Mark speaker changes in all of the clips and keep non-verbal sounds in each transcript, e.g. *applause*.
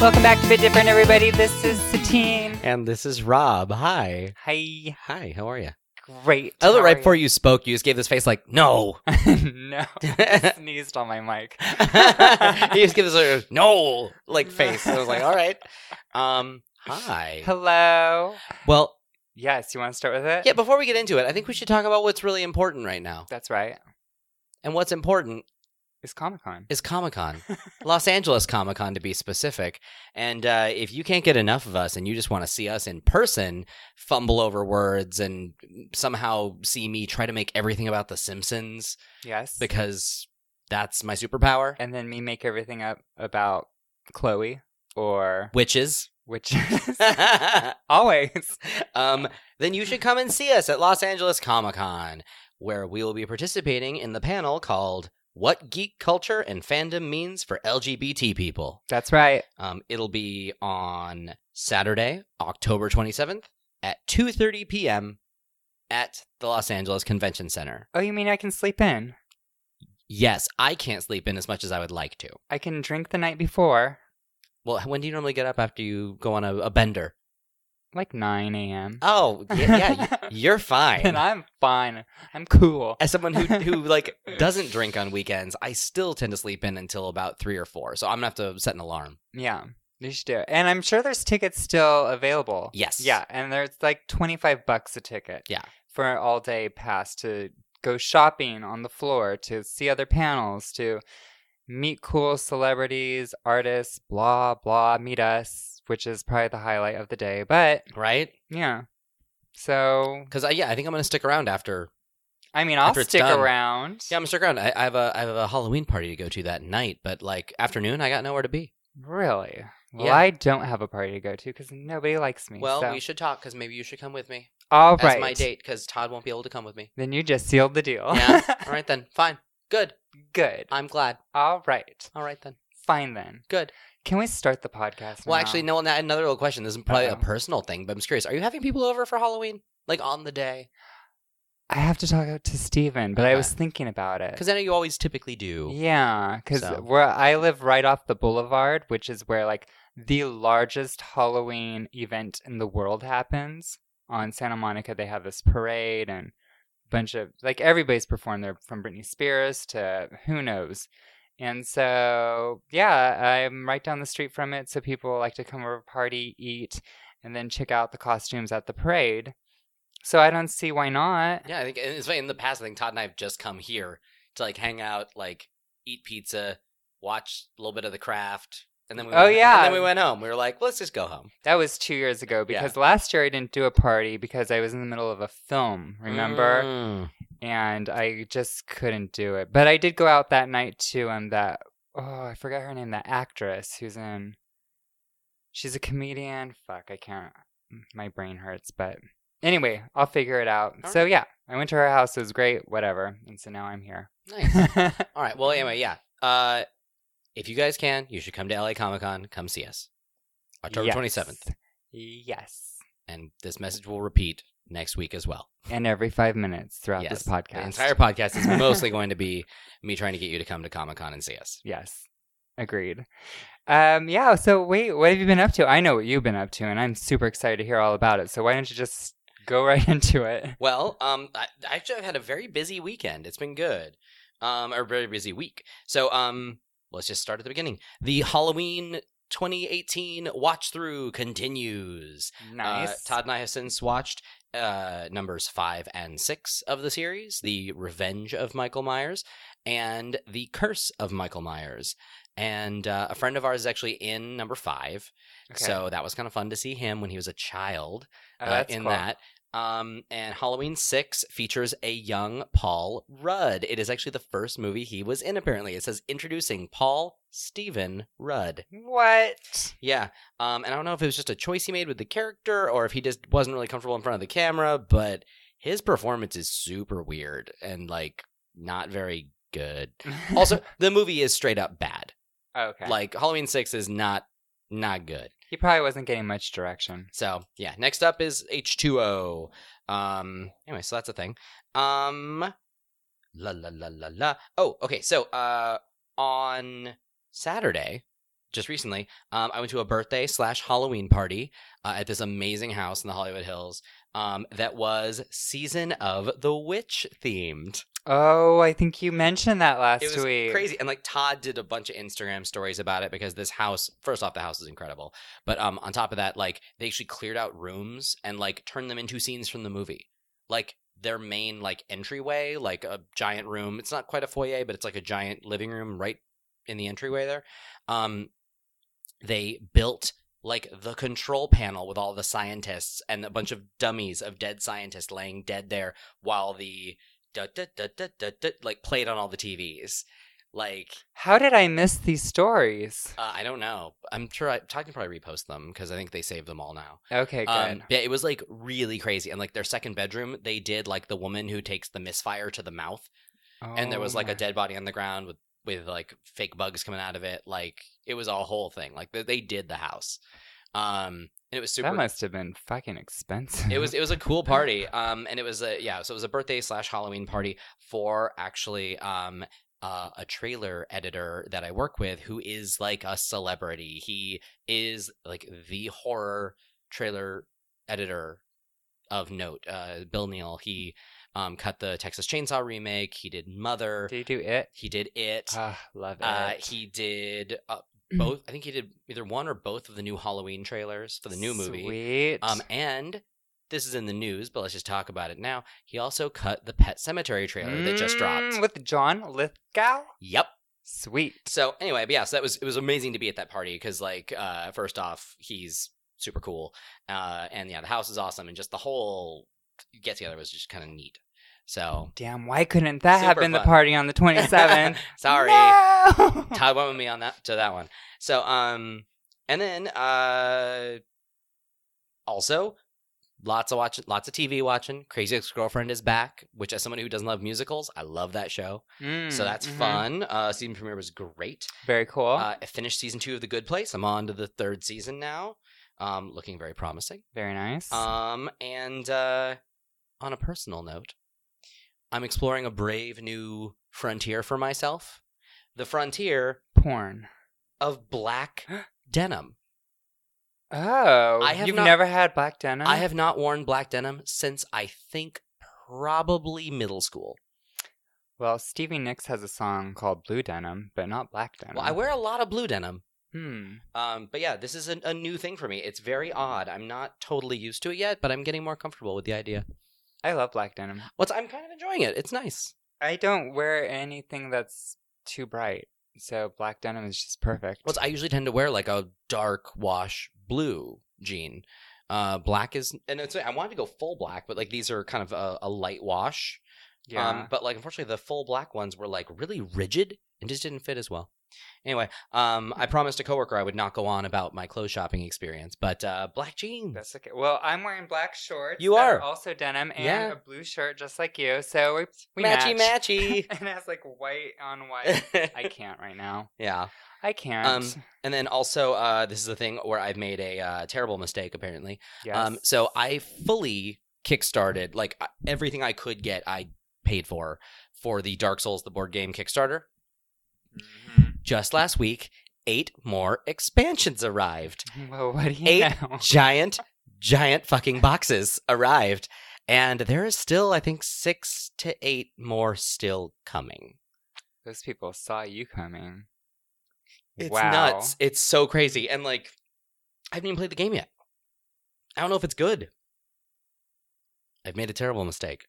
Speaker 1: Welcome back to Bit Different, everybody. This is Satine.
Speaker 2: And this is Rob. Hi.
Speaker 1: Hi.
Speaker 2: Hi, how are you?
Speaker 1: Great.
Speaker 2: Oh, look,
Speaker 1: How
Speaker 2: right
Speaker 1: are
Speaker 2: before you spoke, you just gave this face
Speaker 1: *laughs*
Speaker 2: like, no.
Speaker 1: *laughs* no.
Speaker 2: you
Speaker 1: Sneezed on my mic.
Speaker 2: just gave this like, no, like face. I was like, all right. Um, hi.
Speaker 1: Hello.
Speaker 2: Well,
Speaker 1: Yes, you want to start with it?
Speaker 2: yeah, before we get into it, I think we should talk about what's really important right now.
Speaker 1: That's right.
Speaker 2: And what's important
Speaker 1: It's Comic Con.
Speaker 2: is Comic Con, Los Angeles Comic Con to be specific. And uh, if you can't get enough of us and you just want to see us in person fumble over words and somehow see me try to make everything about The Simpsons
Speaker 1: Yes.
Speaker 2: because that's my superpower,
Speaker 1: and then me make everything up about Chloe or
Speaker 2: witches. *laughs*
Speaker 1: which *laughs* always.
Speaker 2: um, then you should come and see us at Los Angeles Comic Con, where we will be participating in the panel called What Geek Culture and Fandom Means for LGBT People.
Speaker 1: That's right.
Speaker 2: Um, it'll be on Saturday, October 27th at 2:30 p.m. at the Los Angeles Convention Center.
Speaker 1: Oh, you mean I can sleep in?
Speaker 2: Yes, I can't sleep in as much as I would like to.
Speaker 1: I can drink the night before,
Speaker 2: Well, when do you normally get up after you go on a, a bender?
Speaker 1: like 9 a.m.
Speaker 2: Oh, y- yeah, y- you're fine.
Speaker 1: And I'm fine. I'm cool.
Speaker 2: as someone who who like doesn't drink on weekends, I still tend to sleep in until about three or four. So I'm gonna have to set an alarm.
Speaker 1: Yeah, you should do it. And I'm sure there's tickets still available.
Speaker 2: Yes.
Speaker 1: Yeah, and there's like 25 bucks a ticket.
Speaker 2: Yeah.
Speaker 1: For an all day pass to go shopping on the floor, to see other panels, to meet cool celebrities, artists, blah, blah, meet us, which is probably the highlight of the day. But
Speaker 2: Right?
Speaker 1: yeah. So,
Speaker 2: Because I, yeah, I think I'm gonna stick around after.
Speaker 1: I mean, I'll
Speaker 2: After it's
Speaker 1: stick
Speaker 2: done.
Speaker 1: around.
Speaker 2: Yeah, I'm gonna stick around. I, I have a I have a Halloween party to go to that night, but like afternoon, I got nowhere to be.
Speaker 1: Really? Well,
Speaker 2: Yeah.
Speaker 1: I don't have a party to go to because nobody likes me.
Speaker 2: Well,
Speaker 1: so.
Speaker 2: we should talk because maybe you should come with me
Speaker 1: all
Speaker 2: as
Speaker 1: right.
Speaker 2: my date because Todd won't be able to come
Speaker 1: *laughs*
Speaker 2: with me.
Speaker 1: Then you just sealed the deal.
Speaker 2: Yeah. All right then. Fine. Good.
Speaker 1: *laughs* Good.
Speaker 2: I'm glad.
Speaker 1: All right.
Speaker 2: All right then.
Speaker 1: Fine then.
Speaker 2: Good.
Speaker 1: Can we start the podcast?
Speaker 2: Well,
Speaker 1: now?
Speaker 2: actually, no. now Another little question. This is probably a
Speaker 1: Uh-oh.
Speaker 2: personal thing, but I'm just curious. Are you having people over for Halloween, like on the day?
Speaker 1: I have to talk out to Steven, but I
Speaker 2: Okay.
Speaker 1: was thinking about it.
Speaker 2: Because I know you always typically do.
Speaker 1: Uh, yeah, because
Speaker 2: So.
Speaker 1: where I live right off the boulevard, which is where like the largest Halloween event in the world happens. On Santa Monica, they have this parade and bunch of like everybody's performed there from Britney Spears to who knows. And so, yeah, I'm right down the street from it. So people like to come over, party, eat, and then check out the costumes at the parade. So I don't see why not.
Speaker 2: Yeah, I think and it's funny. In the past, I think Todd and I have just come here to like hang out, like eat pizza, watch a little bit of the craft, and then we
Speaker 1: Oh,
Speaker 2: went,
Speaker 1: yeah.
Speaker 2: and then we went home. We were like, let's just go home.
Speaker 1: That was two years ago because last year I didn't do a party because I was in the middle of a film, remember?
Speaker 2: Mm.
Speaker 1: And I just couldn't do it. But I did go out that night too, and that, oh, I forgot her name, that actress who's in, she's a comedian. Fuck, I can't, my brain hurts. But anyway, I'll figure it out.
Speaker 2: All
Speaker 1: so yeah, I went to her house. It was great, whatever. And so now I'm here.
Speaker 2: Nice.
Speaker 1: *laughs*
Speaker 2: All right. Well, anyway, yeah. Uh, if you guys can, you should come to LA Comic Con. Come see us, October
Speaker 1: Yes.
Speaker 2: twenty seventh,
Speaker 1: Yes.
Speaker 2: and this message will repeat next week as well.
Speaker 1: And every five minutes throughout
Speaker 2: Yes.
Speaker 1: this podcast.
Speaker 2: The entire podcast is mostly going to be me trying to get you to come to Comic Con and see us.
Speaker 1: Yes. Agreed. Um, yeah, so wait, what have you been up to? I know what you've been up to, and I'm super excited to hear all about it. So why don't you just go *laughs* right into it?
Speaker 2: Well, um, I, I actually have had a very busy weekend. It's been good, um, or very busy week. So, um, let's just start at the beginning. The Halloween 2018 watch through continues. Uh,
Speaker 1: Nice.
Speaker 2: Todd and I have since watched uh, numbers five and six of the series: The Revenge of Michael Myers and The Curse of Michael Myers. And uh, a friend of ours is actually in number five,
Speaker 1: Okay.
Speaker 2: so that was kind of fun to see him when he was a child
Speaker 1: Oh,
Speaker 2: uh,
Speaker 1: that's
Speaker 2: in
Speaker 1: cool.
Speaker 2: that. Um, and Halloween 6 features a young Paul Rudd. It is actually the first movie he was in, apparently. It says introducing Paul Stephen Rudd.
Speaker 1: What?
Speaker 2: Yeah. Um, and I don't know if it was just a choice he made with the character or if he just wasn't really comfortable in front of the camera, but his performance is super weird and like not very good. Also, the movie is straight up bad.
Speaker 1: *laughs* okay.
Speaker 2: Like Halloween 6 is not not good.
Speaker 1: he probably wasn't getting much direction.
Speaker 2: So yeah, next up is H2O. Um, anyway, so that's a thing. Um, la la la la la. Oh, okay. So uh, on Saturday, just recently, um, I went to a birthday slash Halloween party uh, at this amazing house in the Hollywood Hills um, that was season of the witch themed.
Speaker 1: Oh, I think you mentioned that last
Speaker 2: It was
Speaker 1: week.
Speaker 2: crazy, and like Todd did a bunch of Instagram stories about it because this house. First off, the house is incredible, but um, on top of that, like they actually cleared out rooms and like turned them into scenes from the movie, like their main like entryway, like a giant room. It's not quite a foyer, but it's like a giant living room right in the entryway there. Um, they built like the control panel with all the scientists and a bunch of dummies of dead scientists laying dead there while the da, da, da, da, da, da, like played on all the TVs. Like
Speaker 1: How did I miss these stories?
Speaker 2: uh, I don't know. I'm sure I, Todd can probably repost them because I think they save them all now.
Speaker 1: Okay, good.
Speaker 2: Um, yeah, it was like really crazy. And like their second bedroom, they did like the woman who takes the misfire to the mouth and there was
Speaker 1: Oh
Speaker 2: like a
Speaker 1: my-
Speaker 2: dead body on the ground with with like fake bugs coming out of it like it was a whole thing like they, they did the house um and it was super
Speaker 1: That must have been fucking expensive.
Speaker 2: it was it was a cool party um and it was a yeah so it was a birthday slash halloween party for actually um uh, a trailer editor that i work with who is like a celebrity he is like the horror trailer editor of note uh bill neal he um cut the texas chainsaw remake he did mother
Speaker 1: Did you do it?
Speaker 2: he did it
Speaker 1: Ah, love it.
Speaker 2: uh, he did uh, both i think he did either one or both of the new halloween trailers for the new movie
Speaker 1: Sweet.
Speaker 2: um, and this is in the news, but let's just talk about it now. He also cut the Pet Cemetery trailer that just dropped.
Speaker 1: Mm, with John Lithgow.
Speaker 2: yep.
Speaker 1: Sweet.
Speaker 2: So anyway, but yeah, so that was it was amazing to be at that party because like uh, first off, he's super cool, uh, and yeah, the house is awesome, and just the whole get together was just kind of neat. So
Speaker 1: Damn, why couldn't that have
Speaker 2: Super
Speaker 1: been the
Speaker 2: fun.
Speaker 1: party on the 27th?
Speaker 2: *laughs* sorry.
Speaker 1: No!
Speaker 2: Todd went with me on that to that one. So um and then uh also lots of watching lox of TV watching. Crazy Ex Girlfriend is back, which as someone who doesn't love musicals, I love that show.
Speaker 1: *laughs* Mm,
Speaker 2: so that's
Speaker 1: mhm.
Speaker 2: fun. Uh season premiere was great.
Speaker 1: Very cool.
Speaker 2: Uh I finished season two of The Good Place. I'm on to the third season now. Um looking very promising.
Speaker 1: Very nice.
Speaker 2: Um and uh on a personal note, I'm exploring a brave new frontier for myself. The frontier
Speaker 1: Porn.
Speaker 2: of black denim.
Speaker 1: Oh,
Speaker 2: I have
Speaker 1: you've
Speaker 2: not-
Speaker 1: never had black denim?
Speaker 2: I have not worn black denim since I think probably middle school.
Speaker 1: Well, Stevie Nicks has a song called Blue Denim, but not black denim.
Speaker 2: Well, I wear a lot of blue denim.
Speaker 1: Hmm.
Speaker 2: Um, but yeah, this is a, a new thing for me. It's very odd. I'm not totally used to it yet, but I'm getting more comfortable with the idea.
Speaker 1: I love black denim.
Speaker 2: What's I'm kind of enjoying it. It's nice.
Speaker 1: I don't wear anything that's too bright, so black denim is just perfect.
Speaker 2: What's I usually tend to wear like a dark wash blue jean. Uh, black is, and it's, I wanted to go full black, but like these are kind of a, a light wash.
Speaker 1: yeah.
Speaker 2: Um, but like unfortunately, the full black ones were like really rigid and just didn't fit as well. Anyway, um,
Speaker 1: Hmm.
Speaker 2: I promised a coworker I would not go on about my clothes shopping experience, but uh, black jeans.
Speaker 1: That's okay. Well, I'm wearing black shorts.
Speaker 2: You
Speaker 1: that
Speaker 2: are.
Speaker 1: also denim and
Speaker 2: Yeah.
Speaker 1: a blue shirt, just like you. So we, we
Speaker 2: matchy
Speaker 1: match.
Speaker 2: matchy.
Speaker 1: *laughs* and it has like white on
Speaker 2: *laughs*
Speaker 1: white. I can't right now.
Speaker 2: yeah.
Speaker 1: I can't.
Speaker 2: Um, And then also, uh, this is a thing where I've made a uh, terrible mistake. Apparently,
Speaker 1: yes.
Speaker 2: um, so I fully kickstarted like I- everything I could get. I paid for for the Dark Souls the board game Kickstarter.
Speaker 1: Mhm.
Speaker 2: Just last week, eight more expansions arrived.
Speaker 1: Mm-hmm. *laughs* well, what do you
Speaker 2: Eight-
Speaker 1: know? *laughs*
Speaker 2: giant, giant fucking boxes arrived. And there is still, I think, six to eight more still coming.
Speaker 1: Those people saw you coming.
Speaker 2: It's
Speaker 1: wow.
Speaker 2: nuts. It's so crazy. And like, I haven't even played the game yet. I don't know if it's good. I've made a terrible mistake.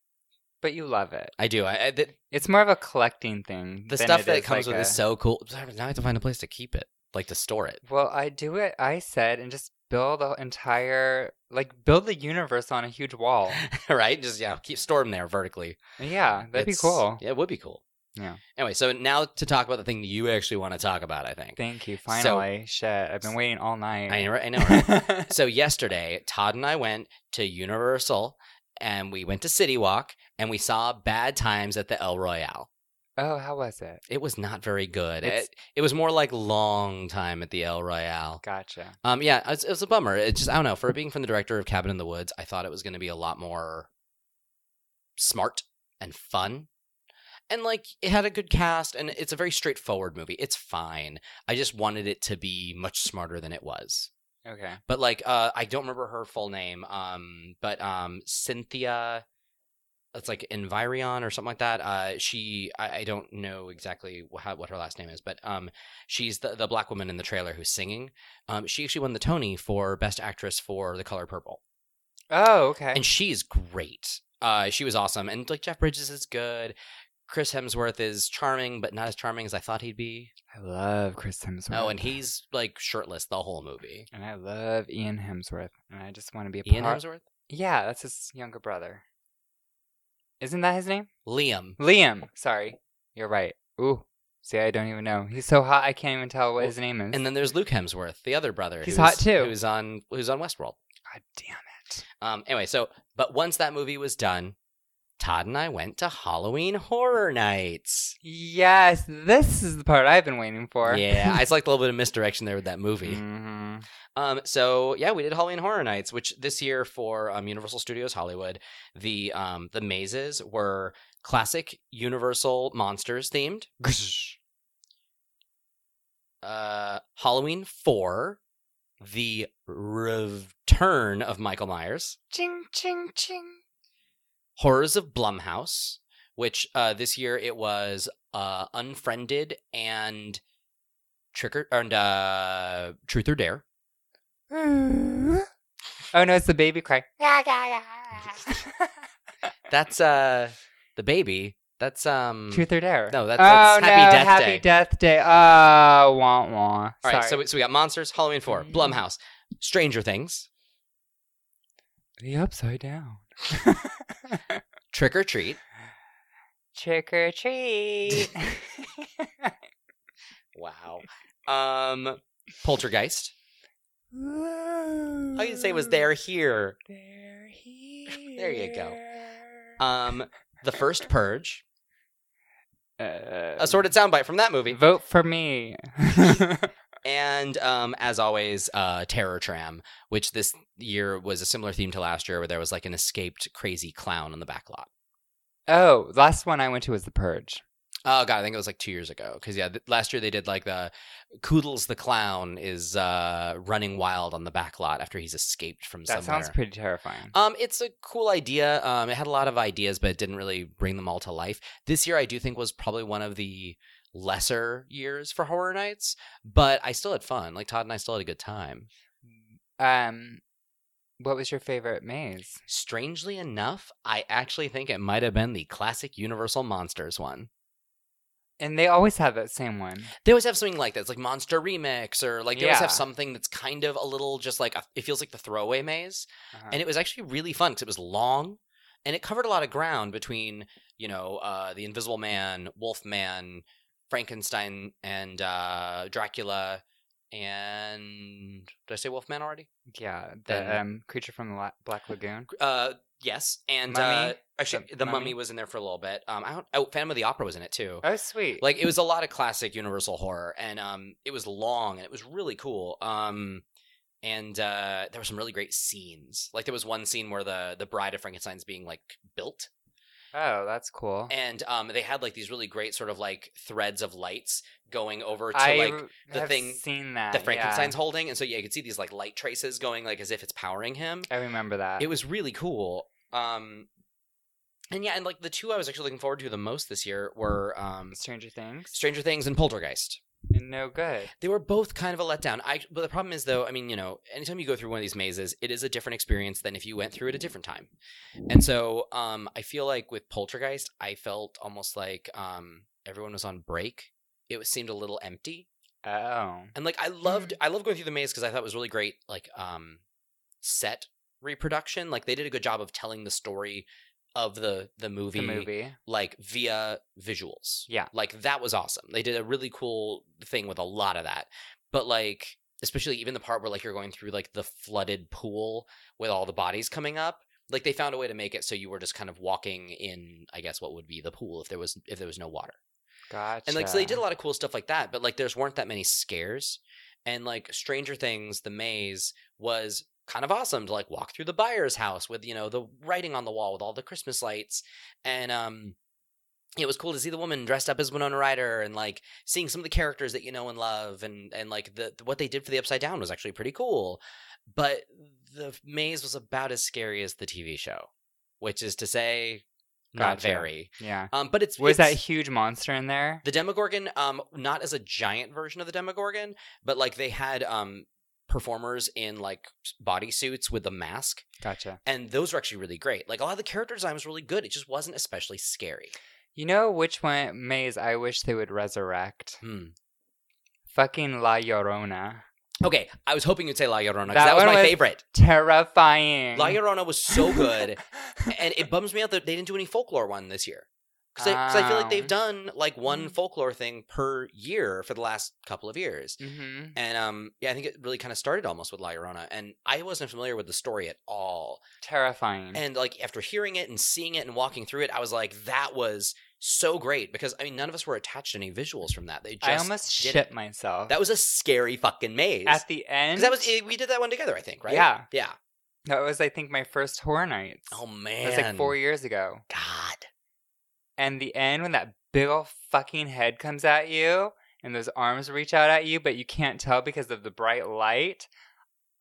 Speaker 1: But you love it.
Speaker 2: I do. I, I the,
Speaker 1: It's more of a collecting thing.
Speaker 2: the
Speaker 1: than
Speaker 2: stuff
Speaker 1: it
Speaker 2: that
Speaker 1: is
Speaker 2: it comes
Speaker 1: like
Speaker 2: with is
Speaker 1: a-
Speaker 2: so cool. Now I have to find a place to keep it, like to store it. *laughs*
Speaker 1: Well, I do it. I said, and just build an entire like build the universe on a huge
Speaker 2: *laughs*
Speaker 1: wall.
Speaker 2: right? Just yeah, keep store them there vertically.
Speaker 1: yeah, that'd be
Speaker 2: It's-
Speaker 1: cool.
Speaker 2: Yeah, it would be cool.
Speaker 1: Yeah.
Speaker 2: Anyway, so now to talk about the thing that you actually want to talk about, I think.
Speaker 1: Thank you.
Speaker 2: So-
Speaker 1: Finally, shit. I've been waiting all night. *laughs*
Speaker 2: I know, right? I know. Right? so yesterday, Todd and I went to Universal, and we went to City Walk, and we saw Bad Times at the El Royale.
Speaker 1: oh, how was it?
Speaker 2: It was not very good.
Speaker 1: It's-
Speaker 2: It, it was more like Long Time at the El Royale.
Speaker 1: Gotcha.
Speaker 2: Um, yeah, it was, it was a bummer. It just I don't know. For it being from the director of Cabin in the Woods, I thought it was going to be a lot more smart and fun. and like it had a good cast and it's a very straightforward movie it's fine i just wanted it to be much smarter than it was
Speaker 1: Okay.
Speaker 2: but like uh i don't remember her full name um but um cynthia it's like envirion or something like that uh she i, I don't know exactly wh- how, what her last name is but um she's the, the black woman in the trailer who's singing um she actually won the tony for best actress for the color purple
Speaker 1: Oh, okay.
Speaker 2: and she's great. Uh, she was awesome, and like Jeff Bridges is good. Chris Hemsworth is charming, but not as charming as I thought he'd be.
Speaker 1: I love Chris Hemsworth.
Speaker 2: Oh, and he's like shirtless the whole movie.
Speaker 1: and I love Ian Hemsworth, and I just want to be a
Speaker 2: Ian
Speaker 1: part.
Speaker 2: Hemsworth,
Speaker 1: Yeah, that's his younger brother. Isn't that his name?
Speaker 2: Liam.
Speaker 1: Liam. Sorry, you're right. Ooh, see, I don't even know. He's so hot, I can't even tell what his name is.
Speaker 2: And then there's Luke Hemsworth, the other brother.
Speaker 1: He's
Speaker 2: who's-
Speaker 1: hot, too.
Speaker 2: Who's on Who's on Westworld.
Speaker 1: God damn it!
Speaker 2: Um. Anyway, so but once that movie was done, Todd and I went to Halloween Horror Nights.
Speaker 1: Yes, this is the part I've been waiting for.
Speaker 2: Yeah, I just liked a little bit of misdirection there with
Speaker 1: *laughs*
Speaker 2: that movie.
Speaker 1: Mhm.
Speaker 2: Um, so yeah, we did Halloween Horror Nights, which this year for um, Universal Studios Hollywood, the um, the mazes were classic Universal monsters themed. Uh, Halloween Four, the return of Michael Myers,
Speaker 1: Ching ching ching.
Speaker 2: Horrors of Blumhouse, which uh, this year it was uh, Unfriended and Trick or and uh, Truth or Dare.
Speaker 1: oh no, it's the baby cry.
Speaker 2: That's uh, the baby. That's um.
Speaker 1: Truth or dare?
Speaker 2: No, that's- that's
Speaker 1: oh,
Speaker 2: Happy
Speaker 1: no,
Speaker 2: Death
Speaker 1: Happy
Speaker 2: Day.
Speaker 1: Death Day. Oh, wah wah.
Speaker 2: All right, so
Speaker 1: Sorry.
Speaker 2: we, so we got Monsters, Halloween 4,
Speaker 1: Mhm.
Speaker 2: Blumhouse, Stranger Things,
Speaker 1: the upside down.
Speaker 2: Trick or Treat,
Speaker 1: Trick or *laughs* treat.
Speaker 2: wow, um, Poltergeist. All you say was they're here.
Speaker 1: They're here.
Speaker 2: There you go. Um, The First Purge,
Speaker 1: Uh,
Speaker 2: assorted soundbite from that movie,
Speaker 1: Vote for me.
Speaker 2: and um, as always, uh, Terror Tram, which this year was a similar theme to last year, where there was like an escaped crazy clown on the back lot.
Speaker 1: oh, last one I went to was The Purge.
Speaker 2: Oh god, I think it was like two years ago. Because yeah, th- last year they did like the Koodles the clown is uh, running wild on the back lot after he's escaped from
Speaker 1: That
Speaker 2: somewhere.
Speaker 1: sounds pretty terrifying.
Speaker 2: um, it's a cool idea. Um, it had a lot of ideas, but it didn't really bring them all to life. This year, I do think was probably one of the lesser years for horror nights, but I still had fun. Like Todd and I still had a good time.
Speaker 1: Um, what was your favorite maze?
Speaker 2: Strangely enough, I actually think it might have been the classic Universal Monsters one.
Speaker 1: And they always have that same one.
Speaker 2: they always have something like that. It's like Monster Remix, or like they always
Speaker 1: Yeah.
Speaker 2: have something that's kind of a little just like a, it feels like the throwaway maze.
Speaker 1: Uh-huh.
Speaker 2: And it was actually really fun because it was long and it covered a lot of ground between you know uh, the Invisible Man, Wolfman, Frankenstein, and uh, Dracula. And did I say Wolfman already?
Speaker 1: yeah,
Speaker 2: *laughs* and-
Speaker 1: the um, creature from the La- Black Lagoon.
Speaker 2: Uh, yes, and
Speaker 1: Mummy?
Speaker 2: uh, actually,
Speaker 1: The
Speaker 2: the,
Speaker 1: Mummy?
Speaker 2: mummy. was in there for a little bit. Um, I don't, oh, Phantom of the Opera was in it too.
Speaker 1: Oh, sweet.
Speaker 2: like it was a lot of classic universal horror and um it was long and it was really cool um and uh there were some really great scenes like there was one scene where the the bride of frankenstein's being like built
Speaker 1: oh, that's cool.
Speaker 2: and um they had like these really great sort of like threads of lights going over to
Speaker 1: I
Speaker 2: like
Speaker 1: r-
Speaker 2: the
Speaker 1: have
Speaker 2: thing-
Speaker 1: seen that.
Speaker 2: the
Speaker 1: yeah.
Speaker 2: frankenstein's holding and so yeah you could see these like light traces going like as if it's powering him
Speaker 1: I remember that.
Speaker 2: it was really cool um and yeah and like the two i was actually looking forward to the most this year were um
Speaker 1: Stranger Things.
Speaker 2: stranger things and poltergeist
Speaker 1: And no good.
Speaker 2: They were both kind of a letdown. I but the problem is though, I mean, you know, anytime you go through one of these mazes, it is a different experience than if you went through it a different time. And so, um, I feel like with Poltergeist, I felt almost like um everyone was on break. It was, seemed a little empty.
Speaker 1: Oh.
Speaker 2: And like I loved I loved going through the maze because I thought it was really great, like um set reproduction. Like they did a good job of telling the story of the the movie,
Speaker 1: The movie.
Speaker 2: like via visuals.
Speaker 1: Yeah.
Speaker 2: Like that was awesome. They did a really cool thing with a lot of that. But like especially even the part where like you're going through like the flooded pool with all the bodies coming up, like they found a way to make it so you were just kind of walking in I guess what would be the pool if there was if there was no water.
Speaker 1: Gotcha.
Speaker 2: And like so they did a lot of cool stuff like that, but like there's weren't that many scares. And like Stranger Things, the maze was kind of awesome to like walk through the buyer's house with, you know, the writing on the wall with all the Christmas lights. And um it was cool to see the woman dressed up as Winona Ryder and like seeing some of the characters that you know and love and and like the what they did for the Upside Down was actually pretty cool. But the maze was about as scary as the TV show, which is to say, not
Speaker 1: Gotcha.
Speaker 2: very.
Speaker 1: Yeah.
Speaker 2: Um, but it's
Speaker 1: Was that
Speaker 2: it's-
Speaker 1: huge monster in there?
Speaker 2: the Demogorgon, um, not as a giant version of the Demogorgon, but like they had um performers in like bodysuits with a mask,
Speaker 1: Gotcha.
Speaker 2: and those were actually really great. Like a lot of the character design was really good. It just wasn't especially scary.
Speaker 1: You know which one maze I wish they would resurrect?
Speaker 2: Hmm.
Speaker 1: Fucking La Llorona.
Speaker 2: Okay, I was hoping you'd say La Llorona 'cause
Speaker 1: That
Speaker 2: that, was
Speaker 1: one
Speaker 2: my
Speaker 1: was-
Speaker 2: favorite.
Speaker 1: Terrifying. *laughs*
Speaker 2: La Llorona was so good, and it bums me out that they didn't do any folklore one this year. Because I, feel like they've
Speaker 1: Um.
Speaker 2: done like one
Speaker 1: Mm.
Speaker 2: folklore thing per year for the last couple of years.
Speaker 1: hmm
Speaker 2: And um, yeah, I think it really kind of started almost with La Llorona, and I wasn't familiar with the story at all.
Speaker 1: Terrifying.
Speaker 2: And like after hearing it and seeing it and walking through it, I was like, that was so great because I mean, none of us were attached to any visuals from that. They just
Speaker 1: I almost
Speaker 2: did
Speaker 1: shit
Speaker 2: it.
Speaker 1: myself.
Speaker 2: That was a scary fucking maze.
Speaker 1: At the end,
Speaker 2: Because that was eh, we did that one together, I think, right?
Speaker 1: Yeah.
Speaker 2: yeah.
Speaker 1: that was, I think, my first horror night.
Speaker 2: Oh man,
Speaker 1: It was like four years ago.
Speaker 2: God.
Speaker 1: *laughs* And the end, when that big ol' fucking head comes at you and those arms reach out at you, but you can't tell because of the bright light,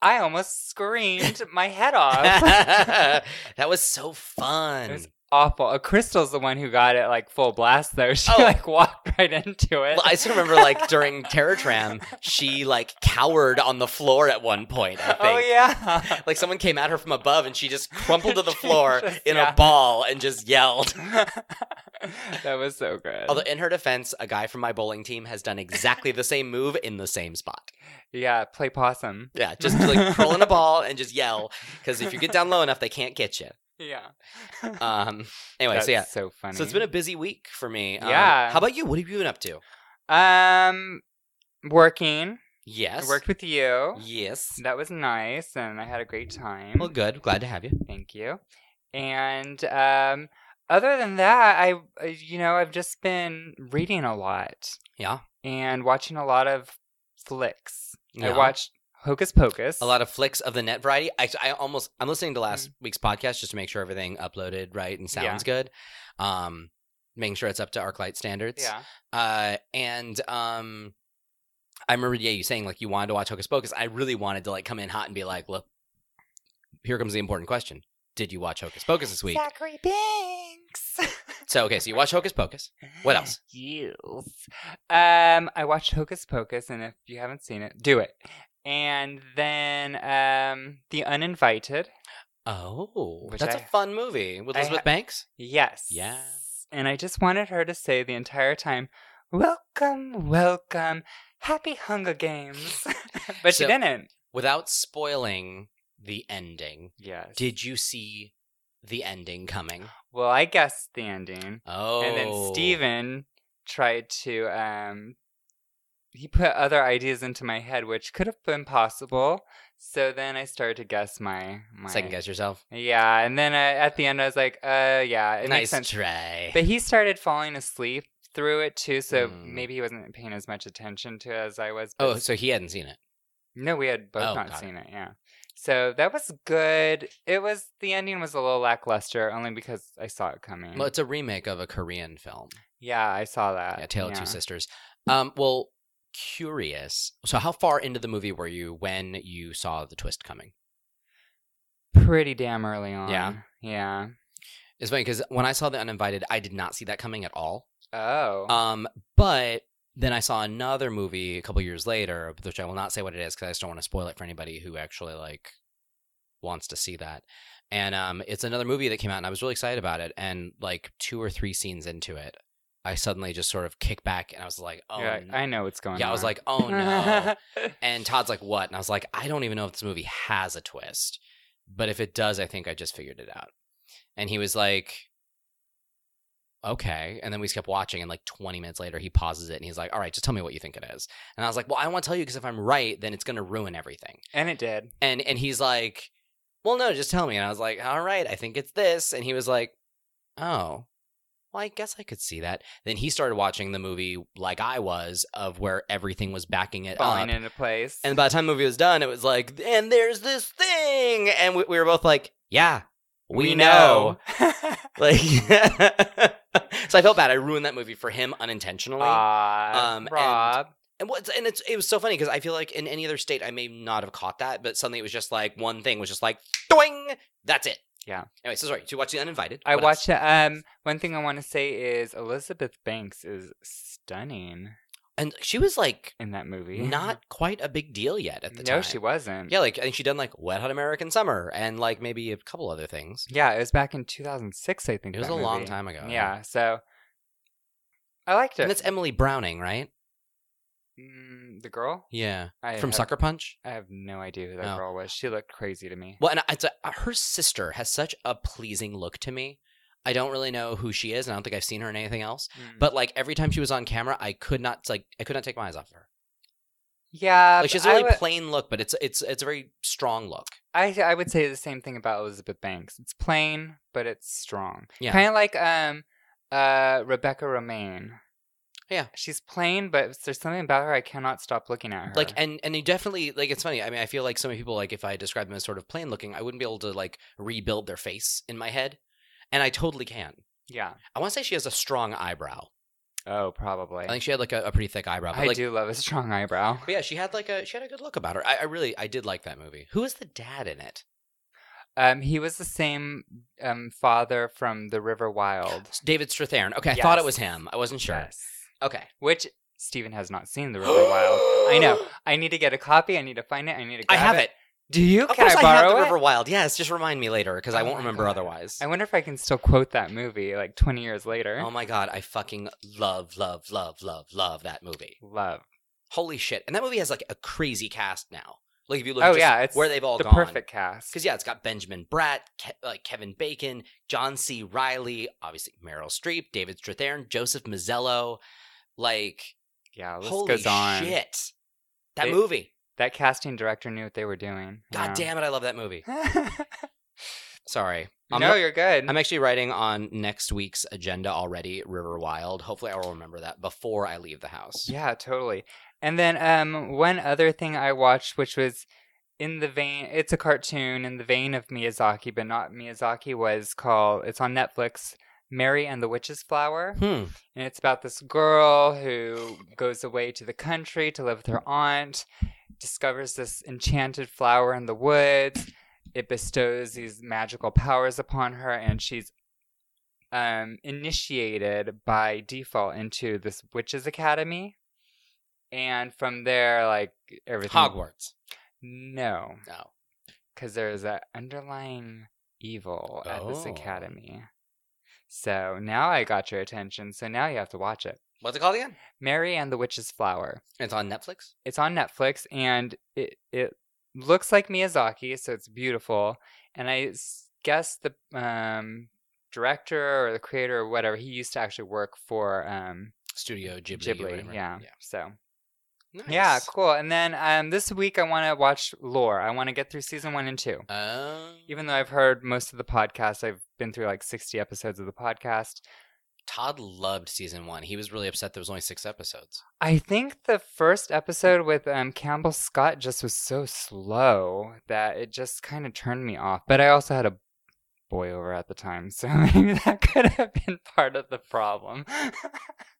Speaker 1: I almost
Speaker 2: *laughs*
Speaker 1: screamed my head off. *laughs*
Speaker 2: that was so fun.
Speaker 1: It *laughs* was awful. Uh, Crystal's the one who got it like full blast though. *laughs* She
Speaker 2: Oh.
Speaker 1: like walked right into it.
Speaker 2: Well, I still
Speaker 1: *laughs*
Speaker 2: remember, like during Terror Tram, she like cowered on the floor at one point. I think.
Speaker 1: oh yeah. *laughs*
Speaker 2: *laughs* Like someone came at her from above, and she just crumpled to the floor
Speaker 1: Just-
Speaker 2: in
Speaker 1: yeah.
Speaker 2: a ball and just yelled.
Speaker 1: that was so good.
Speaker 2: Although, in her defense, a guy from my bowling team has done exactly the same move in the same spot.
Speaker 1: yeah, play possum.
Speaker 2: Yeah, just
Speaker 1: *laughs*
Speaker 2: like curl in a ball and just yell because if you get down low enough, they can't get you.
Speaker 1: Yeah.
Speaker 2: Um. Anyway,
Speaker 1: That's
Speaker 2: so yeah,
Speaker 1: so funny.
Speaker 2: So it's been a busy week for me. Um,
Speaker 1: Yeah.
Speaker 2: How about you? What have you been up to?
Speaker 1: a um working. I
Speaker 2: Yes.
Speaker 1: worked with you.
Speaker 2: Yes.
Speaker 1: That was nice and I had a great time.
Speaker 2: Well, good. Glad to have you.
Speaker 1: Thank you. And um, other than that, I, I- you know, I've just been reading a lot.
Speaker 2: Yeah.
Speaker 1: And watching a lot of flicks.
Speaker 2: Yeah.
Speaker 1: I watched Hocus Pocus.
Speaker 2: A lot of flicks of the net variety. I, I almost I'm listening to
Speaker 1: Mm.
Speaker 2: last week's podcast just to make sure everything uploaded right and sounds good. Um, making sure it's up to ArcLight standards.
Speaker 1: Yeah.
Speaker 2: Uh, and um, I remember yeah you saying like you wanted to watch Hocus Pocus. I really wanted to like come in hot and be like, look, here comes the important question. Did you watch Hocus Pocus this week?
Speaker 1: Zachary Banks. *laughs*
Speaker 2: So okay, so you watched Hocus Pocus. What else?
Speaker 1: Yes. Um, I watched Hocus Pocus, and if you haven't seen it, do it. And then um, The Uninvited.
Speaker 2: Oh,
Speaker 1: Which
Speaker 2: that's a
Speaker 1: I-
Speaker 2: fun movie with
Speaker 1: I
Speaker 2: Elizabeth
Speaker 1: ha-
Speaker 2: Banks.
Speaker 1: Yes.
Speaker 2: Yeah.
Speaker 1: And I just wanted her to say the entire time, Welcome, welcome, happy Hunger Games. *laughs* but she
Speaker 2: So-
Speaker 1: didn't.
Speaker 2: Without spoiling the ending,
Speaker 1: Yes.
Speaker 2: did you see the ending coming?
Speaker 1: well, I guessed the ending.
Speaker 2: Oh,
Speaker 1: And then Steven tried to, um, he put other ideas into my head, which could have been possible. So then I started to guess my. my
Speaker 2: second guess yourself.
Speaker 1: Yeah. And then uh, at the end, I was like, uh, yeah, it makes
Speaker 2: nice
Speaker 1: sense.
Speaker 2: try.
Speaker 1: But he started falling asleep through it too, so
Speaker 2: Mm.
Speaker 1: maybe he wasn't paying as much attention to it as I was.
Speaker 2: oh,
Speaker 1: but-
Speaker 2: so he hadn't seen it.
Speaker 1: no, we had both
Speaker 2: Oh,
Speaker 1: not
Speaker 2: got it.
Speaker 1: seen it. Yeah, so that was good. It was the ending was a little lackluster, only because I saw it coming.
Speaker 2: Well, it's a remake of a Korean film,
Speaker 1: yeah, I saw that.
Speaker 2: yeah, Tale of
Speaker 1: Uh, Yeah.
Speaker 2: Two Sisters. Um, well, curious. So, how far into the movie were you when you saw the twist coming?
Speaker 1: Pretty damn early on. yeah.
Speaker 2: It's funny because when I saw the Uninvited, I did not see that coming at all.
Speaker 1: Oh,
Speaker 2: Um, but then I saw another movie a couple years later, which I will not say what it is because I just don't want to spoil it for anybody who actually like wants to see that. And um, it's another movie that came out, and I was really excited about it. And like two or three scenes into it, I suddenly just sort of kicked back, and I was like, "Oh,
Speaker 1: You're like,
Speaker 2: n-
Speaker 1: I know what's going on.
Speaker 2: yeah." I was like, "Oh
Speaker 1: *laughs*
Speaker 2: no!" *laughs* and Todd's like, "What?" And I was like, "I don't even know if this movie has a twist, but if it does, I think I just figured it out." And he was like, "Okay." And then we just kept watching, and like 20 minutes later, he pauses it and he's like, "All right, just tell me what you think it is." And I was like, "Well, I don't want to tell you because if I'm right, then it's going to ruin everything."
Speaker 1: and it did.
Speaker 2: And and he's like, "Well, no, just tell me." And I was like, "All right, I think it's this." And he was like, "Oh." Well, I guess I could see that. Then he started watching the movie like I was, of where everything was backing it up.
Speaker 1: Falling into place.
Speaker 2: And by the time the movie was done, it was like, and there's this thing. And we, we were both like, yeah, we know. *laughs*
Speaker 1: *laughs*
Speaker 2: Like, so I felt bad. I ruined that movie for him unintentionally.
Speaker 1: Ah. Aw,
Speaker 2: Um, and-
Speaker 1: Rob.
Speaker 2: and what's and it's it was so funny because I feel like in any other state I may not have caught that, but suddenly it was just like one thing was just like doing. That's it.
Speaker 1: Yeah.
Speaker 2: Anyway, so sorry. To watch the uninvited.
Speaker 1: I
Speaker 2: What
Speaker 1: watched
Speaker 2: else?
Speaker 1: it. Um, one thing I want to say is Elizabeth Banks is stunning
Speaker 2: and she was like
Speaker 1: in that movie.
Speaker 2: not quite a big deal yet at the
Speaker 1: no,
Speaker 2: time.
Speaker 1: she wasn't.
Speaker 2: Yeah, like I think she done like Wet Hot American Summer and like maybe a couple other things.
Speaker 1: yeah, it was back in 2006, I think.
Speaker 2: It was
Speaker 1: that
Speaker 2: a long
Speaker 1: movie.
Speaker 2: time ago.
Speaker 1: Yeah, so I liked
Speaker 2: And
Speaker 1: it.
Speaker 2: that's Emily Browning, right?
Speaker 1: Mm, the girl
Speaker 2: Yeah.
Speaker 1: I
Speaker 2: From
Speaker 1: have,
Speaker 2: Sucker Punch.
Speaker 1: I have no idea who that
Speaker 2: Oh.
Speaker 1: girl was. She looked crazy to me.
Speaker 2: Well, and it's a, uh, her sister has such a pleasing look to me. I don't really know who she is, and I don't think I've seen her in anything else.
Speaker 1: Mm.
Speaker 2: But like every time she was on camera, I could not like I could not take my eyes off of her.
Speaker 1: yeah,
Speaker 2: Like she has a
Speaker 1: but I
Speaker 2: really
Speaker 1: would-
Speaker 2: plain look, but it's it's it's a very strong look.
Speaker 1: I I would say the same thing about Elizabeth Banks. It's plain, but it's strong.
Speaker 2: Yeah.
Speaker 1: Kind of like um uh Rebecca Romaine.
Speaker 2: Yeah.
Speaker 1: She's plain, but there's something about her I cannot stop looking at her.
Speaker 2: Like and and you definitely like it's funny. I mean, I feel like so many people like if I describe them as sort of plain looking, I wouldn't be able to like rebuild their face in my head, and I totally can.
Speaker 1: yeah.
Speaker 2: I want to say she has a strong eyebrow.
Speaker 1: Oh, probably.
Speaker 2: I think she had like a, a pretty thick eyebrow. But
Speaker 1: I
Speaker 2: like,
Speaker 1: do love a strong eyebrow.
Speaker 2: But yeah, she had like a she had a good look about her. I, I really I did like that movie. Who is the dad in it?
Speaker 1: Um, he was the same um father from The River Wild.
Speaker 2: David Strathairn. Okay, I thought it
Speaker 1: Yes.
Speaker 2: was him. I wasn't sure.
Speaker 1: Yes.
Speaker 2: Okay.
Speaker 1: Which Steven has not seen The River
Speaker 2: *gasps*
Speaker 1: Wild. I know. I need to get a copy. I need to find it. I need to.
Speaker 2: I
Speaker 1: grab
Speaker 2: have it.
Speaker 1: Do you?
Speaker 2: Of
Speaker 1: Can
Speaker 2: course,
Speaker 1: I
Speaker 2: I,
Speaker 1: borrow
Speaker 2: have the
Speaker 1: it?
Speaker 2: River Wild. Yes, just remind me later because I
Speaker 1: Oh
Speaker 2: won't
Speaker 1: my
Speaker 2: remember
Speaker 1: God.
Speaker 2: otherwise.
Speaker 1: I wonder if I can still quote that movie like 20 years later.
Speaker 2: Oh my god, I fucking love, love, love, love, love that movie.
Speaker 1: Love.
Speaker 2: Holy shit! And that movie has like a crazy cast now. Like if you look,
Speaker 1: Oh,
Speaker 2: just
Speaker 1: yeah. It's
Speaker 2: where they've all
Speaker 1: the
Speaker 2: gone.
Speaker 1: perfect cast.
Speaker 2: Because yeah, it's got Benjamin Bratt, Ke- like Kevin Bacon, John C. Riley, obviously Meryl Streep, David Strathairn, Joseph Mazzello. Like
Speaker 1: Yeah, Oh, this
Speaker 2: holy
Speaker 1: goes on.
Speaker 2: shit, that
Speaker 1: They-
Speaker 2: movie!
Speaker 1: That casting director knew what they were doing. *laughs*
Speaker 2: God damn it, I love that movie.
Speaker 1: damn.
Speaker 2: Sorry, I'm,
Speaker 1: no, you're good.
Speaker 2: I'm actually writing on next week's agenda already. River Wild. Hopefully, I will remember that before I leave the house.
Speaker 1: yeah, totally. And then um, one other thing I watched, which was in the vein, it's a cartoon in the vein of Miyazaki, but not Miyazaki, was called, it's on Netflix, Mary and the Witch's Flower.
Speaker 2: Hmm.
Speaker 1: and it's about this girl who goes away to the country to live with her aunt discovers this enchanted flower in the woods it bestows these magical powers upon her and she's um, initiated by default into this witches academy and from there like everything
Speaker 2: Hogwarts. Oh.
Speaker 1: no
Speaker 2: No.
Speaker 1: because there's an underlying evil at this
Speaker 2: Oh.
Speaker 1: academy so now i got your attention so now you have to watch it
Speaker 2: What's it called again?
Speaker 1: Mary and the Witch's Flower.
Speaker 2: It's on Netflix.
Speaker 1: It's on Netflix and it it looks like Miyazaki, so it's beautiful. And I s- guess the um, director or the creator or whatever, he used to actually work for um,
Speaker 2: Studio Ghibli. or
Speaker 1: Ghibli.
Speaker 2: whatever.
Speaker 1: yeah. So
Speaker 2: Yeah.
Speaker 1: yeah,
Speaker 2: Nice.
Speaker 1: cool. And then um, this week I want to watch Lore. I want to get through season one and two.
Speaker 2: Um,
Speaker 1: Even though I've heard most of the podcast, I've been through like sixty episodes of the podcast.
Speaker 2: Todd loved season one. He was really upset there was only six episodes.
Speaker 1: I think the first episode with um, Campbell Scott just was so slow that it just kind of turned me off. But I also had a boy over at the time, *laughs* so maybe that could have been part of the problem. *laughs*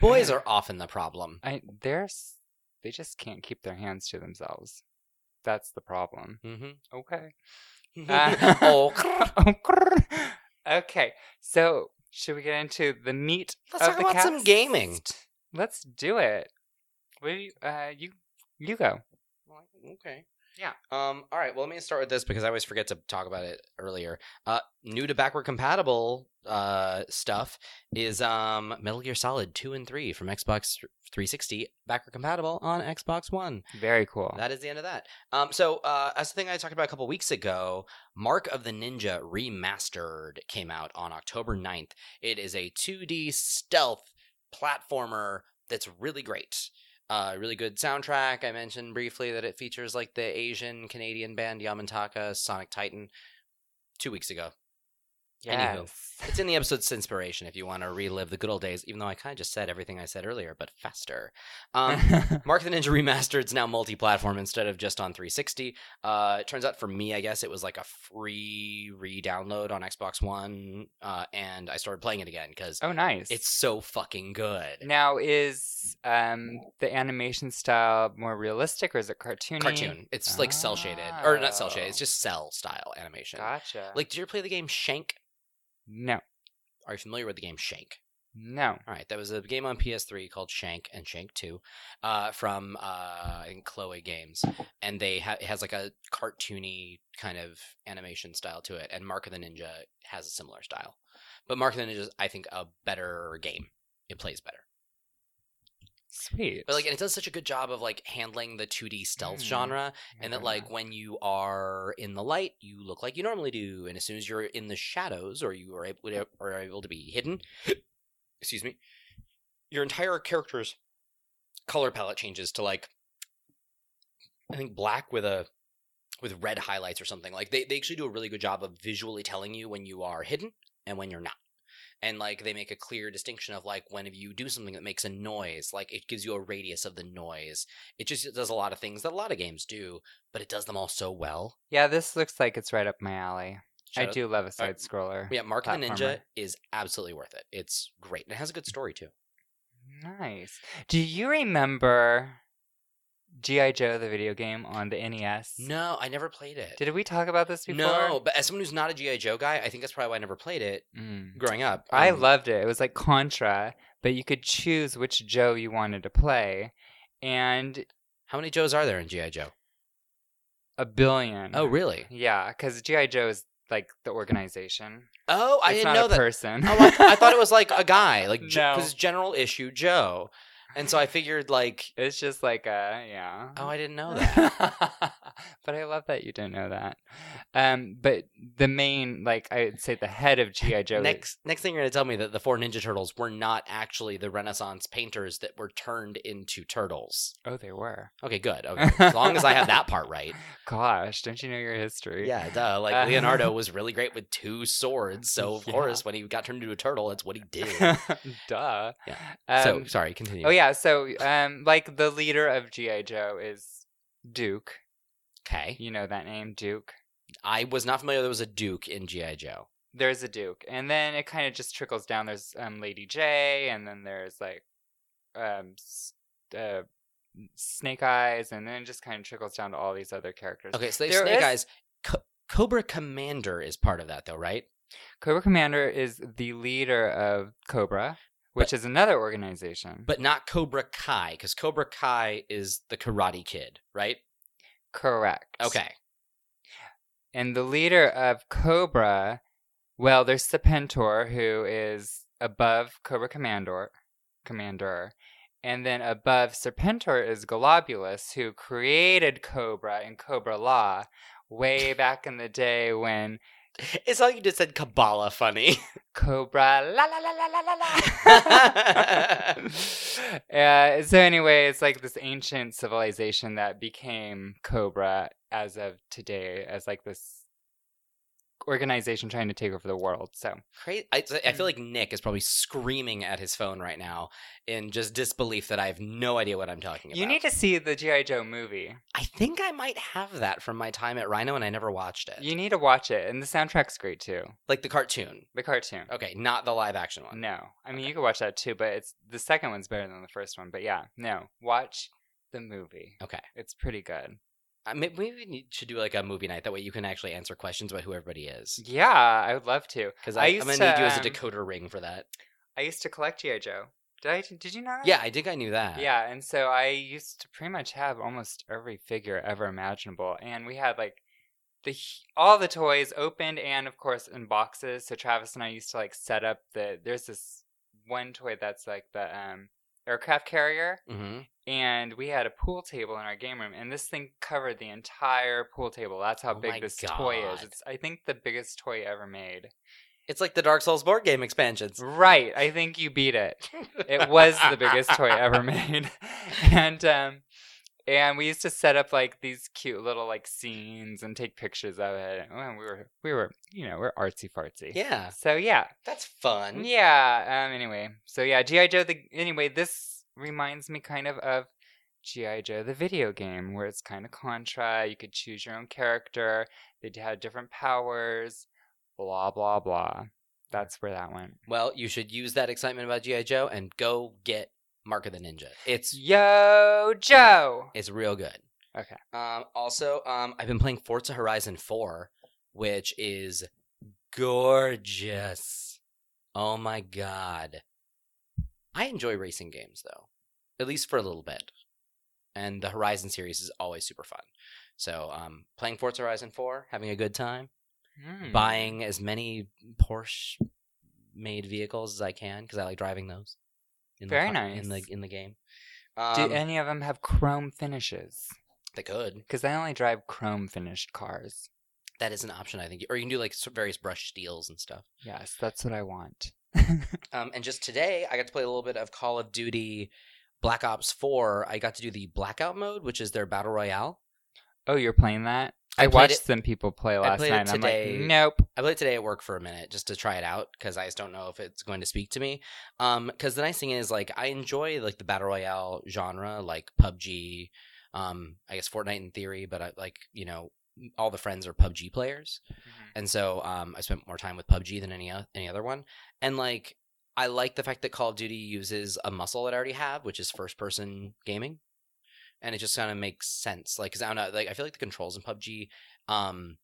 Speaker 2: Boys are often the problem.
Speaker 1: I they're s- they just can't keep their hands to themselves. That's the problem.
Speaker 2: *laughs* Mm-hmm.
Speaker 1: Okay. Uh,
Speaker 2: oh,
Speaker 1: *laughs* oh, crrr. *laughs* okay. So should we get into the meat?
Speaker 2: let's
Speaker 1: of
Speaker 2: talk
Speaker 1: the
Speaker 2: about some
Speaker 1: cast?
Speaker 2: gaming.
Speaker 1: Let's do it. What do you? Uh, you you go.
Speaker 2: Okay.
Speaker 1: Yeah.
Speaker 2: Um. All right. Well, let me start with this because I always forget to talk about it earlier. Uh, new to backward compatible uh stuff is um Metal Gear Solid two and three from Xbox 360 backward compatible on Xbox One.
Speaker 1: Very cool.
Speaker 2: That is the end of that. Um, so uh, as the thing I talked about a couple weeks ago, Mark of the Ninja Remastered came out on October 9th. It is a 2D stealth platformer that's really great. Uh, really good soundtrack. I mentioned briefly that it features like the Asian Canadian band Yamantaka Sonic Titan two weeks ago. Anywho.
Speaker 1: Yes. *laughs*
Speaker 2: It's in the episode's inspiration if you want to relive the good old days, even though I kind of just said everything I said earlier, but faster. Um, *laughs* Mark the Ninja Remastered is now multi platform instead of just on 360. Uh, it turns out for me, I guess it was like a free re download on Xbox One, uh, and I started playing it again because
Speaker 1: oh, nice.
Speaker 2: it's so fucking good.
Speaker 1: now is um the animation style more realistic or is it cartoony?
Speaker 2: Cartoon. It's like cell shaded. Or not cell
Speaker 1: Oh.
Speaker 2: shaded, it's just cell style animation.
Speaker 1: Gotcha.
Speaker 2: Like, did you ever play the game Shank?
Speaker 1: no,
Speaker 2: Are you familiar with the game Shank?
Speaker 1: no.
Speaker 2: All right, that was a game on PS3 called Shank and Shank Two, uh, from uh, in Chloe Games, and they ha- it has like a cartoony kind of animation style to it, and Mark of the Ninja has a similar style, but Mark of the Ninja is, I think, a better game. It plays better,
Speaker 1: Sweet.
Speaker 2: but like, and it does such a good job of like handling the 2D stealth
Speaker 1: Hmm.
Speaker 2: genre,
Speaker 1: I
Speaker 2: and that
Speaker 1: don't
Speaker 2: like
Speaker 1: know.
Speaker 2: when you are in the light, you look like you normally do, and as soon as you're in the shadows or you are able, are able to be hidden, excuse me, your entire character's color palette changes to like I think black with a with red highlights or something. Like they they actually do a really good job of visually telling you when you are hidden and when you're not. And like they make a clear distinction of like when you do something that makes a noise, like it gives you a radius of the noise. It just does a lot of things that a lot of games do, but it does them all so well.
Speaker 1: yeah, this looks like it's right up my alley. I
Speaker 2: Shout out-
Speaker 1: do love a side scroller.
Speaker 2: Yeah, Mark of the Ninja
Speaker 1: platformer.
Speaker 2: is absolutely worth it. It's great. And it has a good story too.
Speaker 1: Nice. Do you remember GI Joe the video game on the NES?
Speaker 2: No, I never played it.
Speaker 1: Did we talk about this before?
Speaker 2: No, but as someone who's not a GI Joe guy, I think that's probably why I never played it
Speaker 1: Mm.
Speaker 2: growing up.
Speaker 1: I
Speaker 2: Um,
Speaker 1: loved it. It was like Contra, but you could choose which Joe you wanted to play, and
Speaker 2: How many Joes are there in GI Joe?
Speaker 1: a billion.
Speaker 2: Oh, really?
Speaker 1: Yeah, because GI Joe is like the organization.
Speaker 2: Oh, I
Speaker 1: It's
Speaker 2: didn't
Speaker 1: not
Speaker 2: know
Speaker 1: a
Speaker 2: that.
Speaker 1: person.
Speaker 2: oh, I, I thought it was like a
Speaker 1: *laughs*
Speaker 2: guy, like
Speaker 1: No.
Speaker 2: because general issue Joe, and so I figured like,
Speaker 1: *laughs* it's just like a yeah.
Speaker 2: oh, I didn't know that.
Speaker 1: that. but I love that you didn't know that. Um, but the main, like I'd say, the head of GI *laughs* Joe.
Speaker 2: Next, next thing you're gonna tell me that the four Ninja Turtles were not actually the Renaissance painters that were turned into turtles.
Speaker 1: oh, they were.
Speaker 2: Okay, good. Okay, as long as I have that part right.
Speaker 1: *laughs* Gosh, don't you know your history?
Speaker 2: *laughs* Yeah, duh. Like
Speaker 1: Uh,
Speaker 2: *laughs* Leonardo was really great with two swords, so of
Speaker 1: Yeah.
Speaker 2: course when he got turned into a turtle, that's *laughs* what he did.
Speaker 1: *laughs* Duh.
Speaker 2: Yeah.
Speaker 1: Um,
Speaker 2: so sorry, continue.
Speaker 1: Oh yeah. So um, like the leader of GI Joe is Duke.
Speaker 2: Okay,
Speaker 1: You know that name, Duke.
Speaker 2: I was not familiar. There was a Duke in GI Joe.
Speaker 1: There's a Duke, and then it kind of just trickles down. There's um, Lady J, and then there's like um, s- uh, Snake Eyes, and then it just kind of trickles down to all these other characters.
Speaker 2: Okay, so they
Speaker 1: There
Speaker 2: Snake
Speaker 1: is-
Speaker 2: Eyes. Co- Cobra Commander is part of that, though, right?
Speaker 1: Cobra Commander is the leader of Cobra, which is another organization.
Speaker 2: But not Cobra Kai, because Cobra Kai is the Karate Kid, right?
Speaker 1: correct.
Speaker 2: Okay.
Speaker 1: And the leader of Cobra, well, there's Sepentor, who is above Cobra Commander, Commander, and then above Serpentor is Globulus, who created Cobra and Cobra Law way back in the day when
Speaker 2: It's like you just said Kabbalah funny. *laughs*
Speaker 1: Cobra la la la la la la la. uh, so anyway, it's like this ancient civilization that became Cobra as of today, as like this organization trying to take over the world. So
Speaker 2: Crazy. I, I feel like Nick is probably screaming at his phone right now in just disbelief that I have no idea what I'm talking about.
Speaker 1: you need to see the GI Joe movie.
Speaker 2: I think I might have that from my time at Rhino and I never watched it.
Speaker 1: You need to watch it, and the soundtrack's great too.
Speaker 2: like the cartoon.
Speaker 1: The cartoon.
Speaker 2: Okay, not the live action one.
Speaker 1: No, I mean you can watch that too, but it's the second one's better than the first one. But yeah, no, watch the movie.
Speaker 2: Okay.
Speaker 1: it's pretty good.
Speaker 2: Uh, may- Maybe we need- should do like a movie night. That way you can actually answer questions about who everybody is.
Speaker 1: Yeah, I would love to.
Speaker 2: Because
Speaker 1: I
Speaker 2: I'm
Speaker 1: used
Speaker 2: gonna need you as a
Speaker 1: to, um,
Speaker 2: decoder ring for that.
Speaker 1: I used to collect GI Joe. Did I? Did you know? that?
Speaker 2: Yeah, I think I knew that.
Speaker 1: Yeah, and so I used to pretty much have almost every figure ever imaginable, and we had like the h- all the toys opened and of course in boxes. So Travis and I used to like set up the there's this one toy that's like the um aircraft carrier
Speaker 2: hmm
Speaker 1: and we had a pool table in our game room and this thing covered the entire pool table that's how
Speaker 2: Oh my
Speaker 1: big this toy is
Speaker 2: God.
Speaker 1: it's i think the biggest toy ever made
Speaker 2: It's like the Dark Souls board
Speaker 1: *laughs*
Speaker 2: game expansions.
Speaker 1: right i think *laughs*
Speaker 2: *laughs*
Speaker 1: you beat it It was the biggest toy ever made. And um And we used to set up like these cute little like scenes and take pictures of it. And we were we were you know we're artsy fartsy.
Speaker 2: Yeah,
Speaker 1: So yeah,
Speaker 2: that's fun.
Speaker 1: yeah. Um. Anyway, so yeah, GI Joe. The anyway, this reminds me kind of of GI Joe, the video game, where it's kind of Contra. You could choose your own character. They had different powers. Blah blah blah. That's where that went.
Speaker 2: Well, you should use that excitement about GI Joe and go get Mark of the Ninja. It's
Speaker 1: Yo Joe.
Speaker 2: it's real good.
Speaker 1: Okay.
Speaker 2: Um, also, um, I've been playing Forza Horizon Four, which is gorgeous. Oh my god, I enjoy racing games though, at least for a little bit. And the Horizon series is always super fun. So, um, playing Forza Horizon Four, having a good time.
Speaker 1: Hmm.
Speaker 2: buying as many Porsche made vehicles as I can because I like driving those. In
Speaker 1: Very
Speaker 2: the, car-
Speaker 1: nice.
Speaker 2: in the in the game.
Speaker 1: Do
Speaker 2: Um,
Speaker 1: any of them have chrome finishes?
Speaker 2: they could.
Speaker 1: Because I only drive chrome finished cars.
Speaker 2: That is an option, I think, or you can do like s- various brush steels and stuff.
Speaker 1: Yes, that's what I want.
Speaker 2: Um, and just today, I got to play a little bit of Call of Duty Black Ops Four. I got to do the blackout mode, which is their battle royale.
Speaker 1: Oh, you're playing that?
Speaker 2: I
Speaker 1: I,
Speaker 2: played
Speaker 1: watched
Speaker 2: it-
Speaker 1: some people play last
Speaker 2: played it
Speaker 1: night. and I'm like,
Speaker 2: today.
Speaker 1: nope.
Speaker 2: I played it today at work for a minute just to try it out because I just don't know if it's going to speak to me. Um, because the nice thing is like I enjoy like the battle royale genre, like PUBG, um, I guess Fortnite in theory, but I like you know all the friends are PUBG players, and so um, I spent more time with PUBG than any o- any other one, and like I like the fact that Call of Duty uses a muscle that I already have, which is first person gaming, and it just kind of makes sense. Like, 'cause I don't know, like I feel like the controls in PUBG, um,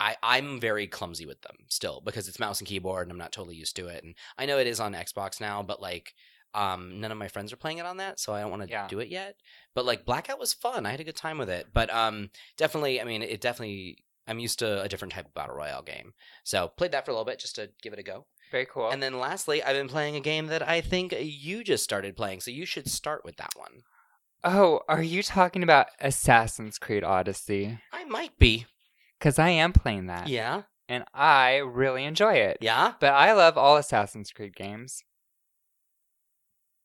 Speaker 2: I I'm very clumsy with them still because it's mouse and keyboard, and I'm not totally used to it. And I know it is on Xbox now, but like. Um, none of my friends are playing it on that, so I don't want to
Speaker 1: Yeah.
Speaker 2: do it yet. But like Blackout was fun. I had a good time with it. But um, definitely, I mean, it definitely. I'm used to a different type of battle royale game, so played that for a little bit just to give it a go.
Speaker 1: Very cool.
Speaker 2: And then lastly, I've been playing a game that I think you just started playing, so you should start with that one.
Speaker 1: oh, are you talking about Assassin's Creed Odyssey?
Speaker 2: I might be.
Speaker 1: Because I am playing that.
Speaker 2: Yeah.
Speaker 1: And I really enjoy it.
Speaker 2: Yeah.
Speaker 1: But I love all Assassin's Creed games.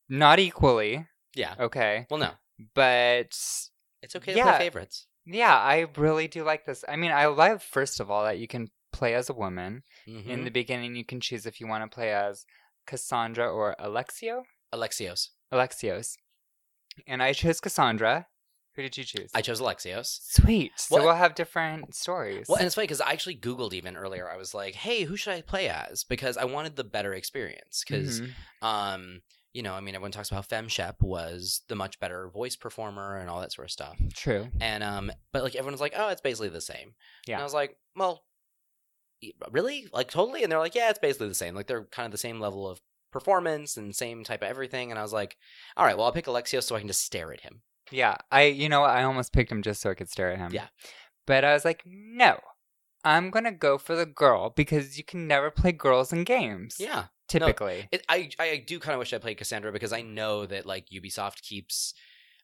Speaker 1: Not equally,
Speaker 2: Yeah.
Speaker 1: okay.
Speaker 2: Well, no,
Speaker 1: But
Speaker 2: it's okay to
Speaker 1: Yeah.
Speaker 2: play favorites.
Speaker 1: Yeah, I really do like this. I mean, I love first of all that you can play as a woman.
Speaker 2: Mm-hmm.
Speaker 1: In the beginning, you can choose if you want to play as Cassandra or Alexio.
Speaker 2: Alexios.
Speaker 1: Alexios. And I chose Cassandra. Who did you choose?
Speaker 2: I chose Alexios.
Speaker 1: Sweet. So
Speaker 2: What-
Speaker 1: we'll have different stories.
Speaker 2: Well, and it's funny because I actually Googled even earlier. I was like, hey, who should I play as? Because I wanted the better experience. Because
Speaker 1: Mhm.
Speaker 2: um you know i mean everyone talks about how fem shep was the much better voice performer and all that sort of stuff
Speaker 1: true.
Speaker 2: and um but like everyone's like oh it's basically the same and
Speaker 1: Yeah.
Speaker 2: i was like well y- really like totally and they're like yeah it's basically the same like they're kind of the same level of performance and same type of everything and i was like all right well i'll pick alexios so i can just stare at him
Speaker 1: Yeah. I you know, I almost picked him just so I could stare at him.
Speaker 2: Yeah.
Speaker 1: But I was like, no. I'm gonna go for the girl because you can never play girls in games.
Speaker 2: yeah
Speaker 1: Typically.
Speaker 2: It, I I do kind of wish I played Cassandra because I know that like Ubisoft keeps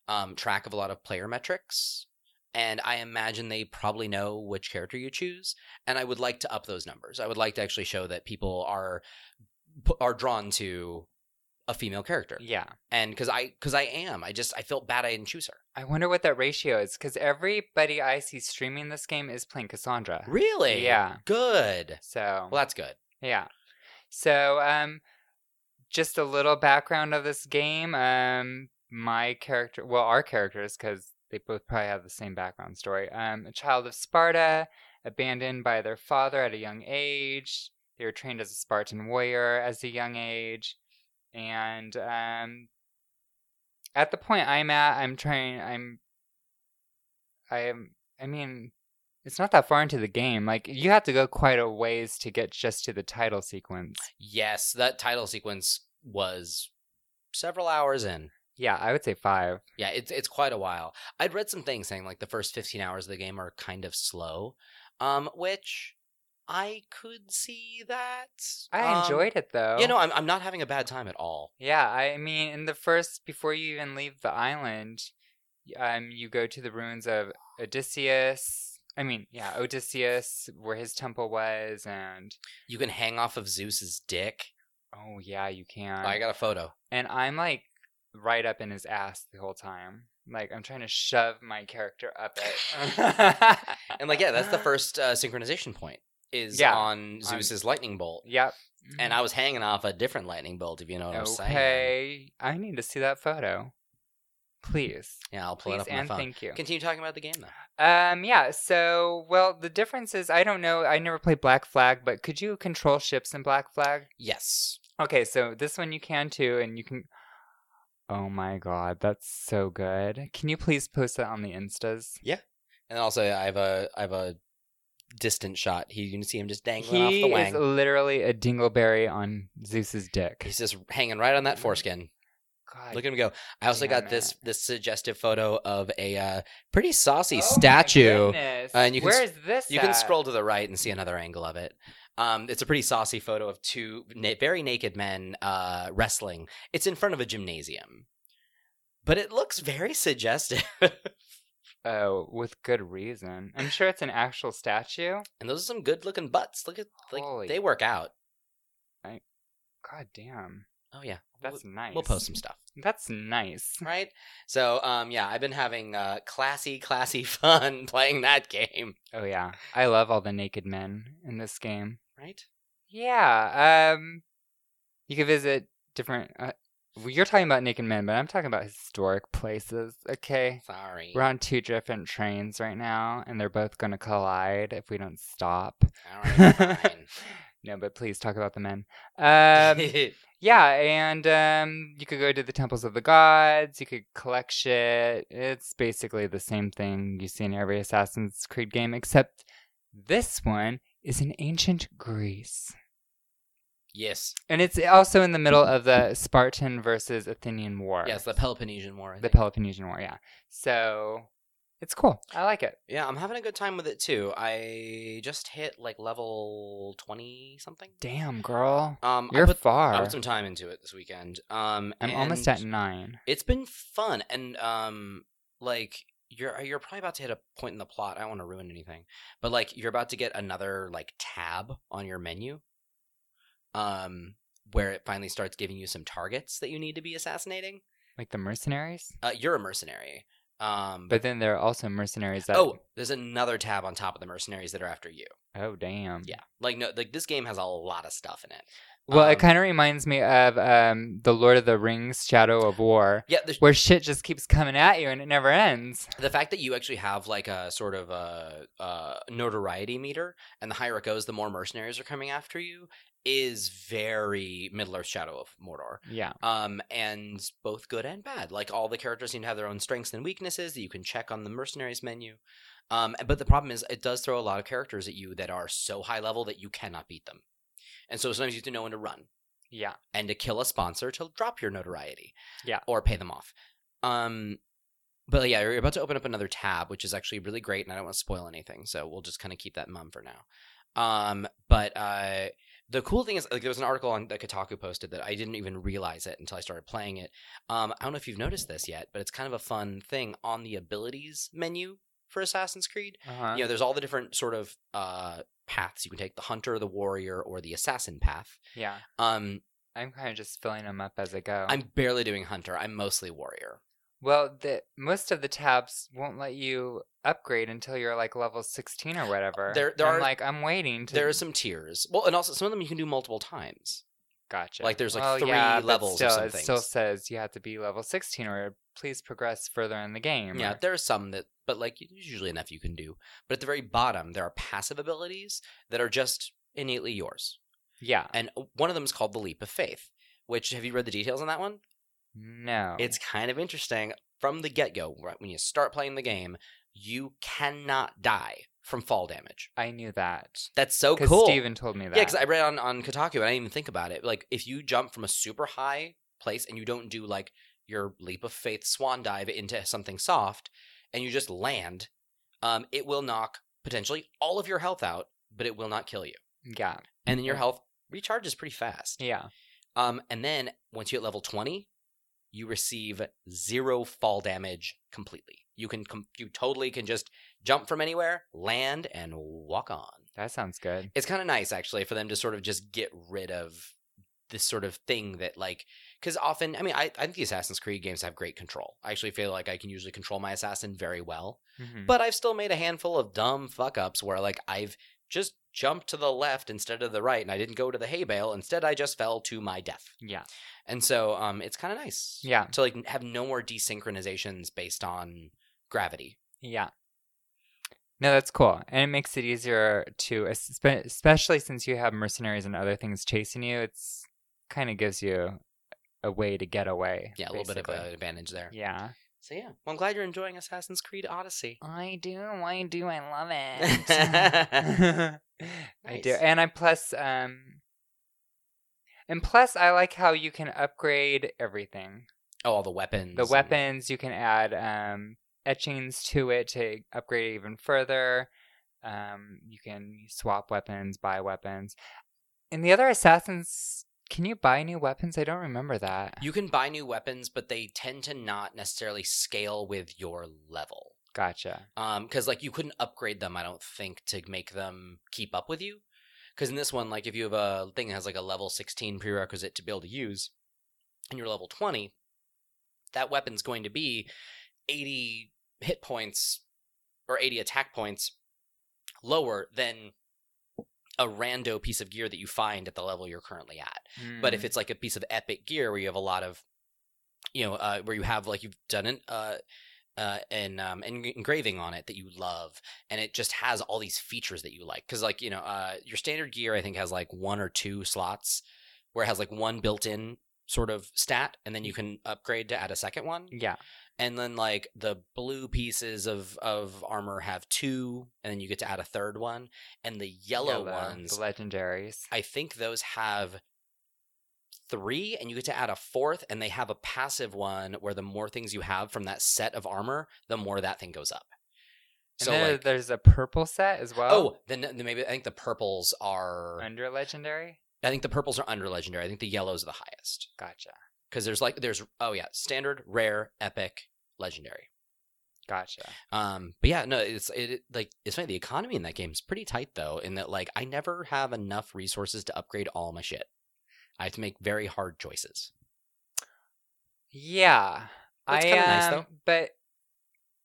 Speaker 2: um, track of a lot of player metrics, and I imagine they probably know which character you choose. And I would like to up those numbers. I would like to actually show that people are pu- are drawn to a female character,
Speaker 1: Yeah.
Speaker 2: and because I because I am, I just I felt bad I didn't choose her.
Speaker 1: I wonder what that ratio is because everybody I see streaming this game is playing Cassandra.
Speaker 2: Really?
Speaker 1: Yeah. Um
Speaker 2: Good.
Speaker 1: So,
Speaker 2: Well, that's good.
Speaker 1: yeah. So, um, just a little background of this game. Um, my character, well, our characters, because they both probably have the same background story. Um, a child of Sparta, abandoned by their father at a young age. They were trained as a Spartan warrior as a young age, and um, at the point I'm at, I'm trying. I'm. I am. I mean, it's not that far into the game. Like you have to go quite a ways to get just to the title sequence.
Speaker 2: Yes, that title sequence was several hours in.
Speaker 1: Yeah, I would say five.
Speaker 2: Yeah, it's it's quite a while. I'd read some things saying like the first 15 hours of the game are kind of slow, um, which I could see that.
Speaker 1: I
Speaker 2: Um,
Speaker 1: enjoyed it though.
Speaker 2: You know, I'm I'm not having a bad time at all.
Speaker 1: Yeah, I mean, in the first, before you even leave the island, y- um, you go to the ruins of Odysseus. I mean, yeah, Odysseus, where his temple was, and
Speaker 2: You can hang off of Zeus's dick.
Speaker 1: oh yeah, you can.
Speaker 2: I got a photo.
Speaker 1: and I'm like right up in his ass the whole time. Like I'm trying to shove my character up it. *laughs*
Speaker 2: And like, yeah, that's the first uh, synchronization point is
Speaker 1: Yeah.
Speaker 2: on Zeus's lightning bolt.
Speaker 1: yep.
Speaker 2: And I was hanging off a different lightning bolt, if you know what I'm saying.
Speaker 1: okay. I need to see that photo. Please.
Speaker 2: Yeah, I'll pull
Speaker 1: Please
Speaker 2: it up on my
Speaker 1: and
Speaker 2: phone.
Speaker 1: thank you.
Speaker 2: Continue talking about the game though.
Speaker 1: Um, yeah, so, well, the difference is I don't know. I never played Black Flag, but could you control ships in Black Flag?
Speaker 2: Yes.
Speaker 1: Okay, so this one you can too, and you can. Oh my god, that's so good. Can you please post that on the Instas?
Speaker 2: And also, I have a I have a distant shot. He, you can see him just dangling
Speaker 1: He
Speaker 2: off the
Speaker 1: is
Speaker 2: wang.
Speaker 1: literally a dingleberry on Zeus's dick.
Speaker 2: He's just hanging right on that foreskin.
Speaker 1: God.
Speaker 2: Look at him go! I also
Speaker 1: Damn
Speaker 2: got this
Speaker 1: it.
Speaker 2: this suggestive photo of a uh, pretty saucy
Speaker 1: Oh my
Speaker 2: statue.
Speaker 1: goodness.
Speaker 2: Uh, and you can
Speaker 1: Where
Speaker 2: s-
Speaker 1: is this?
Speaker 2: You can
Speaker 1: at?
Speaker 2: scroll to the right and see another angle of it. Um, it's a pretty saucy photo of two na- very naked men uh, wrestling. It's in front of a gymnasium, but it looks very suggestive. *laughs*
Speaker 1: Oh, with good reason. I'm sure it's an actual statue.
Speaker 2: and those are some good looking butts. Look at like
Speaker 1: Holy-
Speaker 2: they work out.
Speaker 1: God damn,
Speaker 2: Oh yeah,
Speaker 1: that's nice.
Speaker 2: we'll post some stuff.
Speaker 1: That's nice.
Speaker 2: right? So, um, yeah, I've been having uh, classy, classy *laughs* fun playing that game,
Speaker 1: Oh yeah, I love all the naked men in this game.
Speaker 2: right?
Speaker 1: Yeah. Um, you can visit different. Uh, well, you're talking about naked men, but I'm talking about historic places. Okay,
Speaker 2: Sorry.
Speaker 1: we're on two different trains right now, and they're both going to collide if we don't stop.
Speaker 2: All right, fine.
Speaker 1: No, but please talk about the
Speaker 2: *laughs*
Speaker 1: men. *laughs* Um, yeah, and um, you could go to the temples of the gods. You could collect shit. It's basically the same thing you see in every Assassin's Creed game, except this one is in ancient Greece.
Speaker 2: yes,
Speaker 1: And it's also in the middle of the Spartan versus Athenian War.
Speaker 2: yes, the Peloponnesian War. I
Speaker 1: The
Speaker 2: think.
Speaker 1: Peloponnesian War, yeah. So it's cool. I like it.
Speaker 2: yeah, I'm having a good time with it too. I just hit like level twenty something.
Speaker 1: Damn, girl.
Speaker 2: Um, I
Speaker 1: You're
Speaker 2: put,
Speaker 1: far.
Speaker 2: I put some time into it this weekend. Um,
Speaker 1: I'm almost
Speaker 2: and
Speaker 1: at nine.
Speaker 2: It's been fun, and um, like you're you're probably about to hit a point in the plot. I don't want to ruin anything, but like you're about to get another like tab on your menu, um, where it finally starts giving you some targets that you need to be assassinating.
Speaker 1: Like the mercenaries?
Speaker 2: Uh, you're a mercenary, um,
Speaker 1: But then there are also mercenaries that.
Speaker 2: oh, there's another tab on top of the mercenaries that are after you.
Speaker 1: Oh, damn.
Speaker 2: Yeah, like no, like this game has a lot of stuff in it.
Speaker 1: Well,
Speaker 2: Um,
Speaker 1: it kind of reminds me of um, the Lord of the Rings Shadow of War,
Speaker 2: Yeah, the,
Speaker 1: where shit just keeps coming at you and it never ends.
Speaker 2: the fact that you actually have like a sort of a, uh notoriety meter and the higher it goes the more mercenaries are coming after you is very middle earth shadow of mordor
Speaker 1: Yeah.
Speaker 2: um and both good and bad like all the characters seem to have their own strengths and weaknesses that you can check on the mercenaries menu um but the problem is it does throw a lot of characters at you that are so high level that you cannot beat them and so sometimes you have to know when to run
Speaker 1: Yeah.
Speaker 2: and to kill a sponsor to drop your notoriety.
Speaker 1: Yeah.
Speaker 2: Or pay them off. Um but yeah, you're about to open up another tab, which is actually really great, and I don't want to spoil anything, so we'll just kind of keep that mum for now. Um, but uh, the cool thing is, like, there was an article on that Kotaku posted that I didn't even realize it until I started playing it. Um, I don't know if you've noticed this yet, but it's kind of a fun thing on the abilities menu for Assassin's Creed
Speaker 1: Uh-huh.
Speaker 2: you know there's all the different sort of uh paths you can take the hunter the warrior or the assassin path
Speaker 1: Yeah.
Speaker 2: um
Speaker 1: I'm kind of just filling them up as I go.
Speaker 2: i'm barely doing hunter i'm mostly warrior
Speaker 1: Well, the most of the tabs won't let you upgrade until you're like level sixteen or whatever.
Speaker 2: There- there
Speaker 1: I'm
Speaker 2: are-
Speaker 1: like I'm waiting. To...
Speaker 2: there are some tiers well and also some of them you can do multiple times
Speaker 1: gotcha.
Speaker 2: like, there's, like,
Speaker 1: Well,
Speaker 2: three
Speaker 1: yeah, but
Speaker 2: levels or
Speaker 1: still,
Speaker 2: some
Speaker 1: it still
Speaker 2: things.
Speaker 1: says you have to be level sixteen or please progress further in the game.
Speaker 2: yeah
Speaker 1: or-
Speaker 2: there are some that but like there's usually enough you can do but at the very bottom there are passive abilities that are just innately yours
Speaker 1: yeah.
Speaker 2: and one of them is called the leap of faith which have you read the details on that one
Speaker 1: No.
Speaker 2: It's kind of interesting. From the get go, right when you start playing the game, you cannot die from fall damage.
Speaker 1: I knew that.
Speaker 2: That's so
Speaker 1: 'Cause
Speaker 2: Oh, cool.
Speaker 1: Steven told me that.
Speaker 2: yeah, because I read on, on Kotaku and I didn't even think about it. Like, if you jump from a super high place and you don't do like your leap of faith swan dive into something soft and you just land, um, it will knock potentially all of your health out, but it will not kill you.
Speaker 1: Yeah.
Speaker 2: And then your
Speaker 1: Okay.
Speaker 2: health recharges pretty fast.
Speaker 1: Yeah.
Speaker 2: Um, and then once you hit level 20, you receive zero fall damage completely. You can com- you totally can just jump from anywhere, land, and walk on.
Speaker 1: That sounds good.
Speaker 2: It's kind of nice actually for them to sort of just get rid of this sort of thing that like because often, I mean, I, I think the Assassin's Creed games have great control. I actually feel like I can usually control my assassin very well.
Speaker 1: Mhm.
Speaker 2: But I've still made a handful of dumb fuck ups where like I've just jumped to the left instead of the right, and I didn't go to the hay bale. Instead, I just fell to my death.
Speaker 1: yeah,
Speaker 2: And so um, it's kind of nice.
Speaker 1: Yeah.
Speaker 2: To like have no more desynchronizations based on gravity.
Speaker 1: yeah. No, that's cool, and it makes it easier to, espe- especially since you have mercenaries and other things chasing you. It's kind of gives you a way to get away.
Speaker 2: Yeah, a little bit of
Speaker 1: basically.
Speaker 2: an advantage there.
Speaker 1: Yeah,
Speaker 2: So yeah. Well, I'm glad you're enjoying Assassin's Creed Odyssey.
Speaker 1: I do. I do. I *laughs* love I do,
Speaker 2: Nice.
Speaker 1: and I plus um, and plus I like how you can upgrade everything.
Speaker 2: Oh, all the weapons.
Speaker 1: The
Speaker 2: and-
Speaker 1: weapons you can add um etchings to it to upgrade it even further. Um, you can swap weapons, buy weapons. And the other assassins, can you buy new weapons? I don't remember that.
Speaker 2: You can buy new weapons, but they tend to not necessarily scale with your level.
Speaker 1: Gotcha.
Speaker 2: Um, because like you couldn't upgrade them, I don't think, to make them keep up with you. Because in this one, like if you have a thing that has like a level 16 prerequisite to be able to use, and you're level 20, that weapon's going to be 80 hit points or 80 attack points lower than a rando piece of gear that you find at the level you're currently at. But if
Speaker 1: Mm.
Speaker 2: it's like a piece of epic gear where you have a lot of, you know, uh, where you have like you've done an uh, uh, an um, en- engraving on it that you love, and it just has all these features that you like. Because like you know, uh, your standard gear I think has like one or two slots where it has like one built-in sort of stat, and then you can upgrade to add a second one.
Speaker 1: yeah,
Speaker 2: And then like the blue pieces of of armor have two, and then you get to add a third one, and the yellow, ones
Speaker 1: the legendaries.
Speaker 2: I think those have three, and you get to add a fourth, and they have a passive one where the more things you have from that set of armor, the more that thing goes up.
Speaker 1: And
Speaker 2: So,
Speaker 1: then
Speaker 2: like,
Speaker 1: there's a purple set as well.
Speaker 2: oh, er then, then maybe I think the purples are.
Speaker 1: under legendary.
Speaker 2: I think the purples are under legendary. I think the yellows are the highest
Speaker 1: Gotcha.
Speaker 2: because there's like there's oh yeah, standard, rare, epic, legendary.
Speaker 1: Gotcha.
Speaker 2: Um, but yeah, no, it's it it- like it's funny. The economy in that game is pretty tight though, in that like I never have enough resources to upgrade all my shit. I have to make very hard choices.
Speaker 1: Yeah.
Speaker 2: That's
Speaker 1: I
Speaker 2: kinda nice, though.
Speaker 1: um, But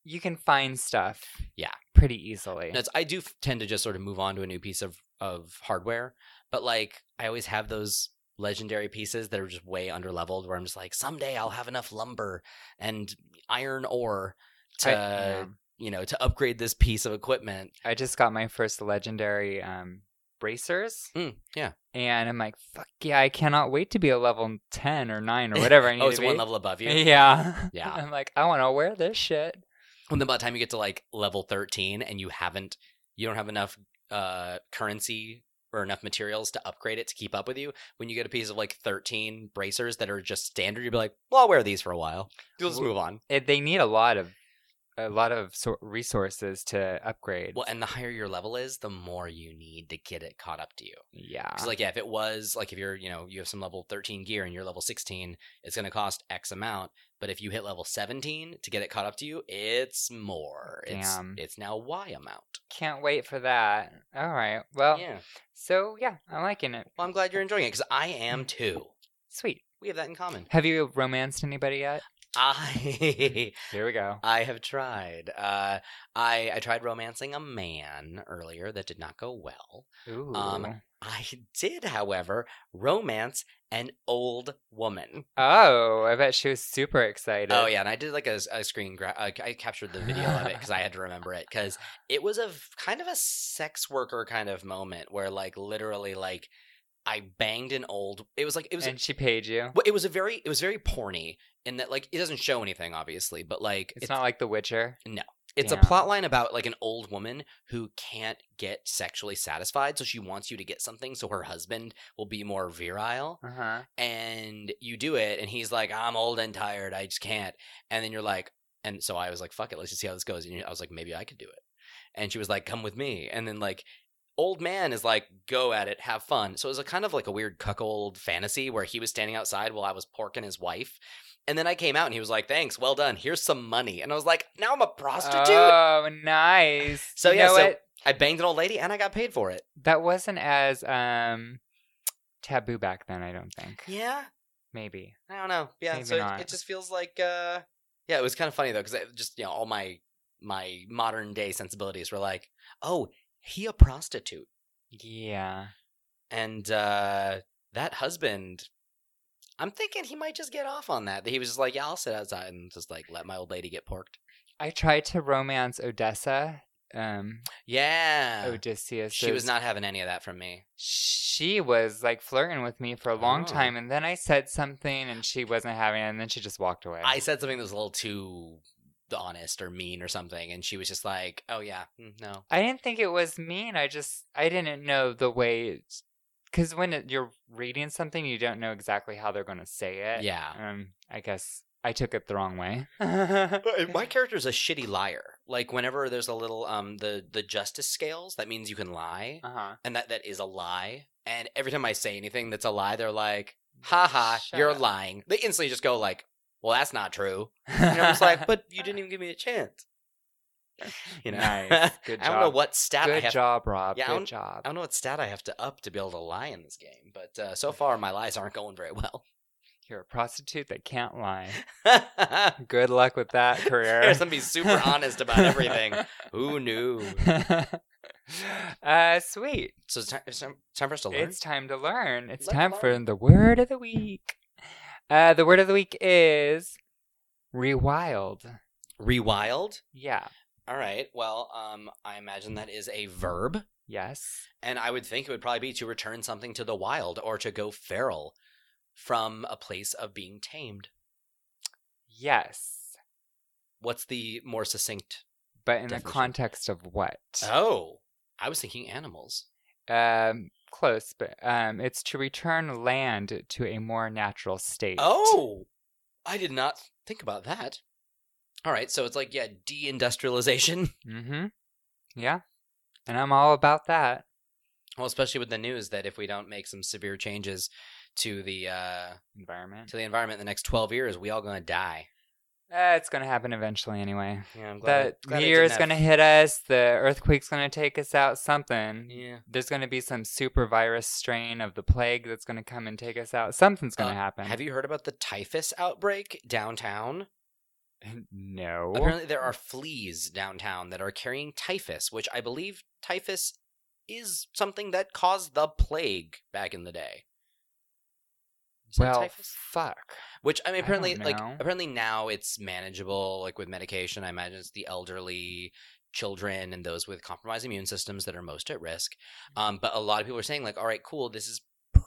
Speaker 1: you can find stuff.
Speaker 2: Yeah.
Speaker 1: Pretty easily.
Speaker 2: That's, I do f- tend to just sort of move on to a new piece of of hardware, but like I always have those legendary pieces that are just way under leveled. Where I'm just like, someday I'll have enough lumber and iron ore to
Speaker 1: I, yeah.
Speaker 2: you know to upgrade this piece of equipment.
Speaker 1: I just got my first legendary um bracers.
Speaker 2: Mm, yeah.
Speaker 1: And I'm like, fuck yeah, I cannot wait to be a level 10 or 9
Speaker 2: *laughs*
Speaker 1: or whatever I need
Speaker 2: Oh, it's
Speaker 1: to be. *laughs*
Speaker 2: one level above you.
Speaker 1: Yeah. *laughs*
Speaker 2: Yeah.
Speaker 1: I'm like, I want to wear this shit.
Speaker 2: And then by the time you get to like level 13 and you haven't, you don't have enough uh, currency or enough materials to upgrade it to keep up with you. When you get a piece of like 13 bracers that are just standard, you'll be like, well, I'll wear these for a while. You'll just
Speaker 1: Well-
Speaker 2: move on.
Speaker 1: It, they need a lot of a lot of so- resources to upgrade.
Speaker 2: Well, and the higher your level is, the more you need to get it caught up to you.
Speaker 1: yeah.
Speaker 2: Because like, yeah, if it was like if you're, you know, you have some level 13 gear and you're level 16, it's going to cost X amount. But if you hit level 17 to get it caught up to you, it's more. It's,
Speaker 1: Damn.
Speaker 2: it's now Y amount.
Speaker 1: Can't wait for that. All right. Well,
Speaker 2: Yeah.
Speaker 1: so yeah, I'm liking it.
Speaker 2: Well, I'm glad you're enjoying it because I am too.
Speaker 1: Sweet.
Speaker 2: We have that in
Speaker 1: *laughs*
Speaker 2: common.
Speaker 1: Have you romanced anybody yet?
Speaker 2: I *laughs*
Speaker 1: Here we go.
Speaker 2: I have tried. Uh, I I tried romancing a man earlier that did not go well.
Speaker 1: Ooh.
Speaker 2: Um, I did, however, romance an old woman.
Speaker 1: oh, I bet she was super excited.
Speaker 2: Oh yeah, and I did like a, s- a screen grab. I, I captured the video of it because I had to remember it because it was a v- kind of a sex worker kind of moment where like literally like I banged an old. It was like it was
Speaker 1: and she paid you.
Speaker 2: Well, it was a very it was very porny in that like it doesn't show anything obviously, but like
Speaker 1: It's, not like The Witcher.
Speaker 2: it's
Speaker 1: damn.
Speaker 2: a plot line about like an old woman who can't get sexually satisfied, so she wants you to get something so her husband will be more virile,
Speaker 1: Uh huh.
Speaker 2: and you do it, and he's like, "I'm old and tired, I just can't," and then you're like, and so I was like, "Fuck it, let's just see how this goes," and I was like, "Maybe I could do it," and she was like, "Come with me," and then like. Old man is like, go at it, have fun. So it was a kind of like a weird cuckold fantasy where he was standing outside while I was porking his wife. And then I came out and he was like, thanks, well done. Here's some money. And I was like, now I'm a prostitute.
Speaker 1: Oh, nice.
Speaker 2: So,
Speaker 1: You
Speaker 2: yeah,
Speaker 1: know
Speaker 2: so-
Speaker 1: what?
Speaker 2: I banged an old lady and I got paid for it.
Speaker 1: that wasn't as um taboo back then. I don't think.
Speaker 2: Yeah.
Speaker 1: Maybe.
Speaker 2: I don't know. Yeah,
Speaker 1: Maybe
Speaker 2: so it,
Speaker 1: not.
Speaker 2: it just feels like uh yeah, it was kind of funny though cuz just you know all my my modern day sensibilities were like, "Oh, he a prostitute."
Speaker 1: Yeah.
Speaker 2: And uh that husband I'm thinking he might just get off on that. That he was just like, "Yeah, I'll sit outside and just like let my old lady get porked."
Speaker 1: I tried to romance Odessa. Um,
Speaker 2: Yeah.
Speaker 1: Odysseus.
Speaker 2: Uh, she was not having any of that from me.
Speaker 1: She was like flirting with me for a long
Speaker 2: Oh.
Speaker 1: time, and then I said something, and she wasn't having it, and then she just walked away.
Speaker 2: I said something that was a little too honest or mean or something and she was just like, "Oh yeah, mm, no."
Speaker 1: I didn't think it was mean. I just I didn't know the way, because when it, you're reading something, you don't know exactly how they're going to say it.
Speaker 2: Yeah.
Speaker 1: Um. I guess I took it the wrong way. oh
Speaker 2: *laughs* But my character's a shitty liar. Like whenever there's a little um the the justice scales, that means you can lie,
Speaker 1: Uh-huh.
Speaker 2: and that that is a lie. And every time I say anything that's a lie, they're like, "Ha ha, you're
Speaker 1: lying.
Speaker 2: lying." They instantly just go like, "Well, that's not true."
Speaker 1: *laughs*
Speaker 2: And I'm just like, *laughs* "But you didn't even give me a chance." *laughs* You know, *laughs*
Speaker 1: Nice. Good
Speaker 2: I don't know
Speaker 1: job.
Speaker 2: what stat I
Speaker 1: good
Speaker 2: have.
Speaker 1: job, Rob.
Speaker 2: Yeah, I
Speaker 1: good
Speaker 2: don't-
Speaker 1: job.
Speaker 2: I don't know what stat I have to up to be able to lie in this game, but uh, so far my lies aren't going very well.
Speaker 1: You're a prostitute that can't
Speaker 2: *laughs*
Speaker 1: lie.
Speaker 2: There's
Speaker 1: Good luck with that
Speaker 2: *laughs*
Speaker 1: career.
Speaker 2: somebody super honest about *laughs* everything. Who knew?
Speaker 1: *laughs* uh, sweet.
Speaker 2: So it's time, it's time, time for us to learn.
Speaker 1: It's time to learn. It's
Speaker 2: Let's
Speaker 1: time for
Speaker 2: learn.
Speaker 1: the word of the week. Uh, the word of the week is rewild.
Speaker 2: Rewild.
Speaker 1: Yeah.
Speaker 2: All right. Well, um, I imagine that is a verb,
Speaker 1: Yes.
Speaker 2: and I would think it would probably be to return something to the wild or to go feral from a place of being tamed.
Speaker 1: Yes.
Speaker 2: What's the more succinct?
Speaker 1: But in the
Speaker 2: Definition.
Speaker 1: context of what?
Speaker 2: Oh, I was thinking animals.
Speaker 1: Um, close, but um, it's to return land to a more natural state.
Speaker 2: Oh, I did not think about that. All right, so it's like yeah, deindustrialization. *laughs*
Speaker 1: Mm-hmm. Yeah. And I'm all about that.
Speaker 2: Well, especially with the news that if we don't make some severe changes to the uh,
Speaker 1: Environment.
Speaker 2: to the environment in the next twelve years, we all gonna die.
Speaker 1: Uh, it's going to happen eventually anyway.
Speaker 2: Yeah, I'm
Speaker 1: That meteor's going to hit us. The earthquake's going to take us out. Something.
Speaker 2: Yeah.
Speaker 1: There's going to be some super virus strain of the plague that's going to come and take us out. Something's going
Speaker 2: Uh,
Speaker 1: to happen.
Speaker 2: Have you heard about the typhus outbreak downtown?
Speaker 1: *laughs* no.
Speaker 2: Apparently, there are fleas downtown that are carrying typhus, which I believe typhus is something that caused the plague back in the day. Is that
Speaker 1: well,
Speaker 2: typhus?
Speaker 1: fuck.
Speaker 2: which I mean,
Speaker 1: I
Speaker 2: apparently,
Speaker 1: don't
Speaker 2: like
Speaker 1: know.
Speaker 2: apparently now it's manageable, like with medication. I imagine it's the elderly, children, and those with compromised immune systems that are most at risk. Um, but a lot of people are saying, like, all right, cool, this is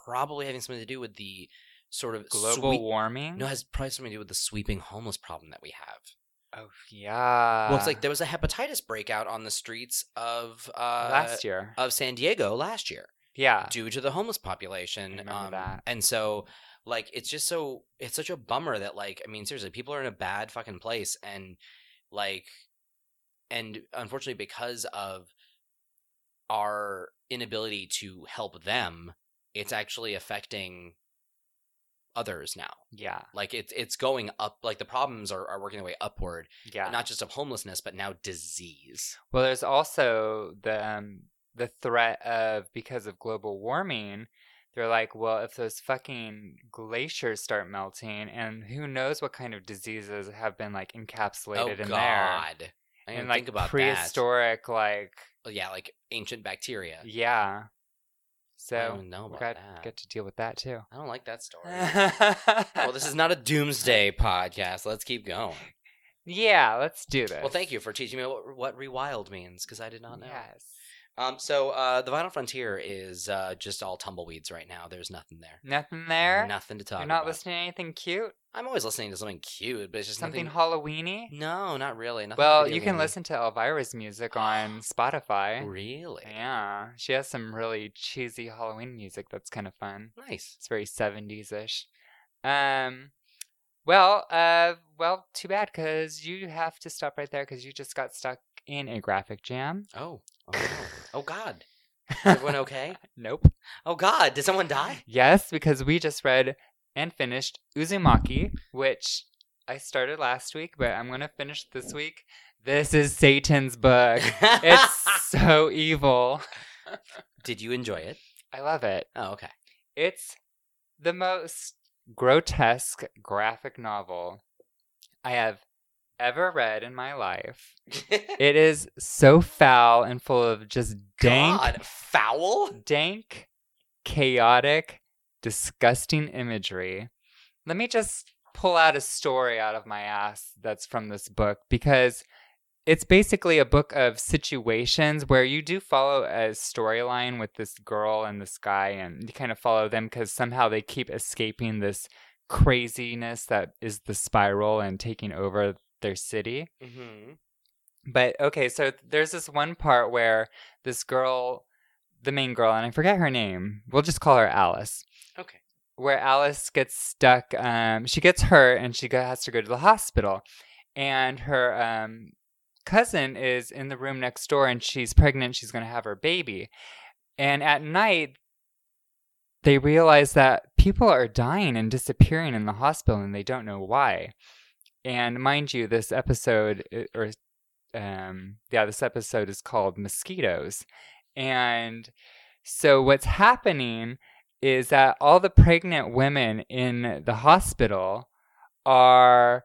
Speaker 2: probably having something to do with the sort of
Speaker 1: Global
Speaker 2: sweep-
Speaker 1: warming.
Speaker 2: No, it has probably something to do with the sweeping homeless problem that we have.
Speaker 1: oh yeah.
Speaker 2: well, it's
Speaker 1: Ah.
Speaker 2: like there was a hepatitis breakout on the streets of uh,
Speaker 1: last year.
Speaker 2: of San Diego last year
Speaker 1: yeah.
Speaker 2: due to the homeless population. um,
Speaker 1: remember that.
Speaker 2: And so, like, it's just so it's such a bummer that, like, I mean, seriously, people are in a bad fucking place, and like, and unfortunately, because of our inability to help them, it's actually affecting others now.
Speaker 1: Yeah.
Speaker 2: Like, it's it's going up. Like, the problems are are working their way upward,
Speaker 1: Yeah.
Speaker 2: not just of homelessness, but now disease.
Speaker 1: Well, there's also the um, the threat of because of global warming. They're like, well, if those fucking glaciers start melting, and who knows what kind of diseases have been like encapsulated
Speaker 2: oh
Speaker 1: in there,
Speaker 2: God. I didn't
Speaker 1: and
Speaker 2: even
Speaker 1: like
Speaker 2: think about that.
Speaker 1: prehistoric, like
Speaker 2: yeah, like ancient bacteria.
Speaker 1: yeah.
Speaker 2: I
Speaker 1: So
Speaker 2: don't know
Speaker 1: we
Speaker 2: about
Speaker 1: got
Speaker 2: that.
Speaker 1: get to deal with that too.
Speaker 2: I don't like that story. well,
Speaker 1: well,
Speaker 2: this is not a doomsday podcast. Let's keep going.
Speaker 1: *laughs* yeah. Let's do this.
Speaker 2: Well, thank you for teaching me what, what rewild means because I did not know.
Speaker 1: Yes.
Speaker 2: Um, so uh, the Vinyl Frontier is uh, just all tumbleweeds right now. There's nothing there.
Speaker 1: Nothing there.
Speaker 2: Nothing to talk
Speaker 1: You're not
Speaker 2: about.
Speaker 1: listening to anything cute.
Speaker 2: I'm always listening to something cute, but it's just
Speaker 1: Something
Speaker 2: nothing.
Speaker 1: Halloweeny.
Speaker 2: No, not really. Nothing
Speaker 1: Well,
Speaker 2: video
Speaker 1: you can
Speaker 2: gamey.
Speaker 1: listen to Elvira's music *gasps* on Spotify.
Speaker 2: Really
Speaker 1: Yeah, she has some really cheesy Halloween music that's kind of fun.
Speaker 2: nice.
Speaker 1: It's very 70s ish. Um, well, uh, well, too bad because you have to stop right there because you just got stuck in a graphic jam. *laughs*
Speaker 2: Oh, oh, no. oh God. Is everyone okay?
Speaker 1: Nope.
Speaker 2: Oh God, did someone die?
Speaker 1: Yes, because we just read and finished Uzumaki, which I started last week, but I'm gonna finish this week. This is Satan's book. It's so evil.
Speaker 2: *laughs* Did you enjoy it?
Speaker 1: I love it.
Speaker 2: Oh, okay.
Speaker 1: It's the most grotesque graphic novel I have ever read in my life. *laughs* It is so foul and full of just dank,
Speaker 2: God, foul.
Speaker 1: dank, chaotic, disgusting imagery. Let me just pull out a story out of my ass that's from this book because it's basically a book of situations where you do follow a storyline with this girl and this guy, and you kind of follow them because somehow they keep escaping this craziness that is the spiral and taking over their city.
Speaker 2: Mm-hmm.
Speaker 1: But okay, so th- there's this one part where this girl, the main girl, and I forget her name. We'll just call her Alice.
Speaker 2: Okay.
Speaker 1: Where Alice gets stuck, um, she gets hurt and she go- has to go to the hospital, and her um, cousin is in the room next door, and she's pregnant. She's going to have her baby, and at night. They realize that people are dying and disappearing in the hospital and they don't know why. And mind you, this episode i- or um yeah this episode is called mosquitoes and so what's happening is that all the pregnant women in the hospital are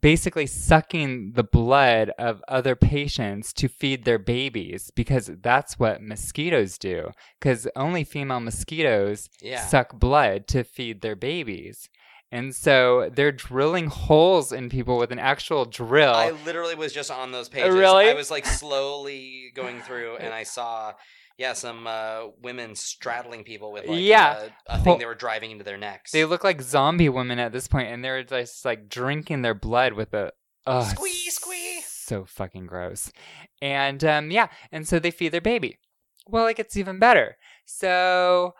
Speaker 1: basically sucking the blood of other patients to feed their babies because that's what mosquitoes do because only female mosquitoes
Speaker 2: Yeah.
Speaker 1: suck blood to feed their babies and so they're drilling holes in people with an actual drill
Speaker 2: I literally was just on those pages.
Speaker 1: really?
Speaker 2: I was like slowly going through, and I saw, yeah, some uh, women straddling people with like uh,
Speaker 1: Yeah.
Speaker 2: a, a
Speaker 1: Hol-
Speaker 2: thing they were driving into their necks.
Speaker 1: They look like zombie women at this point, and they're just like drinking their blood with a uh,
Speaker 2: Squee, squee.
Speaker 1: So fucking gross. And um, yeah, and so they feed their baby. Well, it gets even better. So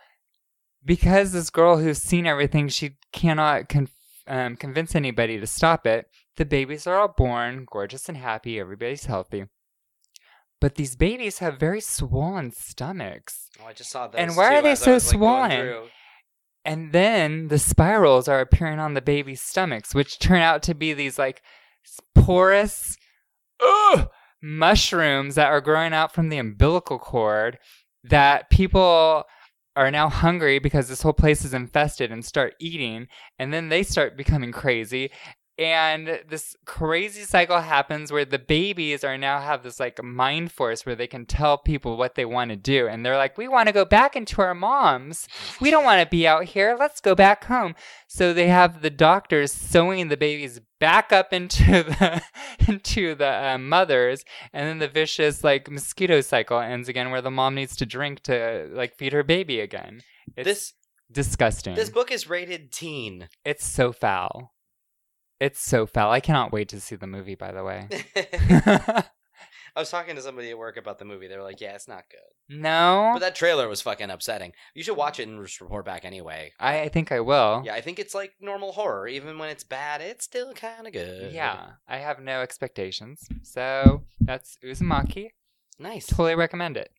Speaker 1: because this girl who's seen everything, she cannot con- um, convince anybody to stop it. The babies are all born, gorgeous and happy. Everybody's healthy. But these babies have very swollen stomachs.
Speaker 2: oh, I just saw those.
Speaker 1: And why
Speaker 2: too
Speaker 1: are they
Speaker 2: as I
Speaker 1: so
Speaker 2: was, like, going
Speaker 1: swollen?
Speaker 2: through.
Speaker 1: And then the spirals are appearing on the baby's stomachs, which turn out to be these like s- porous ugh, mushrooms that are growing out from the umbilical cord that people are now hungry because this whole place is infested and start eating. And then they start becoming crazy. And this crazy cycle happens where the babies are now have this like mind force where they can tell people what they want to do. And they're like, we want to go back into our moms. We don't want to be out here. Let's go back home. So they have the doctors sewing the babies back up into *laughs* the into the uh, mothers, and then the vicious like mosquito cycle ends again, where the mom needs to drink to like feed her baby again. It's
Speaker 2: This
Speaker 1: disgusting.
Speaker 2: this book is rated teen. *laughs*
Speaker 1: it's so foul. It's so foul. I cannot wait to see the movie. By the
Speaker 2: *laughs*
Speaker 1: way, *laughs*
Speaker 2: I was talking to somebody at work about the movie. They were like, "Yeah, it's not good."
Speaker 1: no,
Speaker 2: But that trailer was fucking upsetting. You should watch it and just report back anyway.
Speaker 1: I, I think I will.
Speaker 2: Yeah, I think it's like normal horror. Even when it's bad, it's still kind of good.
Speaker 1: Yeah, I have no expectations. So that's Uzumaki.
Speaker 2: nice.
Speaker 1: Totally recommend it.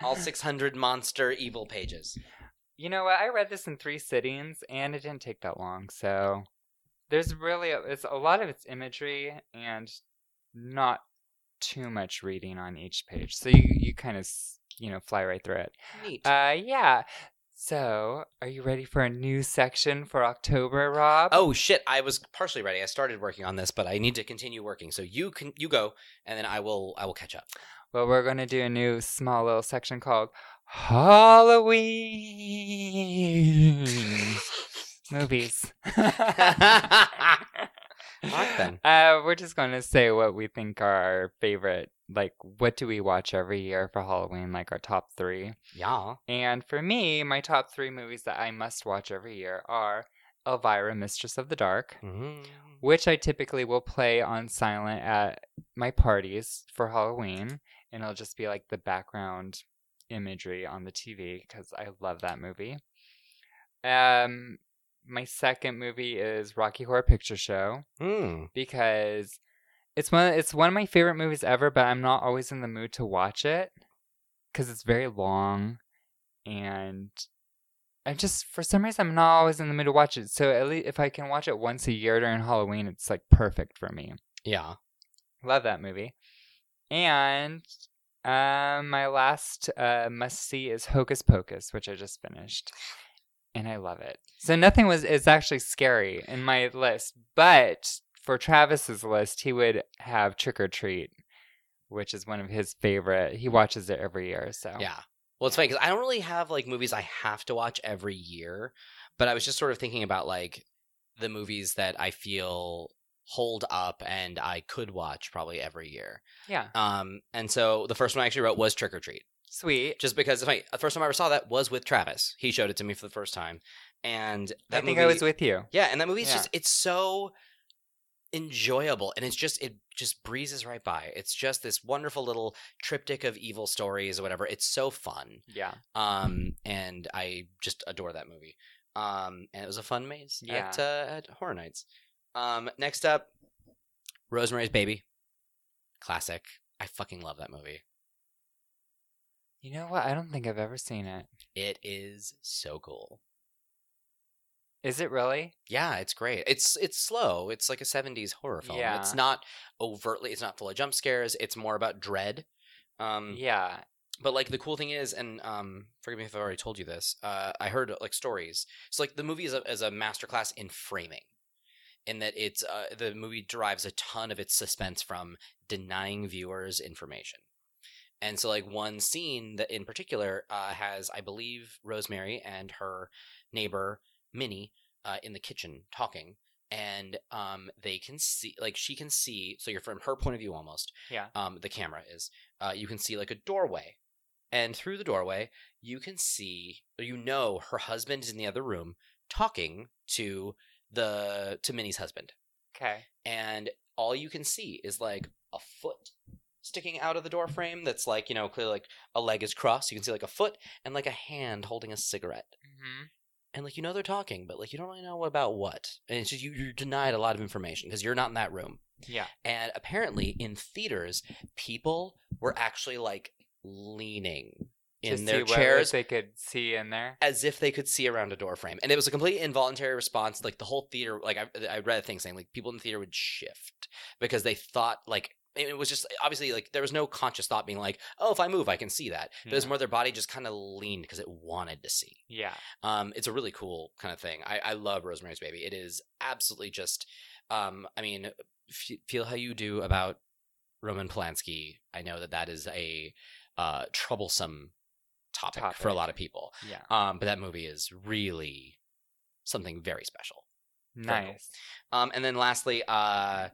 Speaker 1: *laughs*
Speaker 2: All 600 monster evil pages.
Speaker 1: you know what? I read this in three sittings, and it didn't take that long. So there's really a, it's a lot of its imagery and not too much reading on each page. So you you kind of you know fly right through it.
Speaker 2: Neat.
Speaker 1: Uh, yeah. So are you ready for a new section for October, Rob?
Speaker 2: oh shit! I was partially ready. I started working on this, but I need to continue working. So you can you go, and then I will I will catch up.
Speaker 1: Well, we're going to do a new small little section called Halloween movies. *laughs*
Speaker 2: Alright then.
Speaker 1: Uh, we're just going to say what we think are our favorite. Like, what do we watch every year for Halloween? Like, our top three.
Speaker 2: yeah.
Speaker 1: And for me, my top three movies that I must watch every year are Elvira, Mistress of the Dark,
Speaker 2: Mm.
Speaker 1: which I typically will play on silent at my parties for Halloween, and it'll just be like the background imagery on the TV because I love that movie. Um, my second movie is Rocky Horror Picture Show
Speaker 2: Mm.
Speaker 1: because it's one it's one of my favorite movies ever, but I'm not always in the mood to watch it because it's very long and I just for some reason I'm not always in the mood to watch it. So at least if I can watch it once a year during Halloween, it's like perfect for me.
Speaker 2: Yeah.
Speaker 1: Love that movie. And uh, um, my last uh, must see is Hocus Pocus, which I just finished. and I love it. So nothing was is actually scary in my list, but for Travis's list, he would have Trick or Treat, which is one of his favorite. He watches it every year, so
Speaker 2: Yeah. Well, it's funny because I don't really have like movies I have to watch every year, but I was just sort of thinking about like the movies that I feel hold up and I could watch probably every year.
Speaker 1: yeah,
Speaker 2: Um, and so the first one I actually wrote was Trick or Treat,
Speaker 1: sweet.
Speaker 2: just because it's funny, the first time I ever saw that was with Travis. He showed it to me for the first time, and that
Speaker 1: I think
Speaker 2: movie,
Speaker 1: I was with you.
Speaker 2: yeah, and that movie's
Speaker 1: Yeah.
Speaker 2: just it's so enjoyable and it's just it just breezes right by. It's just this wonderful little triptych of evil stories or whatever. It's so fun
Speaker 1: Yeah, Mm-hmm.
Speaker 2: um, and I just adore that movie. Um, and it was a fun maze
Speaker 1: Yeah.
Speaker 2: at, uh, at Horror Nights. Um, next up, Rosemary's Baby, classic. I fucking love that movie.
Speaker 1: you know what? I don't think I've ever seen it.
Speaker 2: It is so cool.
Speaker 1: Is it really?
Speaker 2: Yeah, it's great. It's it's slow. It's like a '70s horror film.
Speaker 1: Yeah.
Speaker 2: It's not overtly. It's not full of jump scares. It's more about dread. Um,
Speaker 1: Yeah,
Speaker 2: But like the cool thing is, and um, forgive me if I've already told you this. Uh, I heard like stories. So like the movie is a, is a masterclass in framing, in that it's uh, the movie derives a ton of its suspense from denying viewers information. And so like one scene that in particular uh, has, I believe, Rosemary and her neighbor Minnie uh, in the kitchen talking, and um, they can see like she can see. So you're from her point of view almost
Speaker 1: yeah.
Speaker 2: um, the camera is, uh, you can see like a doorway. And through the doorway, you can see, or you know, her husband is in the other room talking to the to Minnie's husband,
Speaker 1: Okay.
Speaker 2: and all you can see is like a foot sticking out of the door frame. That's like you know, clearly like a leg is crossed. You can see like a foot and like a hand holding a cigarette
Speaker 1: hmm
Speaker 2: and like you know they're talking, but like you don't really know about what, and it's just you, you're denied a lot of information because you're not in that room.
Speaker 1: Yeah.
Speaker 2: And apparently, in theaters, people were actually like leaning
Speaker 1: to
Speaker 2: in their
Speaker 1: see what- if
Speaker 2: chairs
Speaker 1: they could see in there.
Speaker 2: as if they could see around a door frame, and it was a complete involuntary response. Like the whole theater, like I, I read a thing saying like people in the theater would shift because they thought like. and It was just obviously like there was no conscious thought being like, oh, if I move, I can see that. But It was
Speaker 1: Yeah.
Speaker 2: more their body just kind of leaned because it wanted to see.
Speaker 1: Yeah.
Speaker 2: Um, it's a really cool kind of thing. I, I love Rosemary's Baby. It is absolutely just, um, I mean, f- feel how you do about Roman Polanski. I know that that is a uh, troublesome topic, for a
Speaker 1: Topic.
Speaker 2: lot of people.
Speaker 1: Yeah.
Speaker 2: Um, but that movie is really something very special. Very cool.
Speaker 1: Nice.
Speaker 2: Um, and then lastly, uh,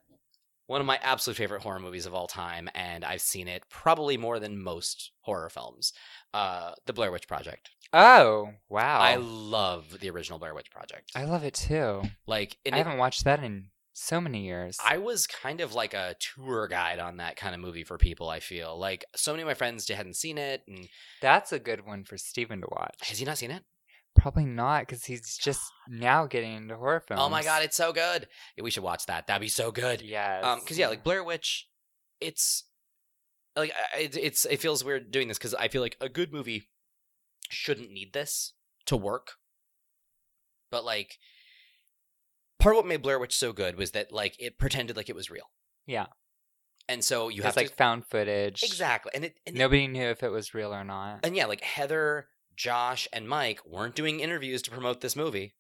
Speaker 2: one of my absolute favorite horror movies of all time, and I've seen it probably more than most horror films, uh, The Blair Witch Project.
Speaker 1: Oh, wow.
Speaker 2: I
Speaker 1: I,
Speaker 2: love the original Blair Witch Project.
Speaker 1: love it too.
Speaker 2: Like, and
Speaker 1: I
Speaker 2: it-
Speaker 1: haven't watched that in so many years.
Speaker 2: I was kind of like a tour guide on that kind of movie for people. I feel like so many of my friends hadn't seen it, and
Speaker 1: That's a good one for Steven to watch.
Speaker 2: has he not seen it?
Speaker 1: Probably not because he's just
Speaker 2: *gasps*
Speaker 1: now getting into horror films.
Speaker 2: Oh my god, it's so good! Yeah, we should watch that. That'd be so good.
Speaker 1: Yes.
Speaker 2: Um, because yeah, like Blair Witch, it's like I- I- it's it feels weird doing this because I feel like a good movie shouldn't need this to work, but like part of what made Blair Witch so good was that like it pretended like it was real.
Speaker 1: Yeah.
Speaker 2: and so you
Speaker 1: It's
Speaker 2: have to
Speaker 1: like found footage.
Speaker 2: exactly, and it and it
Speaker 1: Nobody knew if it was real or not.
Speaker 2: and yeah, like Heather, Josh, and Mike weren't doing interviews to promote this movie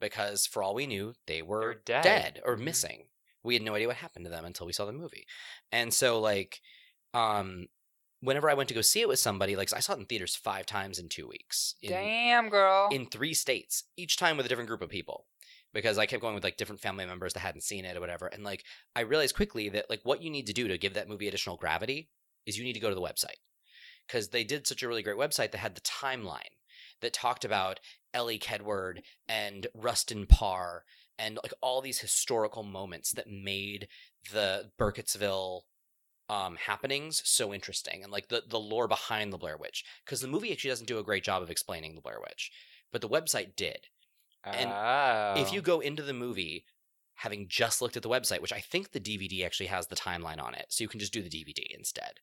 Speaker 2: because, for all we knew, they
Speaker 1: They
Speaker 2: were
Speaker 1: were dead.
Speaker 2: dead or
Speaker 1: Mhm.
Speaker 2: missing. We had no idea what happened to them until we saw the movie. And so, like, um, whenever I went to go see it with somebody, like, I saw it in theaters five times in two weeks. In,
Speaker 1: Damn, girl.
Speaker 2: in three states, each time with a different group of people. Because I kept going with like different family members that hadn't seen it or whatever. And like I realized quickly that like what you need to do to give that movie additional gravity is you need to go to the website. Because they did such a really great website that had the timeline that talked about Ellie Kedward and Rustin Parr and like all these historical moments that made the Burkittsville um, happenings so interesting and like the, the lore behind the Blair Witch. Because the movie actually doesn't do a great job of explaining the Blair Witch but the website did. and
Speaker 1: oh.
Speaker 2: If you go into the movie having just looked at the website, which I think the DVD actually has the timeline on it, so you can just do the DVD instead,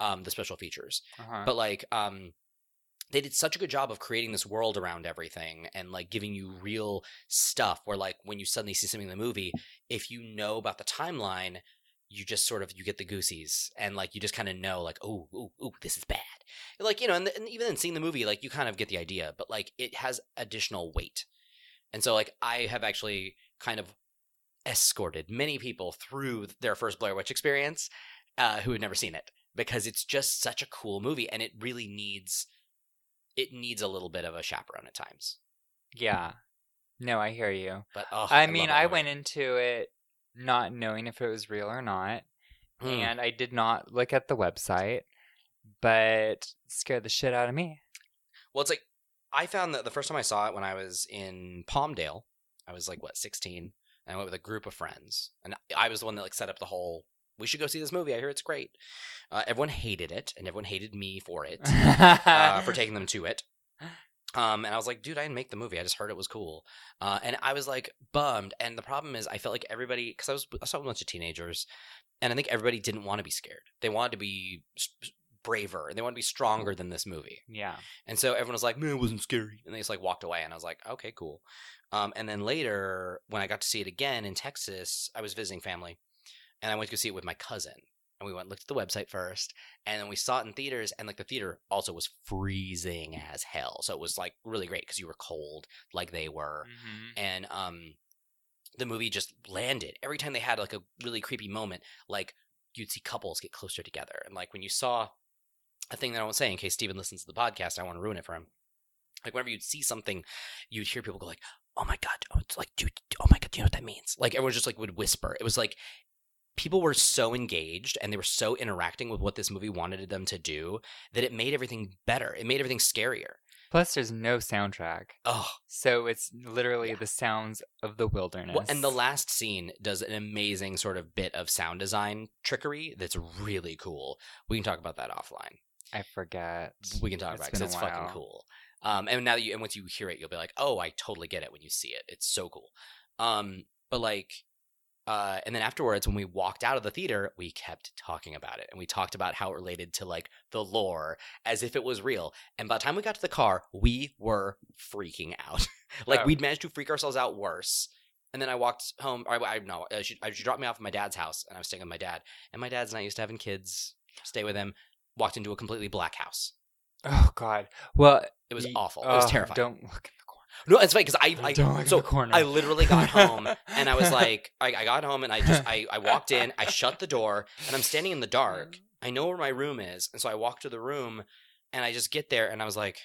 Speaker 2: um, the special features.
Speaker 1: Uh-huh.
Speaker 2: But like, um, they did such a good job of creating this world around everything and like giving you real stuff. Where like when you suddenly see something in the movie, if you know about the timeline, you just sort of you get the goosies and like you just kind of know like oh oh oh this is bad like you know and, and even then seeing the movie like you kind of get the idea but like it has additional weight and so like i have actually kind of escorted many people through their first blair witch experience uh, who had never seen it because it's just such a cool movie and it really needs it needs a little bit of a chaperone at times
Speaker 1: Yeah. No, I hear you.
Speaker 2: but oh,
Speaker 1: I mean,
Speaker 2: love
Speaker 1: I
Speaker 2: that
Speaker 1: went into it not knowing if it was real or not,
Speaker 2: movie. Mm.
Speaker 1: and I did not look at the website, but scared the shit out of me.
Speaker 2: Well, it's like I found that the first time I saw it when I was in Palmdale, I was like what sixteen, and I went with a group of friends, and I was the one that like set up the whole. We should go see this movie. I hear it's great. Uh, everyone hated it, and everyone hated me for it
Speaker 1: *laughs*
Speaker 2: uh, for taking them to it. Um, and I was like, dude, I didn't make the movie. I just heard it was cool. Uh, and I was like bummed. And the problem is, I felt like everybody, because I was I saw a bunch of teenagers, and I think everybody didn't want to be scared. They wanted to be s- braver and they wanted to be stronger than this movie.
Speaker 1: yeah.
Speaker 2: And so everyone was like, man, it wasn't scary. And they just like walked away. And I was like, okay, cool. Um, and then later, when I got to see it again in Texas, I was visiting family and I went to go see it with my cousin. And we went and looked at the website first. And then we saw it in theaters. And like the theater also was freezing as hell. So it was like really great because you were cold like they were
Speaker 1: Mhm.
Speaker 2: and um the movie just landed every time they had like a really creepy moment like you'd see couples get closer together and like when you saw a thing that i won't say in case steven listens to the podcast i want to ruin it for him like whenever you'd see something you'd hear people go like oh my god oh, it's like dude oh my god do you know what that means like everyone just like would whisper it was like people were so engaged and they were so interacting with what this movie wanted them to do that it made everything better it made everything scarier
Speaker 1: Plus, there's no soundtrack,
Speaker 2: oh
Speaker 1: so it's literally
Speaker 2: Yeah.
Speaker 1: the sounds of the wilderness.
Speaker 2: Well, and the last scene does an amazing sort of bit of sound design trickery that's really cool. We can talk about that offline.
Speaker 1: I forget.
Speaker 2: We can talk about it 'cause
Speaker 1: been a
Speaker 2: it's fucking
Speaker 1: while.
Speaker 2: cool. Um, and now that you and once you hear it, you'll be like, oh, I totally get it when you see it. It's so cool. Um, but like, uh, and then afterwards, when we walked out of the theater, we kept talking about it, and we talked about how it related to like the lore as if it was real. And by the time we got to the car, we were freaking out. *laughs* like
Speaker 1: Oh.
Speaker 2: we'd managed to freak ourselves out worse. And then I walked home. Or I, I no, uh, she, uh, she dropped me off at my dad's house, and I was staying with my dad. And my dad's not used to having kids stay with him. Walked into a completely black house.
Speaker 1: Oh God. Well,
Speaker 2: It was
Speaker 1: Ye-
Speaker 2: awful. it was
Speaker 1: oh,
Speaker 2: terrifying.
Speaker 1: Don't look in the corner.
Speaker 2: No, it's funny because
Speaker 1: *laughs*
Speaker 2: I, I
Speaker 1: don't look
Speaker 2: so
Speaker 1: in the corner.
Speaker 2: I literally
Speaker 1: *laughs*
Speaker 2: got home and I was like, I, I got home and I just I, I walked in, I shut the door, and I'm standing in the dark. I know where my room is, and so I walk to the room, and I just get there, and I was like,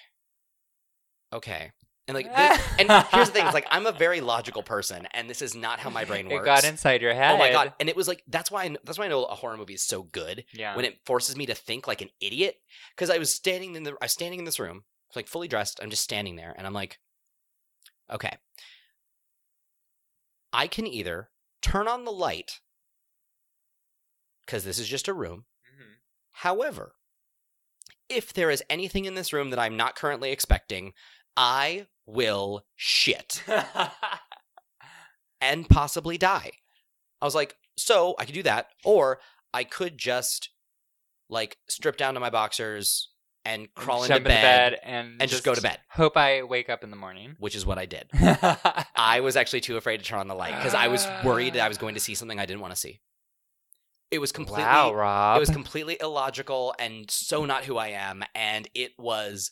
Speaker 2: okay, and like,
Speaker 1: *laughs*
Speaker 2: this, and here's the thing: it's like I'm a very logical person, and this is not how my brain works.
Speaker 1: *laughs* It got inside your head.
Speaker 2: oh my god! And it was like that's why I, kn- that's why I know a horror movie is so good
Speaker 1: Yeah.
Speaker 2: when it forces me to think like an idiot because i was standing in the i was standing in this room like fully dressed i'm just standing there and i'm like okay i can either turn on the light because this is just a room
Speaker 1: Mhm.
Speaker 2: however if there is anything in this room that i'm not currently expecting i will shit and possibly die. I was like, so I could do that, or I could just like strip down to my boxers and crawl into
Speaker 1: Jump
Speaker 2: bed,
Speaker 1: and
Speaker 2: and just, go to bed,
Speaker 1: Hope I wake up in the morning.
Speaker 2: which is what
Speaker 1: *laughs*
Speaker 2: I did. I was actually too afraid to turn on the light because I was worried that I was going to see something I didn't want to see. It was completely
Speaker 1: wow, Rob.
Speaker 2: it was completely illogical and so not who I am, and it was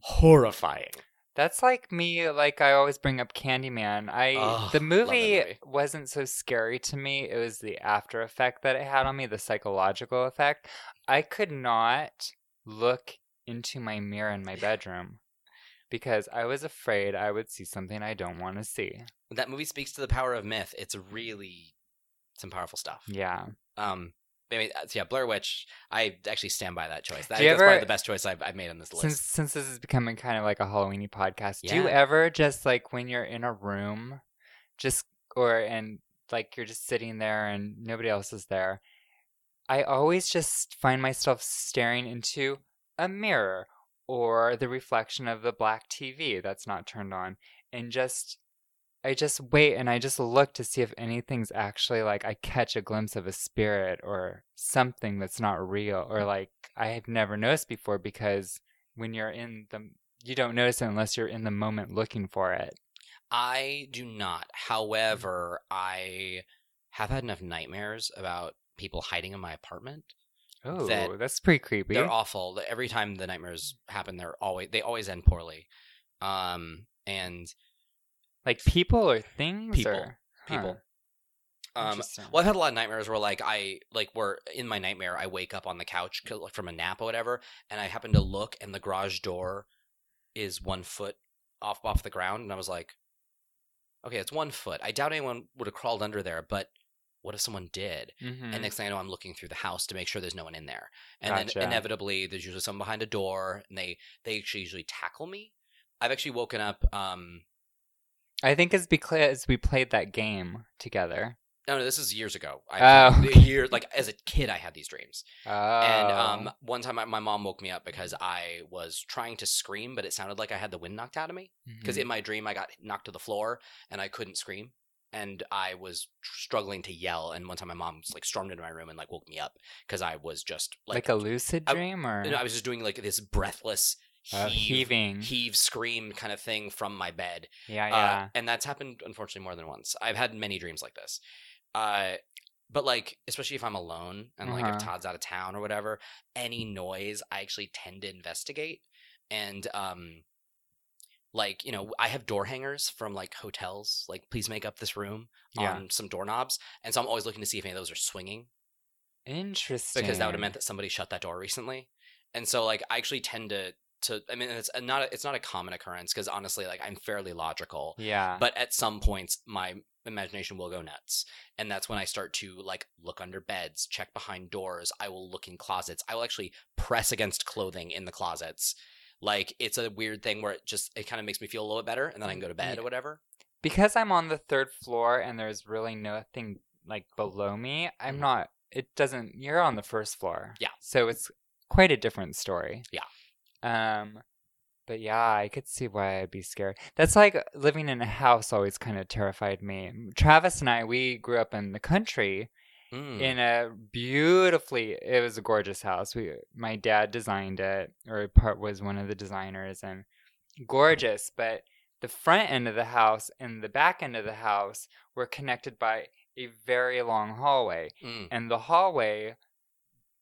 Speaker 2: horrifying.
Speaker 1: That's like me. Like I always bring up Candyman. I
Speaker 2: Ugh,
Speaker 1: the
Speaker 2: love that
Speaker 1: movie,
Speaker 2: movie.
Speaker 1: wasn't so scary to me. It was the after effect that it had on me, the psychological effect. I could not look into my mirror in my bedroom because I was afraid I would see something I don't want to see.
Speaker 2: That movie speaks to the power of myth. It's really some powerful stuff.
Speaker 1: Yeah.
Speaker 2: Um, I mean, uh, yeah, Blair Witch. I actually stand by that choice. That,
Speaker 1: you
Speaker 2: that's probably
Speaker 1: ever-
Speaker 2: the best choice I've, I've made on this list.
Speaker 1: Since since this is becoming kind of like a Halloweeny podcast, do you
Speaker 2: Yeah.
Speaker 1: ever just like when you're in a room, just or and like you're just sitting there and nobody else is there? I always just find myself staring into a mirror or the reflection of the black TV that's not turned on, and just I just wait and I just look to see if anything's actually like I catch a glimpse of a spirit or something that's not real or like I had never noticed before because when you're in the you don't notice it unless you're in the moment looking for it.
Speaker 2: I do not. However, I have had enough nightmares about people hiding in my apartment.
Speaker 1: Oh,
Speaker 2: that
Speaker 1: that's pretty creepy.
Speaker 2: They're awful. The- Every time the nightmares happen, they're always they always end poorly. Um, and
Speaker 1: like people or things
Speaker 2: People.
Speaker 1: or
Speaker 2: people.
Speaker 1: Huh,
Speaker 2: Um,
Speaker 1: interesting.
Speaker 2: well, I've had a lot of nightmares where like I like where in my nightmare I wake up on the couch
Speaker 1: Mm.
Speaker 2: 'cause, like from a nap or whatever, and I happen to look and the garage door is one foot off off the ground, and I was like, okay, it's one foot. I doubt anyone would have crawled under there, but what if someone did?
Speaker 1: Mhm.
Speaker 2: And next thing I know, I'm looking through the house to make sure there's no one in there. And
Speaker 1: Gotcha.
Speaker 2: then inevitably, there's usually someone behind a door, and they they actually usually tackle me. I've actually woken up. Um,
Speaker 1: I think it's because we played that game together.
Speaker 2: no, no, this is years ago. I,
Speaker 1: Oh.
Speaker 2: the year like as a kid, I had these dreams.
Speaker 1: Oh.
Speaker 2: And um, one time, I, my mom woke me up because I was trying to scream, but it sounded like I had the wind knocked out of me. Because
Speaker 1: Mhm.
Speaker 2: in my dream, I got knocked to the floor and I couldn't scream, and I was tr- struggling to yell. And one time, my mom just, like stormed into my room and like woke me up because I was just
Speaker 1: like,
Speaker 2: like,
Speaker 1: a lucid
Speaker 2: I-
Speaker 1: dream or
Speaker 2: you know, I was just doing like this breathless
Speaker 1: Uh,
Speaker 2: heave,
Speaker 1: heaving.
Speaker 2: heave, scream kind of thing from my bed.
Speaker 1: yeah,
Speaker 2: Uh,
Speaker 1: yeah.
Speaker 2: and that's happened, unfortunately, more than once. I've had many dreams like this. Uh, but, like, especially if I'm alone and, like, if
Speaker 1: Uh-huh.
Speaker 2: Todd's out of town or whatever, any noise I actually tend to investigate. And, um, like, you know, I have door hangers from, like, hotels, like, please make up this room
Speaker 1: yeah.
Speaker 2: on some doorknobs. And so I'm always looking to see if any of those are swinging
Speaker 1: Interesting.
Speaker 2: because that would have meant that somebody shut that door recently. And so like I actually tend to to I mean it's uh, not a, it's not a common occurrence because honestly like I'm fairly logical,
Speaker 1: Yeah.
Speaker 2: *laughs* but at some points my imagination will go nuts. And that's when I start to like look under beds, check behind doors, I will look in closets. I will actually press against clothing in the closets. Like it's a weird thing where it just it kind of makes me feel a little bit better and then I can go to
Speaker 1: Mm,
Speaker 2: bed
Speaker 1: Yeah.
Speaker 2: or whatever.
Speaker 1: because I'm on the third floor and there's really nothing like below me, I'm
Speaker 2: Mhm.
Speaker 1: not. It doesn't. You're on the first floor.
Speaker 2: Yeah.
Speaker 1: So it's quite a different story.
Speaker 2: Yeah.
Speaker 1: Um, but yeah, I could see why I'd be scared. That's like living in a house always kind of terrified me. Travis and I, we grew up in the country
Speaker 2: Mm.
Speaker 1: in a beautifully it was a gorgeous house we my dad designed it or part was one of the designers and
Speaker 2: Mm.
Speaker 1: gorgeous but the front end of the house and the back end of the house were connected by a very long hallway
Speaker 2: Mm.
Speaker 1: and the hallway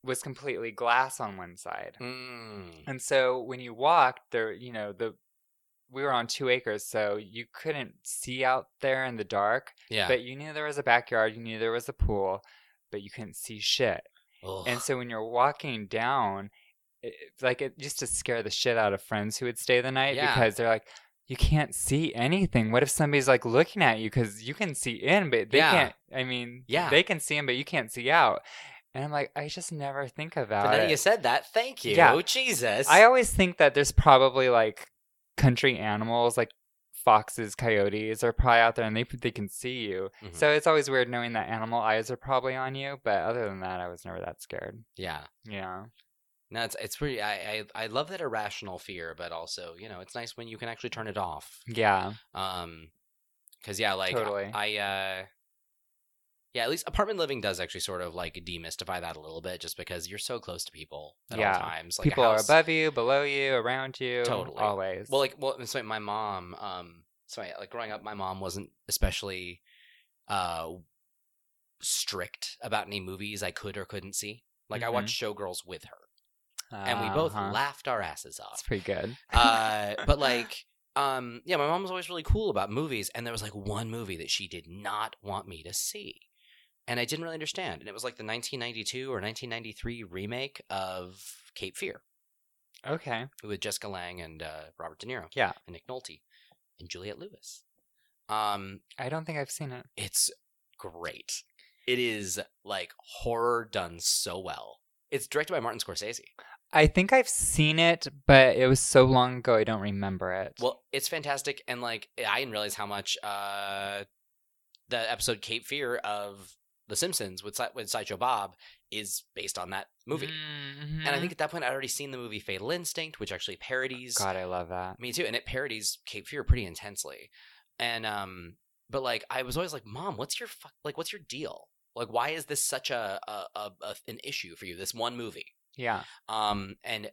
Speaker 1: was completely glass on one side
Speaker 2: Mm.
Speaker 1: and so when you walked there you know the we were on two acres so you couldn't see out there in the dark
Speaker 2: Yeah.
Speaker 1: but you knew there was a backyard, you knew there was a pool, but you couldn't see shit.
Speaker 2: Ugh.
Speaker 1: And so when you're walking down, it, like it used to scare the shit out of friends who would stay the night
Speaker 2: Yeah.
Speaker 1: because they're like, you can't see anything. What if somebody's like looking at you because you can see in, but they
Speaker 2: Yeah.
Speaker 1: can't? I mean,
Speaker 2: Yeah.
Speaker 1: they can see in, but you can't see out. And I'm like, I just never think about
Speaker 2: But now
Speaker 1: it.
Speaker 2: that you said that, thank you.
Speaker 1: Yeah.
Speaker 2: Jesus.
Speaker 1: I always think that there's probably like country animals, like foxes, coyotes, are probably out there and they they can see you.
Speaker 2: Mhm.
Speaker 1: So it's always weird knowing that animal eyes are probably on you. But other than that, I was never that scared.
Speaker 2: yeah.
Speaker 1: Yeah,
Speaker 2: No, it's it's pretty. I, I I love that irrational fear, but also you know it's nice when you can actually turn it off.
Speaker 1: yeah,
Speaker 2: Um, because yeah, like
Speaker 1: Totally.
Speaker 2: I, I uh, yeah, at least apartment living does actually sort of like demystify that a little bit, just because you're so close to people at
Speaker 1: Yeah.
Speaker 2: all times. Like a
Speaker 1: people are
Speaker 2: house-
Speaker 1: above you, below you, around you,
Speaker 2: Totally.
Speaker 1: always.
Speaker 2: Well, like well, so my mom. Um, so I, like growing up, my mom wasn't especially, uh, strict about any movies I could or couldn't see. Like I watched Showgirls with her, and we both
Speaker 1: Mm-hmm. Uh-huh.
Speaker 2: laughed our asses off.
Speaker 1: It's pretty good.
Speaker 2: uh, but like um yeah my mom was always really cool about movies and there was like one movie that she did not want me to see and i didn't really understand and it was like the 1992 or 1993 remake of cape fear
Speaker 1: Okay.
Speaker 2: with jessica lang and uh, robert de niro
Speaker 1: Yeah.
Speaker 2: and nick nolte and juliette lewis um
Speaker 1: I don't think I've seen it.
Speaker 2: it's great it is like horror done so well it's directed by martin scorsese
Speaker 1: I think I've seen it, but it was so long ago I don't remember it.
Speaker 2: Well, it's fantastic, and like eh, I didn't realize how much uh, the episode Cape Fear of The Simpsons with Si- with Sideshow Bob is based on that movie.
Speaker 1: Mhm.
Speaker 2: And I think at that point I'd already seen the movie Fatal Instinct, which actually parodies
Speaker 1: God, I love that.
Speaker 2: me too, and it parodies Cape Fear pretty intensely. And um, but like I was always like, Mom, what's your fuck? Like, what's your deal? Like, why is this such a, a, a, a an issue for you? This one movie.
Speaker 1: Yeah.
Speaker 2: Um, and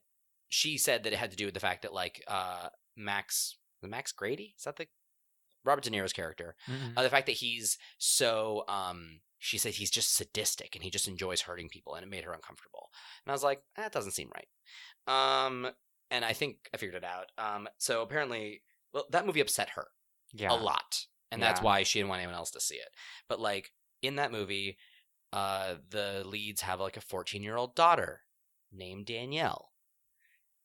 Speaker 2: she said that it had to do with the fact that like uh Max the Max Grady is that the Robert De Niro's character.
Speaker 1: Mm-hmm.
Speaker 2: Uh, the fact that he's so um she said he's just sadistic and he just enjoys hurting people and it made her uncomfortable. And I was like, "Eh, that doesn't seem right. Um and I think I figured it out. Um so apparently well that movie upset her
Speaker 1: yeah.
Speaker 2: a lot. And that's
Speaker 1: Yeah.
Speaker 2: why she didn't want anyone else to see it. But like in that movie, uh the leads have like a 14-year-old daughter named Danielle.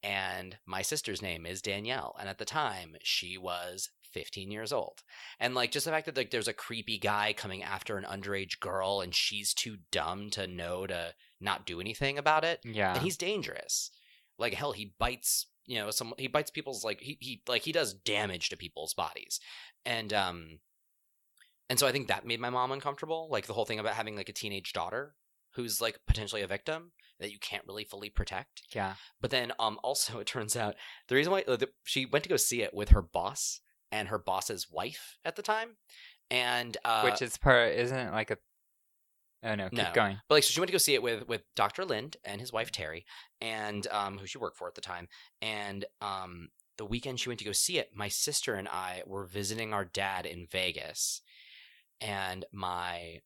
Speaker 2: And my sister's name is Danielle, and at the time she was 15 years old. And like just the fact that like there's a creepy guy coming after an underage girl and she's too dumb to know to not do anything about it
Speaker 1: Yeah.
Speaker 2: and he's dangerous. Like hell, he bites. You know, some he bites people's like he he like he does damage to people's bodies, and um, and so I think that made my mom uncomfortable. Like the whole thing about having like a teenage daughter who's like potentially a victim that you can't really fully protect.
Speaker 1: yeah.
Speaker 2: But then um, *laughs* also it turns out the reason why uh, the, she went to go see it with her boss and her boss's wife at the time, and uh,
Speaker 1: Which is part, isn't it like a. Oh, no. Keep
Speaker 2: No.
Speaker 1: going.
Speaker 2: But like, so she went to go see it with with Dr. Lind and his wife Terry, and um, who she worked for at the time. And um, the weekend she went to go see it, my sister and I were visiting our dad in Vegas, and my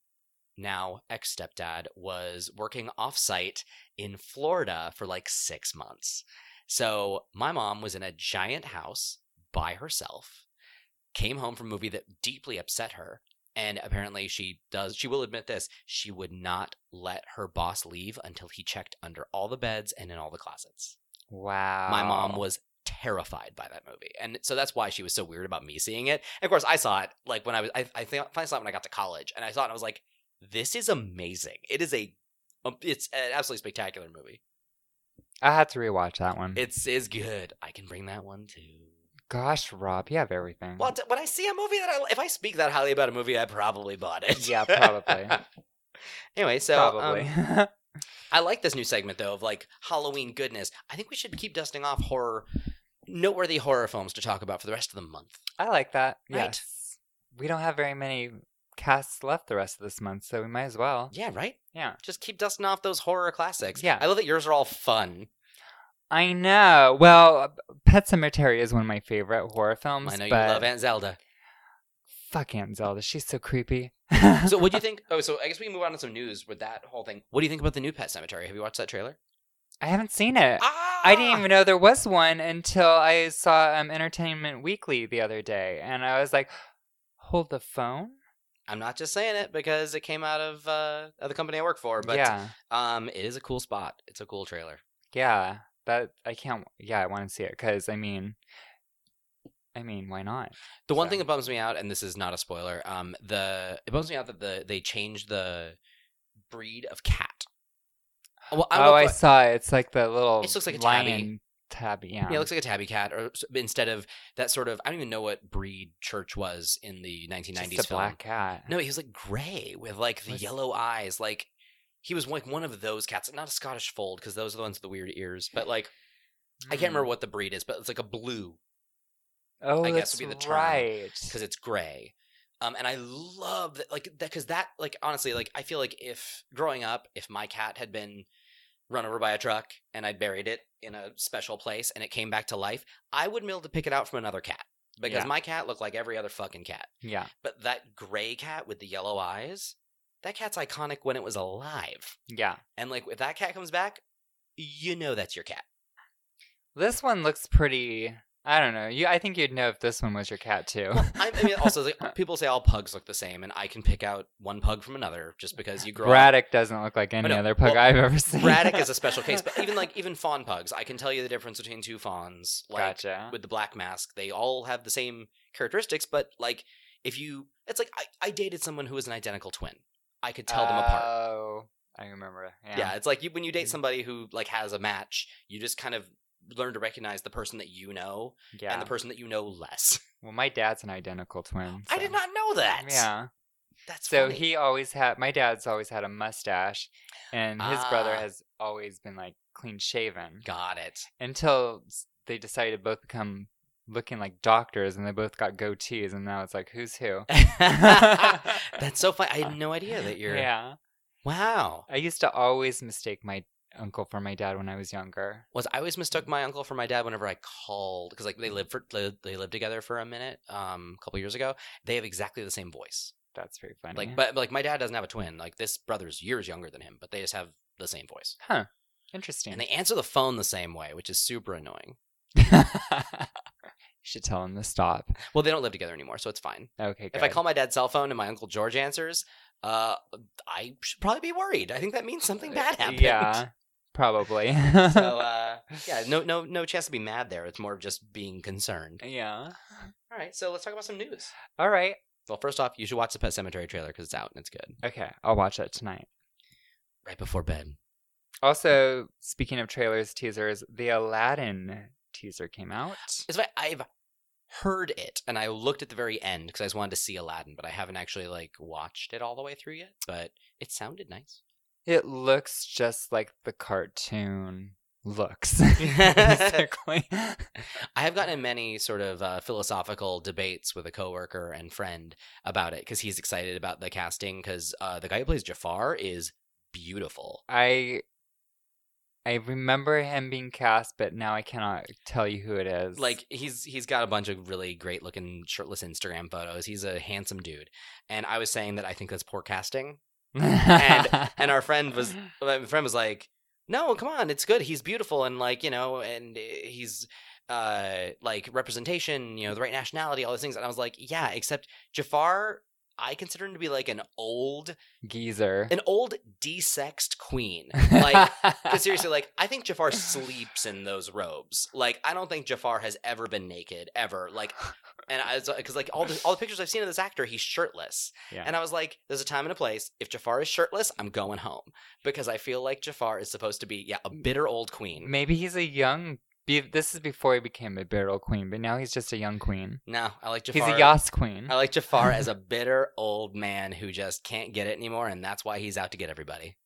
Speaker 2: now ex stepdad was working offsite in Florida for like six months. So my mom was in a giant house by herself, came home from a movie that deeply upset her, and apparently she does she will admit this, she would not let her boss leave until he checked under all the beds and in all the closets.
Speaker 1: Wow.
Speaker 2: My mom was terrified by that movie. And so that's why she was so weird about me seeing it. And of course I saw it like when I was I, I think I finally saw it when I got to college and I saw it and I was like, this is amazing. It is a um, it's an absolutely spectacular movie.
Speaker 1: I had to rewatch that one.
Speaker 2: It's is good. I can bring that one too.
Speaker 1: Gosh, Rob, you have everything.
Speaker 2: Well, t- when I see a movie that I if I speak that highly about a movie, I probably bought it. *laughs*
Speaker 1: Yeah, probably.
Speaker 2: anyway, so um,
Speaker 1: Probably.
Speaker 2: I like this new segment though of like Halloween goodness. I think we should keep dusting off horror, noteworthy horror films to talk about for the rest of the month.
Speaker 1: *laughs* I like that.
Speaker 2: Right.
Speaker 1: Yes. We don't have very many casts left the rest of this month, so we might as well.
Speaker 2: Yeah, right.
Speaker 1: Yeah.
Speaker 2: Just keep dusting off those horror classics.
Speaker 1: Yeah.
Speaker 2: I love that yours are all fun.
Speaker 1: I know. Well, uh, Pet Cemetery is one of my favorite horror films.
Speaker 2: I know you
Speaker 1: but
Speaker 2: love Aunt *laughs* Zelda.
Speaker 1: Fuck Aunt Zelda. She's so creepy.
Speaker 2: So what do you think? Oh, so I guess we can move on to some news with that whole thing. What do you think about the new Pet Cemetery? Have you watched that trailer?
Speaker 1: I haven't seen it.
Speaker 2: Ah!
Speaker 1: I didn't even know there was one until I saw um, Entertainment Weekly the other day, and I was like, "Hold the phone."
Speaker 2: I'm not just saying it because it came out of uh, of the company I work for, but
Speaker 1: yeah,
Speaker 2: um, it is a cool spot. It's a cool trailer.
Speaker 1: yeah. That I can't. Yeah, I want to see it because I mean, I mean, why not?
Speaker 2: The one
Speaker 1: So-
Speaker 2: thing that bums me out, and this is not a spoiler, um, the it bums me out that the they changed the breed of cat. Well, I don't
Speaker 1: oh,
Speaker 2: know
Speaker 1: I
Speaker 2: if I-
Speaker 1: saw it. It's like the little.
Speaker 2: It looks like a tabby.
Speaker 1: lion tabby. Yeah.
Speaker 2: yeah, it looks like a tabby cat, or s- instead of that sort of I don't even know what breed Church was in the 1990s
Speaker 1: Just a
Speaker 2: film.
Speaker 1: black cat.
Speaker 2: No, he was like gray with like the
Speaker 1: Was-
Speaker 2: yellow eyes, like he was like one of those cats, not a Scottish fold because those are the ones with the weird ears, but like I can't remember what the breed is, but it's like a blue
Speaker 1: Mm. Oh,
Speaker 2: I guess
Speaker 1: that's
Speaker 2: would be the term,
Speaker 1: right.
Speaker 2: because it's gray. Um, and I love that, like that, because that, like honestly, like I feel like if growing up, if my cat had been run over by a truck and I buried it in a special place and it came back to life, I would be able to pick it out from another cat because
Speaker 1: Yeah.
Speaker 2: my cat looked like every other fucking cat.
Speaker 1: yeah,
Speaker 2: But that gray cat with the yellow eyes, that cat's iconic when it was alive.
Speaker 1: yeah.
Speaker 2: And like if that cat comes back, you know that's your cat.
Speaker 1: This one looks pretty. I don't know. You, I think you'd know if this one was your cat too.
Speaker 2: Well, I, I mean, also like, people say all pugs look the same, and I can pick out one pug from another just because you grow up
Speaker 1: Braddock doesn't look like any
Speaker 2: no,
Speaker 1: other pug
Speaker 2: well,
Speaker 1: I've ever *laughs* seen.
Speaker 2: Braddock is a special case, but even like even fawn pugs, I can tell you the difference between two fawns. Like
Speaker 1: gotcha.
Speaker 2: with the black mask, they all have the same characteristics, but like if you, it's like I, I dated someone who was an identical twin. I could tell them apart.
Speaker 1: Oh, I remember. Yeah.
Speaker 2: Yeah. it's like you when you date
Speaker 1: Mhm.
Speaker 2: somebody who like has a match, you just kind of learn to recognize the person that you know
Speaker 1: Yeah.
Speaker 2: and the person that you know less. *laughs*
Speaker 1: well, my dad's an identical twin.
Speaker 2: I did
Speaker 1: so-
Speaker 2: not know that.
Speaker 1: Yeah.
Speaker 2: that's
Speaker 1: So
Speaker 2: funny.
Speaker 1: he always had my dad's always had a mustache, and his brother
Speaker 2: Ah.
Speaker 1: has always been like clean shaven *laughs*
Speaker 2: got it.
Speaker 1: until s- they decided to both become looking like doctors, and they both got goatees, and now it's like who's
Speaker 2: *laughs*
Speaker 1: who. *laughs*
Speaker 2: that's so funny. I had no idea that you're.
Speaker 1: Yeah,
Speaker 2: Wow.
Speaker 1: I used to always mistake my uncle for my dad when I was younger.
Speaker 2: was I always mistook my uncle for my dad whenever I called because like they lived for li- they lived together for a minute um a couple years ago. They have exactly the same voice.
Speaker 1: That's pretty funny.
Speaker 2: Like but like my dad doesn't have a twin. Like this brother's years younger than him, but they just have the same voice.
Speaker 1: interesting.
Speaker 2: And they *laughs* answer the phone the same way, which is super annoying.
Speaker 1: *laughs* you should tell him to stop.
Speaker 2: Well, they don't live together anymore, so it's fine.
Speaker 1: Okay, good.
Speaker 2: If I call my dad's cell phone and my uncle George answers, uh I should probably be worried. I think that means something bad happened.
Speaker 1: Uh, yeah, probably.
Speaker 2: *laughs* so uh yeah, no no no chance to be mad there. It's more of just being concerned.
Speaker 1: *laughs* yeah.
Speaker 2: All right, so let's talk about some news.
Speaker 1: All right.
Speaker 2: Well, first off, you should watch the Pet Cemetery trailer because it's out and it's good.
Speaker 1: Okay, I'll watch it tonight.
Speaker 2: Right before bed.
Speaker 1: Also, speaking of trailers, teasers, the Aladdin teaser came out.
Speaker 2: It's like I've heard it and I looked at the very end because I just wanted to see Aladdin, but I haven't actually like watched it all the way through yet. But it sounded nice.
Speaker 1: It looks just like the cartoon
Speaker 2: *laughs*
Speaker 1: looks, *laughs* basically.
Speaker 2: I have gotten in many sort of uh, philosophical debates with a coworker and friend about it because he's excited about the casting because uh, the guy who plays Jafar is beautiful.
Speaker 1: I I remember him being cast, but now I cannot tell you who it is. *laughs*
Speaker 2: like he's he's got a bunch of really great looking shirtless Instagram photos. He's a handsome dude, and I was saying that I think that's poor casting. and- And our friend was my friend was like, "No, come on, it's good. He's beautiful, and like you know, and eh, he's uh like representation, you know, the right nationality, all these things." And I was like, "Yeah, except Jafar." I consider him to be like an old,
Speaker 1: geezer.
Speaker 2: an old desexed queen. Like,
Speaker 1: *laughs*
Speaker 2: Because seriously, like I think Jafar sleeps in those robes. Like I don't think Jafar has ever been naked ever. Like, and I was because like all the all the pictures I've seen of this actor, he's shirtless.
Speaker 1: Yeah.
Speaker 2: And I was like, there's a time and a place. If Jafar is shirtless, I'm going home because I feel like Jafar is supposed to be yeah a bitter old queen.
Speaker 1: maybe he's a young. be- This is before he became a barrel queen, but now he's just a young queen.
Speaker 2: No, I like Jafar.
Speaker 1: He's a yas queen.
Speaker 2: I like
Speaker 1: *laughs*
Speaker 2: Jafar as a bitter old man who just can't get it anymore, and that's why he's out to get everybody.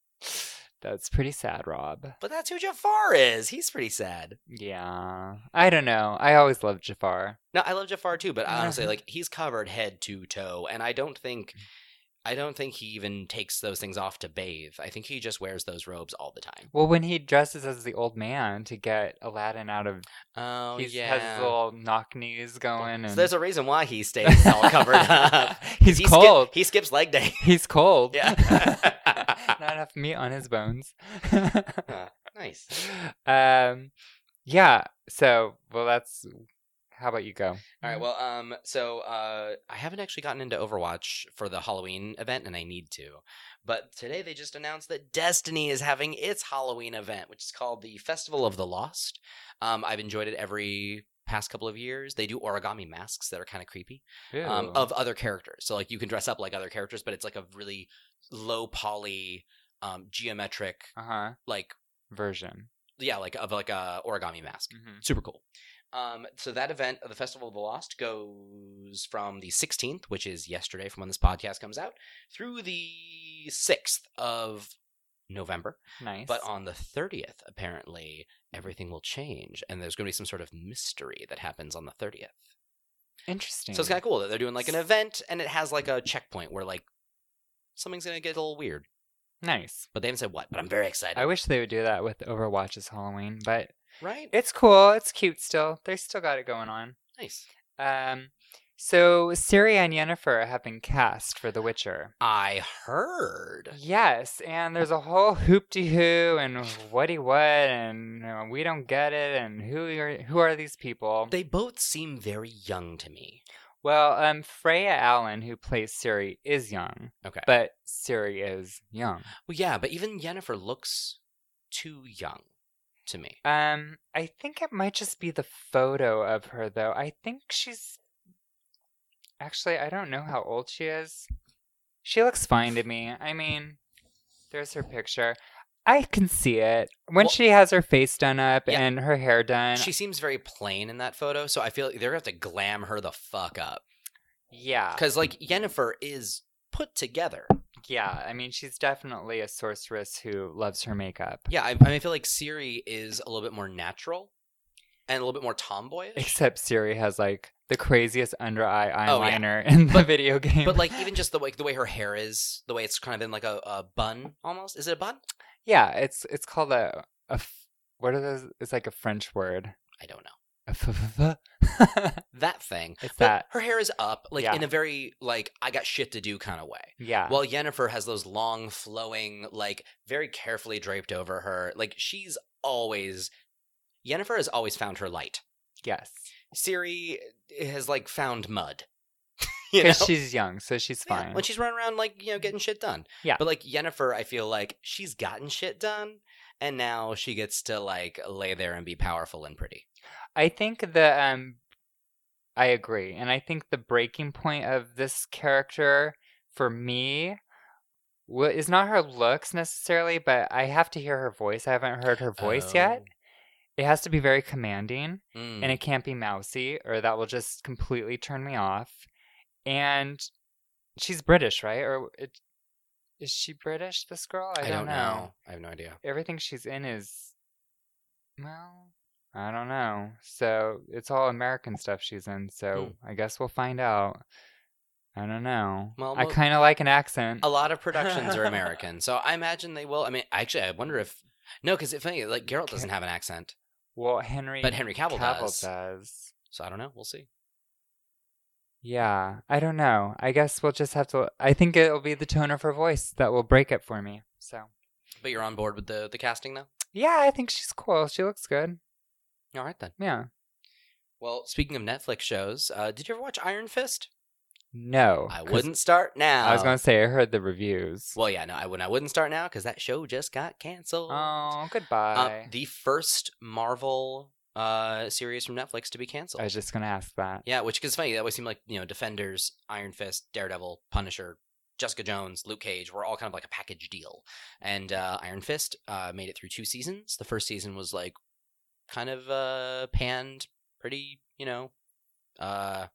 Speaker 1: That's pretty sad, Rob.
Speaker 2: But that's who Jafar is. He's pretty sad.
Speaker 1: Yeah, I don't know. I always loved Jafar.
Speaker 2: No, I love Jafar too, but honestly, like he's covered head to toe, and I don't
Speaker 1: Mm.
Speaker 2: think, I don't think he even takes those things off to bathe. I think he just wears those robes all the time.
Speaker 1: Well, when he dresses as the old man to get Aladdin out of,
Speaker 2: Oh
Speaker 1: he has his little knock knees going, and
Speaker 2: so there's a reason why he stays all
Speaker 1: *laughs*
Speaker 2: covered *laughs* up.
Speaker 1: he's
Speaker 2: he skip-
Speaker 1: cold.
Speaker 2: he skips leg day.
Speaker 1: He's cold.
Speaker 2: Yeah.
Speaker 1: *laughs* Not enough meat on his bones. *laughs*
Speaker 2: nice.
Speaker 1: um, yeah. So, well, that's. How about you go?
Speaker 2: All right. Well, um, so uh, I haven't actually gotten into Overwatch for the Halloween event, and I need to. But today they just announced that Destiny is having its Halloween event, which is called the Festival of the Lost. Um, I've enjoyed it every past couple of years. They do origami masks that are kind of creepy um,
Speaker 1: Ew.
Speaker 2: of other characters. So like you can dress up like other characters, but it's like a really low poly, um, geometric,
Speaker 1: uh-huh
Speaker 2: like
Speaker 1: version.
Speaker 2: yeah, like of like a origami mask
Speaker 1: Mm-hmm.
Speaker 2: super cool. Um, so that event, the Festival of the Lost, goes from the 16th, which is yesterday from when this podcast comes out, through the 6th of November.
Speaker 1: Nice.
Speaker 2: But uh, on the 30th, apparently, everything will change, and there's going to be some sort of mystery that happens on the 30th.
Speaker 1: interesting.
Speaker 2: So it's kind of cool that they're doing like an event, and it has like a
Speaker 1: Mm-hmm.
Speaker 2: checkpoint where like something's going to get a little weird.
Speaker 1: nice.
Speaker 2: But they haven't said what. But I'm very excited.
Speaker 1: Mm-hmm. I wish they would do that with Overwatch's Halloween, but
Speaker 2: right?
Speaker 1: it's cool. It's cute still. They still got it going on.
Speaker 2: Nice.
Speaker 1: Um, so Ciri and Yennefer have been cast for The Witcher.
Speaker 2: I heard.
Speaker 1: Mm-hmm. Yes, and there's a whole hoopty hoo and whaty what and uh, we don't get it and who are who are these people?
Speaker 2: They both seem very young to me.
Speaker 1: Well, um, Freya Allen, who plays Ciri, is young,
Speaker 2: Okay.
Speaker 1: but Ciri is young.
Speaker 2: Well, yeah, but even Yennefer looks too young to me.
Speaker 1: Um, I think it might just be the photo of her, though. I think she's actually, I don't know how old she is. She looks fine to me. I mean, there's her picture. I can see it when
Speaker 2: Well-
Speaker 1: she has her face done up
Speaker 2: Yeah.
Speaker 1: and her hair done.
Speaker 2: She seems very plain in that photo, so I feel like they're gonna have to glam her the fuck up.
Speaker 1: yeah,
Speaker 2: Because like Yennefer is put together.
Speaker 1: yeah. I mean, she's definitely a sorceress who loves her makeup. *laughs*
Speaker 2: Yeah, I, I mean, I feel like Siri is a little bit more natural and a little bit more tomboyish.
Speaker 1: Except Siri has like the craziest under eye
Speaker 2: Oh, yeah.
Speaker 1: eyeliner in the
Speaker 2: But-
Speaker 1: video game.
Speaker 2: But like even just the way the way her hair is, the way it's kind of in like a, a bun almost. Is it a bun?
Speaker 1: *laughs* Yeah, it's it's called a a f- what are those? It's like a French word.
Speaker 2: I don't know.
Speaker 1: A f- f- f- *laughs*
Speaker 2: That thing.
Speaker 1: it's
Speaker 2: But
Speaker 1: that.
Speaker 2: her hair is up, like
Speaker 1: Yeah.
Speaker 2: in a very like I got shit to do kind of way.
Speaker 1: Yeah.
Speaker 2: While Yennefer has those long, flowing, like very carefully draped over her. Like she's always Yennefer has always found her light.
Speaker 1: yes.
Speaker 2: Siri has like found mud. *laughs* you know?
Speaker 1: Because she's young, so she's
Speaker 2: *laughs* Yeah,
Speaker 1: fine.
Speaker 2: when she's running around like you know getting shit done.
Speaker 1: Yeah.
Speaker 2: But like Yennefer, I feel like she's gotten shit done, and now she gets to like lay there and be powerful and pretty.
Speaker 1: I think the um I agree. And I think the breaking point of this character for me wa- is not her looks necessarily, but I have to hear her voice. I haven't heard her voice yet. It has to be very commanding
Speaker 2: Oh. Mm.
Speaker 1: and it can't be mousy or that will just completely turn me off. And she's British, right? Or it, is she British this girl? I,
Speaker 2: I, don't know. I have no idea.
Speaker 1: everything she's in is well i don't know so it's all american stuff she's in so
Speaker 2: Mm.
Speaker 1: i guess we'll find out i don't know
Speaker 2: Well,
Speaker 1: i
Speaker 2: mo-
Speaker 1: kind of like an accent *laughs*
Speaker 2: A lot of productions are American, so I imagine they will. I mean, actually, I wonder if no, because if any, like Geralt doesn't have an accent,
Speaker 1: well henry
Speaker 2: but Henry Cavill, does.
Speaker 1: does
Speaker 2: So I don't know. We'll see.
Speaker 1: yeah i don't know i guess we'll just have to i think it'll be the tone of her voice that will break it for me so
Speaker 2: But you're on board with the the casting though.
Speaker 1: yeah i think she's cool she looks good
Speaker 2: All right then.
Speaker 1: yeah
Speaker 2: Well, speaking of Netflix shows, uh, did you ever watch Iron Fist?
Speaker 1: no
Speaker 2: I
Speaker 1: Oh, 'cause
Speaker 2: wouldn't start now.
Speaker 1: i was gonna say i heard the reviews
Speaker 2: Well, yeah, no, I wouldn't. I wouldn't start now because that show just got canceled.
Speaker 1: oh
Speaker 2: Uh,
Speaker 1: goodbye
Speaker 2: the first Marvel uh, series from Netflix to be canceled.
Speaker 1: i was just gonna ask that
Speaker 2: Yeah, which is funny. That always seemed like you know, Defenders, Iron Fist, Daredevil, Punisher, Jessica Jones, Luke Cage were all kind of like a package deal. And uh, Iron Fist uh, made it through two seasons. The first season was like kind of uh, panned pretty, you know, uh,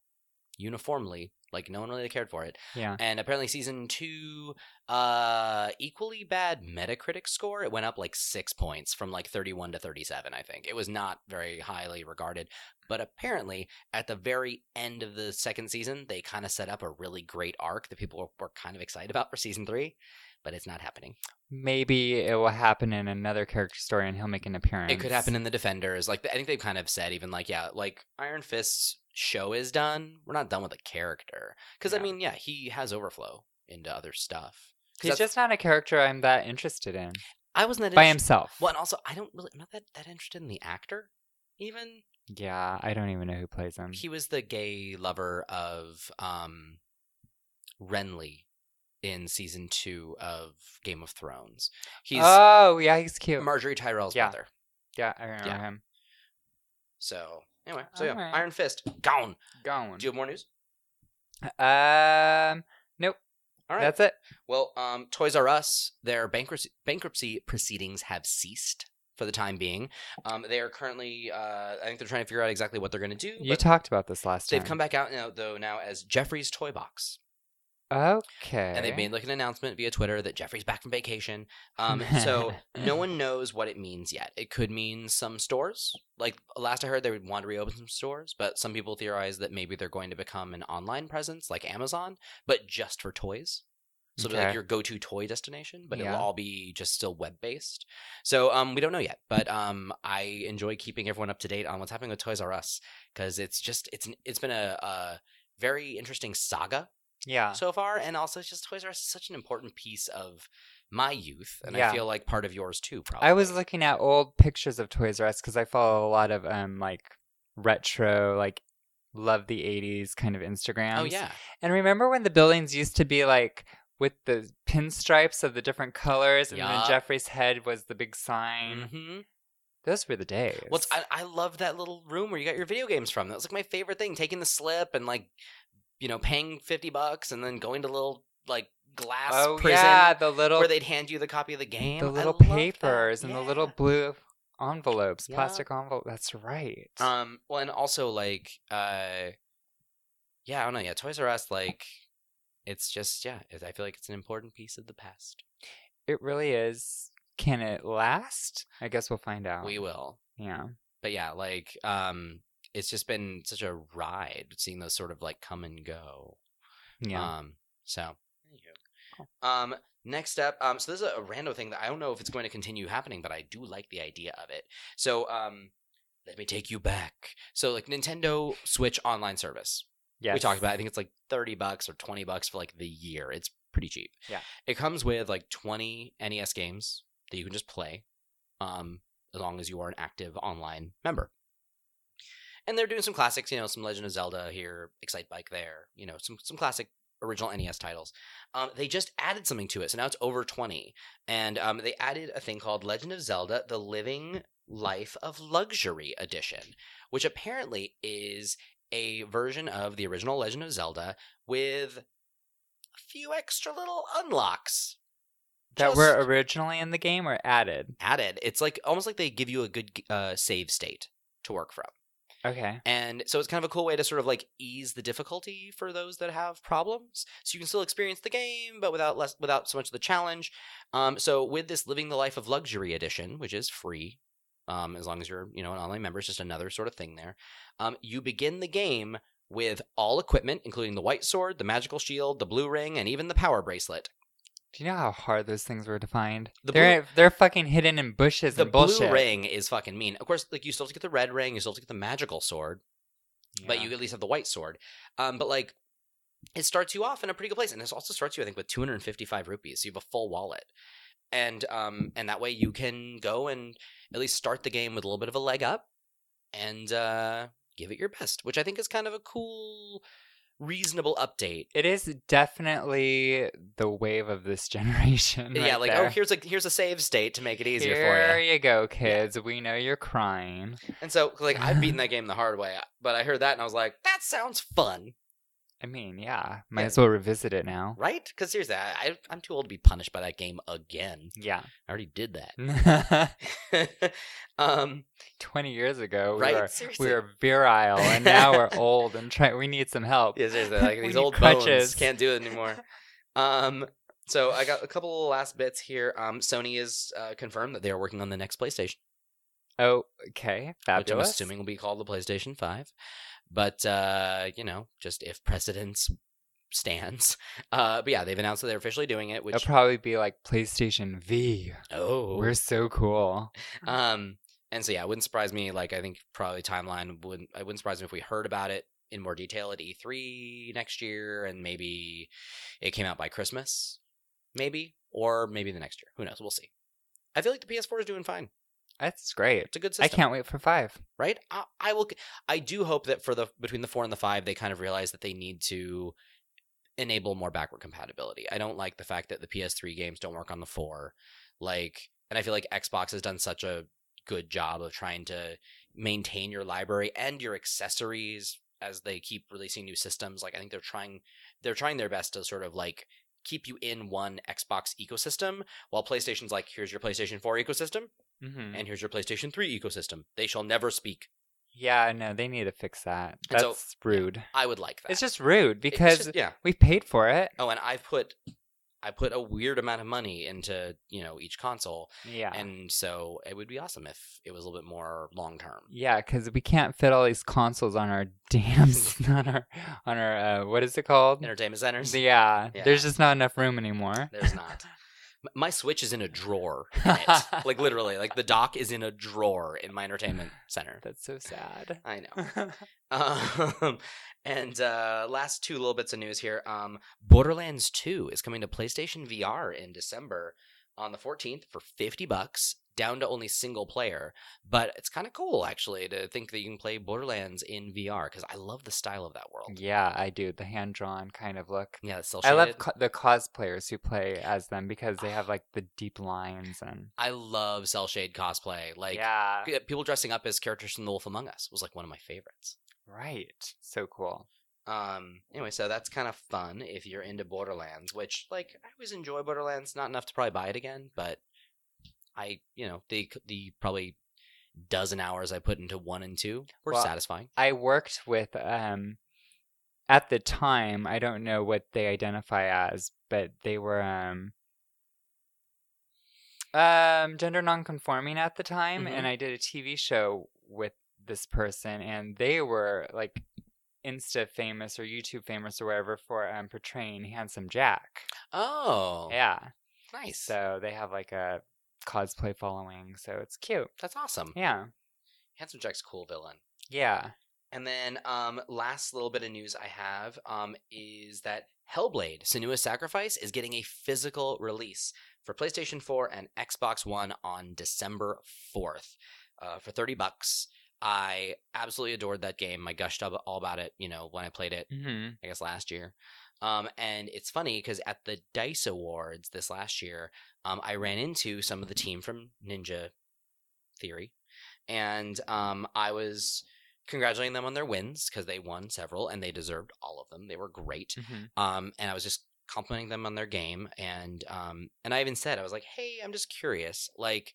Speaker 2: uniformly. Like no one really cared for it.
Speaker 1: yeah
Speaker 2: And apparently, season two, uh, equally bad Metacritic score. It went up like six points from like 31 to 37, I think. It was not very highly regarded. But apparently, at the very end of the second season, they kind of set up a really great arc that people were, were kind of excited about for season three, but it's not happening.
Speaker 1: maybe it will happen in another character story and he'll make an appearance.
Speaker 2: It could happen in the Defenders. Like, I think they've kind of said, even like, yeah, like Iron Fist's show is done. We're not done with the character. Because, I
Speaker 1: Yeah.
Speaker 2: mean, yeah, he has overflow into other stuff. 'Cause
Speaker 1: He's
Speaker 2: that's-
Speaker 1: just not a character I'm that interested in
Speaker 2: I wasn't that
Speaker 1: by
Speaker 2: interested-
Speaker 1: himself.
Speaker 2: Well, and also, I don't really, I'm not that, that interested in the actor, even.
Speaker 1: Yeah, I don't even know who plays him.
Speaker 2: He was the gay lover of um, Renly in season two of Game of Thrones. He's
Speaker 1: oh, yeah, he's cute.
Speaker 2: Marjorie Tyrell's
Speaker 1: Yeah.
Speaker 2: brother.
Speaker 1: yeah, I remember
Speaker 2: Yeah.
Speaker 1: him.
Speaker 2: So, anyway, so yeah,
Speaker 1: Alright.
Speaker 2: Iron Fist, gone.
Speaker 1: Going.
Speaker 2: Do you have more news?
Speaker 1: Um, nope.
Speaker 2: All right.
Speaker 1: That's it.
Speaker 2: Well, um, Toys R Us, their bankruptcy, bankruptcy proceedings have ceased for the time being. Um, they are currently, uh, I think they're trying to figure out exactly what they're going to do.
Speaker 1: You
Speaker 2: but-
Speaker 1: talked about this last
Speaker 2: They've
Speaker 1: time.
Speaker 2: come back out now, though, now as Jeffrey's Toy Box,
Speaker 1: Okay.
Speaker 2: and they've made like an announcement via Twitter that Jeffrey's back
Speaker 1: *laughs*
Speaker 2: from vacation. Um, so no one knows what it means yet. It could mean some stores. Like last I heard, they would want to reopen some stores, but some people theorize that maybe they're going to become an online presence like Amazon, but just for toys. So it'll be like
Speaker 1: Okay.
Speaker 2: your go-to toy destination, but
Speaker 1: Yeah.
Speaker 2: it'll all be just still web-based. So um, we don't know yet, but um, I enjoy keeping everyone up to date on what's happening with Toys R Us because it's just it's an- it's been a, a very interesting saga
Speaker 1: Yeah.
Speaker 2: so far, and also it's just Toys R Us is such an important piece of my youth, and
Speaker 1: Yeah.
Speaker 2: I feel like part of yours too. Probably.
Speaker 1: I was looking at old pictures of Toys R Us because I follow a lot of um like retro like love the 80s kind of Instagrams.
Speaker 2: Oh yeah,
Speaker 1: And remember when the buildings used to be like with the pinstripes of the different colors, and
Speaker 2: Yeah.
Speaker 1: then Jeffrey's head was the big sign.
Speaker 2: hmm
Speaker 1: Those were the days.
Speaker 2: Well, it's- I I love that little room where you got your video games from. That was like my favorite thing: taking the slip and like, you know, paying fifty bucks and then going to little like glass
Speaker 1: oh
Speaker 2: prison
Speaker 1: yeah, the little
Speaker 2: where they'd hand you the copy of the game.
Speaker 1: the
Speaker 2: I
Speaker 1: little
Speaker 2: loved that.
Speaker 1: papers and the little
Speaker 2: Yeah.
Speaker 1: blue envelopes,
Speaker 2: Yeah.
Speaker 1: plastic envelope. That's right.
Speaker 2: Um, well, and also like, uh, yeah, I don't know. Yeah, Toys R Us, like, it's just yeah. it- I feel like it's an important piece of the past.
Speaker 1: it really is. Can it last? I guess we'll find out.
Speaker 2: We will,
Speaker 1: yeah.
Speaker 2: but yeah, like, um, it's just been such a ride seeing those sort of like come and go.
Speaker 1: Yeah.
Speaker 2: Um, so. anywho. Um, next up, um, so this is a, a random thing that I don't know if it's going to continue happening, but I do like the idea of it. So, um, let me take you back. So, like Nintendo Switch online service,
Speaker 1: Yes.
Speaker 2: we talked about. I think it's like thirty bucks or twenty bucks for like the year. It's pretty cheap.
Speaker 1: Yeah.
Speaker 2: it comes with like twenty NES games that you can just play, um, as long as you are an active online member. And they're doing some classics, you know, some Legend of Zelda here, Excite Bike there, you know, some some classic original NES titles. Um, they just added something to it, so now it's over twenty. And um, they added a thing called Legend of Zelda: The Living Life of Luxury Edition, which apparently is a version of the original Legend of Zelda with a few extra little unlocks
Speaker 1: that were
Speaker 2: just-
Speaker 1: originally in the game or added.
Speaker 2: added. It's like almost like they give you a good uh, save state to work from.
Speaker 1: Okay.
Speaker 2: And so it's kind of a cool way to sort of like ease the difficulty for those that have problems. So you can still experience the game, but without less without so much of the challenge. Um, so with this Living the Life of Luxury edition, which is free, um, as long as you're you know an online member, it's just another sort of thing there. Um, you begin the game with all equipment, including the white sword, the magical shield, the blue ring, and even the power bracelet.
Speaker 1: Do you know how hard those things were to find?
Speaker 2: The
Speaker 1: they're they're fucking hidden in bushes
Speaker 2: The
Speaker 1: and bullshit.
Speaker 2: blue ring is fucking mean. Of course, like you still have to get the red ring, you still have to get the magical sword. but
Speaker 1: Yeah.
Speaker 2: you at least have the white sword. Um, but like, it starts you off in a pretty good place, and this also starts you, I think, with 255 rupees. So you have a full wallet, and um, and that way you can go and at least start the game with a little bit of a leg up, and uh, give it your best, which I think is kind of a cool, reasonable update.
Speaker 1: It is definitely the wave of this *laughs* generation.
Speaker 2: yeah,
Speaker 1: right
Speaker 2: like
Speaker 1: there.
Speaker 2: oh, here's a here's a save state to make it easier for
Speaker 1: Here
Speaker 2: you.
Speaker 1: you go, kids. We know you're crying.
Speaker 2: And so, like, I've
Speaker 1: *laughs*
Speaker 2: beaten that game the hard way, uh, but I heard that and I was like, that sounds fun,
Speaker 1: I mean, yeah, might
Speaker 2: Yeah.
Speaker 1: as well revisit it now.
Speaker 2: right? Because seriously, I, I, I'm too old to be punished by that game again.
Speaker 1: Yeah.
Speaker 2: I already did that.
Speaker 1: *laughs*
Speaker 2: *laughs* um,
Speaker 1: 20 years ago, we,
Speaker 2: right?
Speaker 1: were,
Speaker 2: seriously. *laughs*
Speaker 1: we were virile, and now we're old and try- we need some help. *laughs*
Speaker 2: Yeah, seriously, like
Speaker 1: we
Speaker 2: these
Speaker 1: need
Speaker 2: old bones
Speaker 1: crutches.
Speaker 2: can't do it *laughs* anymore. um, so I got a couple of last bits here. Um, Sony has uh, confirmed that they are working on the next PlayStation,
Speaker 1: Oh, okay.
Speaker 2: which I'm
Speaker 1: Fabulous.
Speaker 2: assuming will be called the PlayStation Five. But uh, you know, just if precedence stands, *laughs* uh, but yeah, they've announced that they're officially doing it. Which
Speaker 1: It'll probably be like PlayStation V.
Speaker 2: oh,
Speaker 1: We're so cool.
Speaker 2: Um, and so yeah, it wouldn't surprise me. Like I think probably timeline wouldn't. It wouldn't surprise me if we heard about it in more detail at E3 next year, and maybe it came out by Christmas, maybe or maybe the next year. Who knows? We'll see. I feel like the PS4 is doing fine.
Speaker 1: That's great.
Speaker 2: It's a good
Speaker 1: I
Speaker 2: system,
Speaker 1: can't wait for five.
Speaker 2: right? I, I will. I do hope that for the between the four and the five, they kind of realize that they need to enable more backward compatibility. I don't like the fact that the PS3 games don't work on the four. Like, and I feel like Xbox has done such a good job of trying to maintain your library and your accessories as they keep releasing new systems. Like, I think they're trying they're trying their best to sort of like keep you in one Xbox ecosystem while PlayStation's like, here's your PlayStation 4 ecosystem
Speaker 1: Mm-hmm.
Speaker 2: and here's your PlayStation 3 ecosystem. They shall never speak.
Speaker 1: Yeah, no, they need to fix that.
Speaker 2: And
Speaker 1: That's
Speaker 2: so-
Speaker 1: rude.
Speaker 2: I would like that.
Speaker 1: It's just rude
Speaker 2: It's
Speaker 1: because
Speaker 2: just- yeah.
Speaker 1: we paid for it.
Speaker 2: Oh, and I've put I put a weird amount of money into, you know, each console.
Speaker 1: Yeah.
Speaker 2: And so it would be awesome if it was a little bit more long term.
Speaker 1: yeah, because we can't fit all these consoles on our *laughs* damn
Speaker 2: *laughs*
Speaker 1: on our on our uh, what is it called?
Speaker 2: Entertainment centers.
Speaker 1: Yeah,
Speaker 2: Yeah.
Speaker 1: there's just not enough room anymore.
Speaker 2: There's not. M- My Switch is in a drawer. In
Speaker 1: *laughs*
Speaker 2: it. like literally, like the dock is in a drawer in
Speaker 1: *laughs*
Speaker 2: my entertainment center.
Speaker 1: That's so
Speaker 2: *laughs*
Speaker 1: sad.
Speaker 2: I know. Um, *laughs* and uh, last two little bits of news here. Um, Borderlands 2 is coming to PlayStation VR in December on the 14th for 50 bucks, down to only single player. But it's kind of cool actually to think that you can play Borderlands in VR because I love the style of that world.
Speaker 1: yeah, I do the hand drawn kind of look.
Speaker 2: Yeah, it's still
Speaker 1: I love co- the cosplayers who play as them because they
Speaker 2: *sighs*
Speaker 1: have like the deep lines and
Speaker 2: I love cell shade cosplay. Like
Speaker 1: yeah,
Speaker 2: yeah, people dressing up as characters from The Wolf Among Us was like one of my favorites.
Speaker 1: right. So cool.
Speaker 2: Um. Anyway, so that's kind of fun if you're into Borderlands, which like I always enjoy Borderlands. Not enough to probably buy it again, but I, you know, the the probably dozen hours I put into one and two were
Speaker 1: Well,
Speaker 2: satisfying.
Speaker 1: I worked with um at the time, I don't know what they identify as, but they were um um gender nonconforming at the time
Speaker 2: Mhm.
Speaker 1: and I did a TV show with this person and they were like Insta famous or YouTube famous or wherever for um, portraying Handsome Jack.
Speaker 2: Oh,
Speaker 1: Yeah.
Speaker 2: nice.
Speaker 1: So they have like a cosplay following. So it's cute.
Speaker 2: That's awesome.
Speaker 1: Yeah.
Speaker 2: Handsome Jack's a cool villain.
Speaker 1: Yeah.
Speaker 2: And then um, last little bit of news I have um, is that Hellblade: Senua's Sacrifice is getting a physical release for PlayStation 4 and Xbox One on December 4th uh, for 30 bucks. I absolutely adored that game. I gushed up all about it, you know, when I played it.
Speaker 1: Mm-hmm.
Speaker 2: I guess last year. Um, and it's funny because at the Dice Awards this last year, um, I ran into some of the team from Ninja Theory, and um, I was congratulating them on their wins because they won several and they deserved all of them. They were great.
Speaker 1: Mm-hmm.
Speaker 2: Um, and I was just complimenting them on their game, and um, and I even said I was like, "Hey, I'm just curious, like."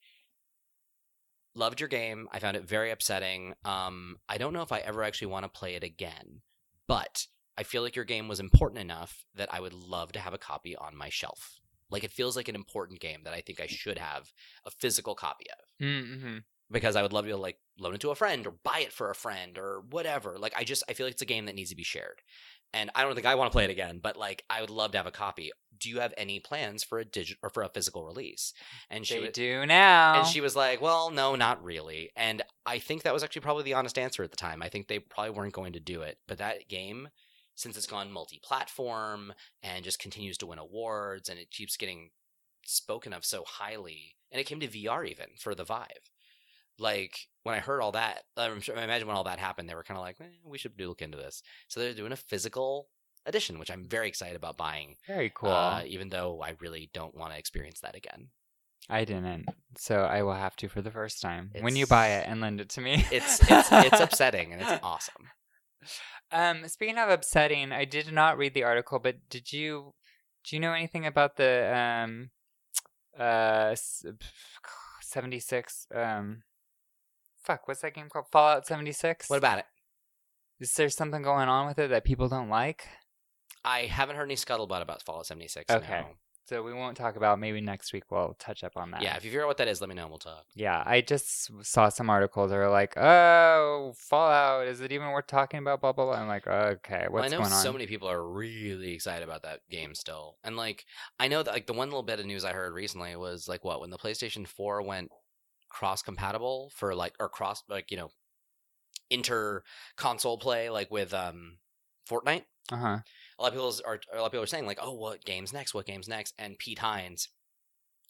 Speaker 2: Loved your game. I found it very upsetting. Um, I don't know if I ever actually want to play it again, but I feel like your game was important enough that I would love to have a copy on my shelf. Like it feels like an important game that I think I should have a physical copy of
Speaker 1: Mm-hmm.
Speaker 2: because I would love to like loan it to a friend or buy it for a friend or whatever. Like I just I feel like it's a game that needs to be shared. And I don't think I want to play it again, but like I would love to have a copy. Do you have any plans for a digital or for a physical release? And she
Speaker 1: They
Speaker 2: wa-
Speaker 1: do now.
Speaker 2: and she was like, "Well, no, not really." And I think that was actually probably the honest answer at the time. I think they probably weren't going to do it, but that game since it's gone multi-platform and just continues to win awards and it keeps getting spoken of so highly and it came to VR even for the Vive. Like when I heard all that, I'm sure, I imagine when all that happened, they were kind of like, eh, "We should do look into this." So they're doing a physical edition, which I'm very excited about buying.
Speaker 1: Very cool.
Speaker 2: Uh, even though I really don't want to experience that again.
Speaker 1: I didn't. So I will have to for the first time. When you buy
Speaker 2: It's-
Speaker 1: it and lend it to me.
Speaker 2: It's it's,
Speaker 1: *laughs*
Speaker 2: *laughs* it's upsetting and it's awesome.
Speaker 1: Um, speaking of upsetting, I did not read the article, but did you do you know anything about the um uh s- *sighs* seventy six um fuck what's that game called Fallout seventy six?
Speaker 2: What about it?
Speaker 1: Is there something going on with it that people don't like?
Speaker 2: I haven't heard any scuttlebutt about Fallout 76.
Speaker 1: Okay.
Speaker 2: no.
Speaker 1: So we won't talk about. Maybe next week we'll touch up on that.
Speaker 2: Yeah, if you figure out what that is, let me know and we'll talk.
Speaker 1: Yeah, I just saw some articles that were like, "Oh, Fallout, is it even worth talking about?" Blah blah. blah. I'm like, okay,
Speaker 2: Well,
Speaker 1: what's
Speaker 2: I know
Speaker 1: going on?
Speaker 2: so many people are really excited about that game still. And like I know that like the one little bit of news I heard recently was like what when the PlayStation 4 went cross compatible for like or cross like you know inter console play like with um Fortnite
Speaker 1: uh huh.
Speaker 2: a lot of people are a lot of people are saying like, oh, what games next? What games next? And Pete Hines,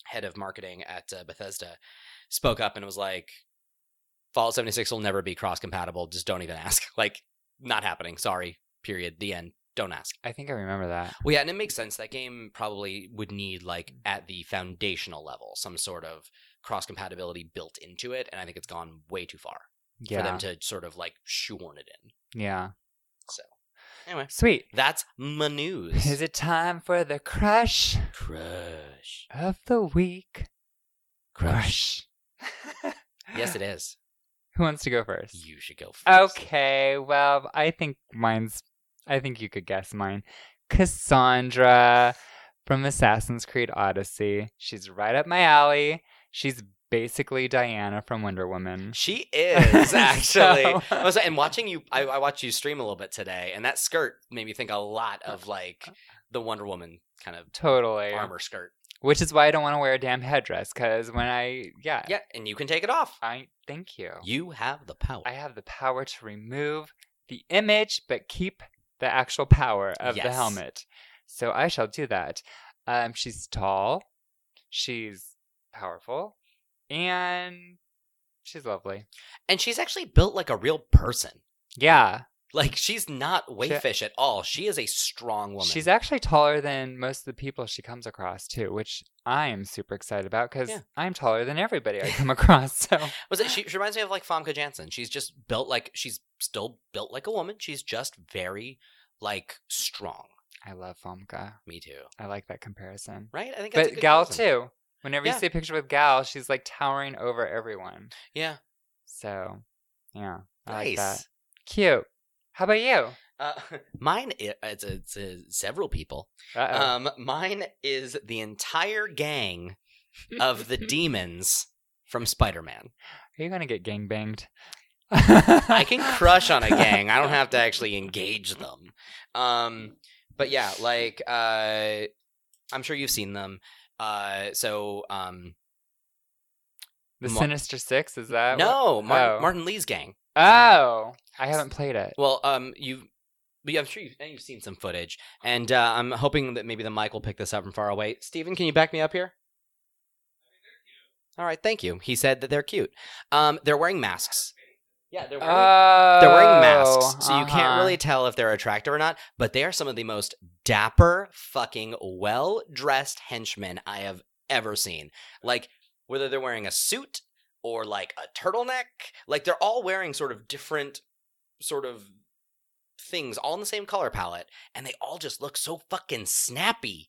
Speaker 2: head of marketing at uh, Bethesda, spoke up and was like, Fallout 76 will never be cross compatible. Just don't even ask. *laughs* Like, not happening. Sorry. Period. The end. Don't ask.
Speaker 1: I think I remember that.
Speaker 2: Well, yeah, and it makes sense. That game probably would need like
Speaker 1: Mm.
Speaker 2: at the foundational level some sort of cross compatibility built into it, and I think it's gone way too far
Speaker 1: Yeah.
Speaker 2: for them to sort of like shoehorn it in.
Speaker 1: yeah.
Speaker 2: So, anyway,
Speaker 1: Sweet.
Speaker 2: that's my news. *laughs*
Speaker 1: Is it time for the crush
Speaker 2: Crush.
Speaker 1: of the week? Crush.
Speaker 2: Yes, it is.
Speaker 1: Who wants to go first?
Speaker 2: You should go first.
Speaker 1: Okay, well, I think mine's. I think you could guess mine. Cassandra from Assassin's Creed Odyssey. She's right up my alley. She's basically Diana from Wonder Woman. *laughs*
Speaker 2: She is actually.
Speaker 1: So-
Speaker 2: I was, and watching you, I, I watched you stream a little bit today, and that skirt made me think a lot of like the Wonder Woman kind of
Speaker 1: Totally.
Speaker 2: armor skirt.
Speaker 1: Which is why I don't want to wear a damn headdress, because when I. Yeah.
Speaker 2: Yeah, and you can take it off.
Speaker 1: I. Thank you.
Speaker 2: You have the power.
Speaker 1: I have the power to remove the image, but keep the actual power of the
Speaker 2: Yes.
Speaker 1: helmet. So I shall do that. Um, she's tall, she's powerful, and she's lovely.
Speaker 2: and she's actually built like a real person.
Speaker 1: Yeah,
Speaker 2: Like she's not wayfish at all. She is a strong woman.
Speaker 1: she's actually taller than most of the people she comes across too, which I am super excited about because
Speaker 2: Yeah.
Speaker 1: I'm taller than everybody I
Speaker 2: *laughs*
Speaker 1: come across. So
Speaker 2: was it, she, she reminds me of like Famke Janssen. She's just built like she's still built like a woman. She's just very like strong.
Speaker 1: I love Fomka.
Speaker 2: Me too.
Speaker 1: I like that comparison.
Speaker 2: Right? I think that's a
Speaker 1: But
Speaker 2: good
Speaker 1: Gal
Speaker 2: comparison.
Speaker 1: too. Whenever
Speaker 2: Yeah.
Speaker 1: you see a picture with Gal, she's like towering over everyone.
Speaker 2: Yeah.
Speaker 1: So, yeah, I
Speaker 2: Nice.
Speaker 1: like that. Cute. How about you?
Speaker 2: Uh, *laughs* mine i- it's, it's, uh, several people.
Speaker 1: Uh-oh.
Speaker 2: Um, mine is the entire gang
Speaker 1: *laughs*
Speaker 2: of the demons from Spider Man.
Speaker 1: Are you gonna get gangbanged?
Speaker 2: I can
Speaker 1: *laughs*
Speaker 2: crush on a gang. I don't have to actually engage them. Um, but yeah, like uh, I'm sure you've seen them. Uh, so um,
Speaker 1: The
Speaker 2: Mar-
Speaker 1: Sinister Six is that? what-
Speaker 2: no, Martin,
Speaker 1: oh.
Speaker 2: Martin Lee's gang.
Speaker 1: Oh, I haven't played it.
Speaker 2: Well, um, you, but yeah, I'm sure you've, and you've seen some footage, and uh, I'm hoping that maybe the mic will pick this up from far away. Steven, can you back me up here? All right, thank you. He said that they're cute. Um, they're wearing masks. Yeah, they're wearing
Speaker 1: Oh,
Speaker 2: They're wearing masks, so you
Speaker 1: uh-huh.
Speaker 2: can't really tell if they're attractive or not, but they are some of the most dapper, fucking well dressed henchmen I have ever seen. Like, whether they're wearing a suit or like a turtleneck, like they're all wearing sort of different sort of things, all in the same color palette, and they all just look so fucking snappy.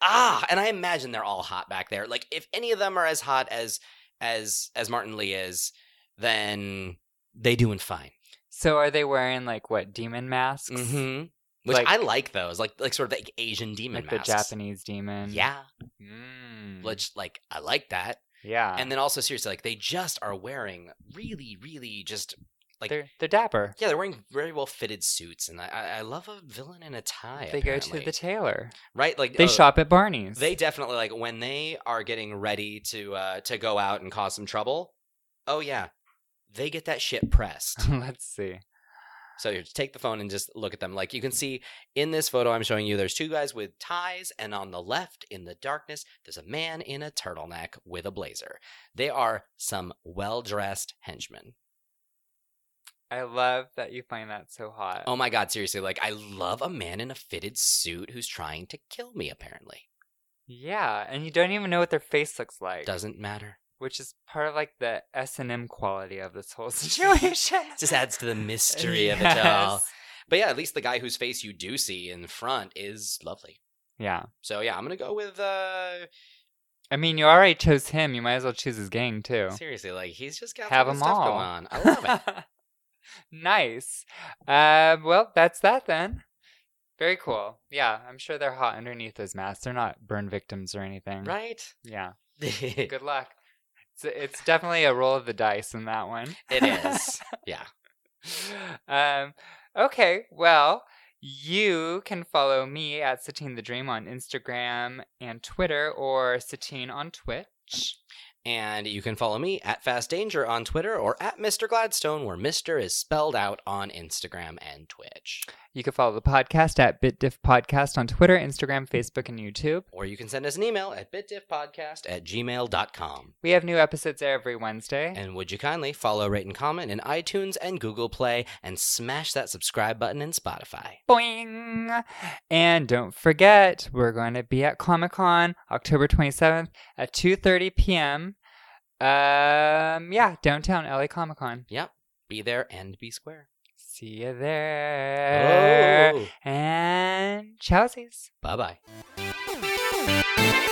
Speaker 2: Ah, and I imagine they're all hot back there. Like, if any of them are as hot as as as Martin Lee is, then they doing fine.
Speaker 1: So are they wearing like what demon masks?
Speaker 2: Mm-hmm. Which
Speaker 1: Like-
Speaker 2: I like those, like like sort of like Asian demon
Speaker 1: Like
Speaker 2: masks.
Speaker 1: the Japanese demon.
Speaker 2: Yeah,
Speaker 1: Mm. Uh.
Speaker 2: which like I like that.
Speaker 1: yeah.
Speaker 2: And then also seriously, like they just are wearing really, really just like
Speaker 1: they're they're dapper.
Speaker 2: yeah, they're wearing very well fitted suits, and I- I I love a villain in a tie.
Speaker 1: they go
Speaker 2: apparently.
Speaker 1: to the tailor.
Speaker 2: right, like
Speaker 1: They
Speaker 2: oh,
Speaker 1: shop at Barney's.
Speaker 2: They definitely like when they are getting ready to uh to go out and cause some trouble. Oh yeah, they get that shit
Speaker 1: *laughs*
Speaker 2: pressed.
Speaker 1: Let's see.
Speaker 2: So you just take the phone and just look at them. Like you can see in this photo I'm showing you, there's two guys with ties, and on the left in the darkness, there's a man in a turtleneck with a blazer. They are some well dressed henchmen.
Speaker 1: I love that you find that so hot.
Speaker 2: Oh my god, seriously, like I love a man in a fitted suit who's trying to kill me, apparently.
Speaker 1: Yeah, and you don't even know what their face looks like,
Speaker 2: Doesn't matter.
Speaker 1: which is part of like the S and M quality of this
Speaker 2: *laughs*
Speaker 1: whole *laughs* situation.
Speaker 2: Just adds to the mystery of it all. But yeah, at least the guy whose face you do see in front is lovely.
Speaker 1: Yeah,
Speaker 2: So yeah, I'm gonna go with uh
Speaker 1: I mean, you already chose him. You might as well choose his gang too.
Speaker 2: seriously, like he's just got
Speaker 1: Have 'em
Speaker 2: some stuff
Speaker 1: all.
Speaker 2: going on. I love it.
Speaker 1: *laughs* nice. Uh, well, that's that then. Very cool. Yeah, I'm sure they're hot underneath those masks. They're not burn victims or anything.
Speaker 2: Right? *laughs*
Speaker 1: Yeah.
Speaker 2: it
Speaker 1: Good luck. It's, it's definitely a roll of the dice in that one.
Speaker 2: is. Yeah.
Speaker 1: *laughs* um, okay, well, you can follow me at Satine the Dream on Instagram and Twitter, or Satine on Twitch.
Speaker 2: And you can follow me at Fast Danger on Twitter or at Mr. Gladstone, where Mr. is spelled out on Instagram and Twitch.
Speaker 1: You can follow the podcast at BitDiff Podcast on Twitter, Instagram, Facebook, and YouTube.
Speaker 2: Or you can send us an email at bitdiffpodcast at gmail.com.
Speaker 1: We have new episodes every Wednesday.
Speaker 2: And would you kindly follow, rate, and comment in iTunes and Google Play and smash that subscribe button in Spotify.
Speaker 1: Boing! And don't forget, we're going to be at Comic Con October 27th at 2:30 p.m. Um, yeah, downtown LA Comic Con.
Speaker 2: Be there and be square. Oh.
Speaker 1: See you there. And chowsies.
Speaker 2: Bye bye.
Speaker 3: Thank you.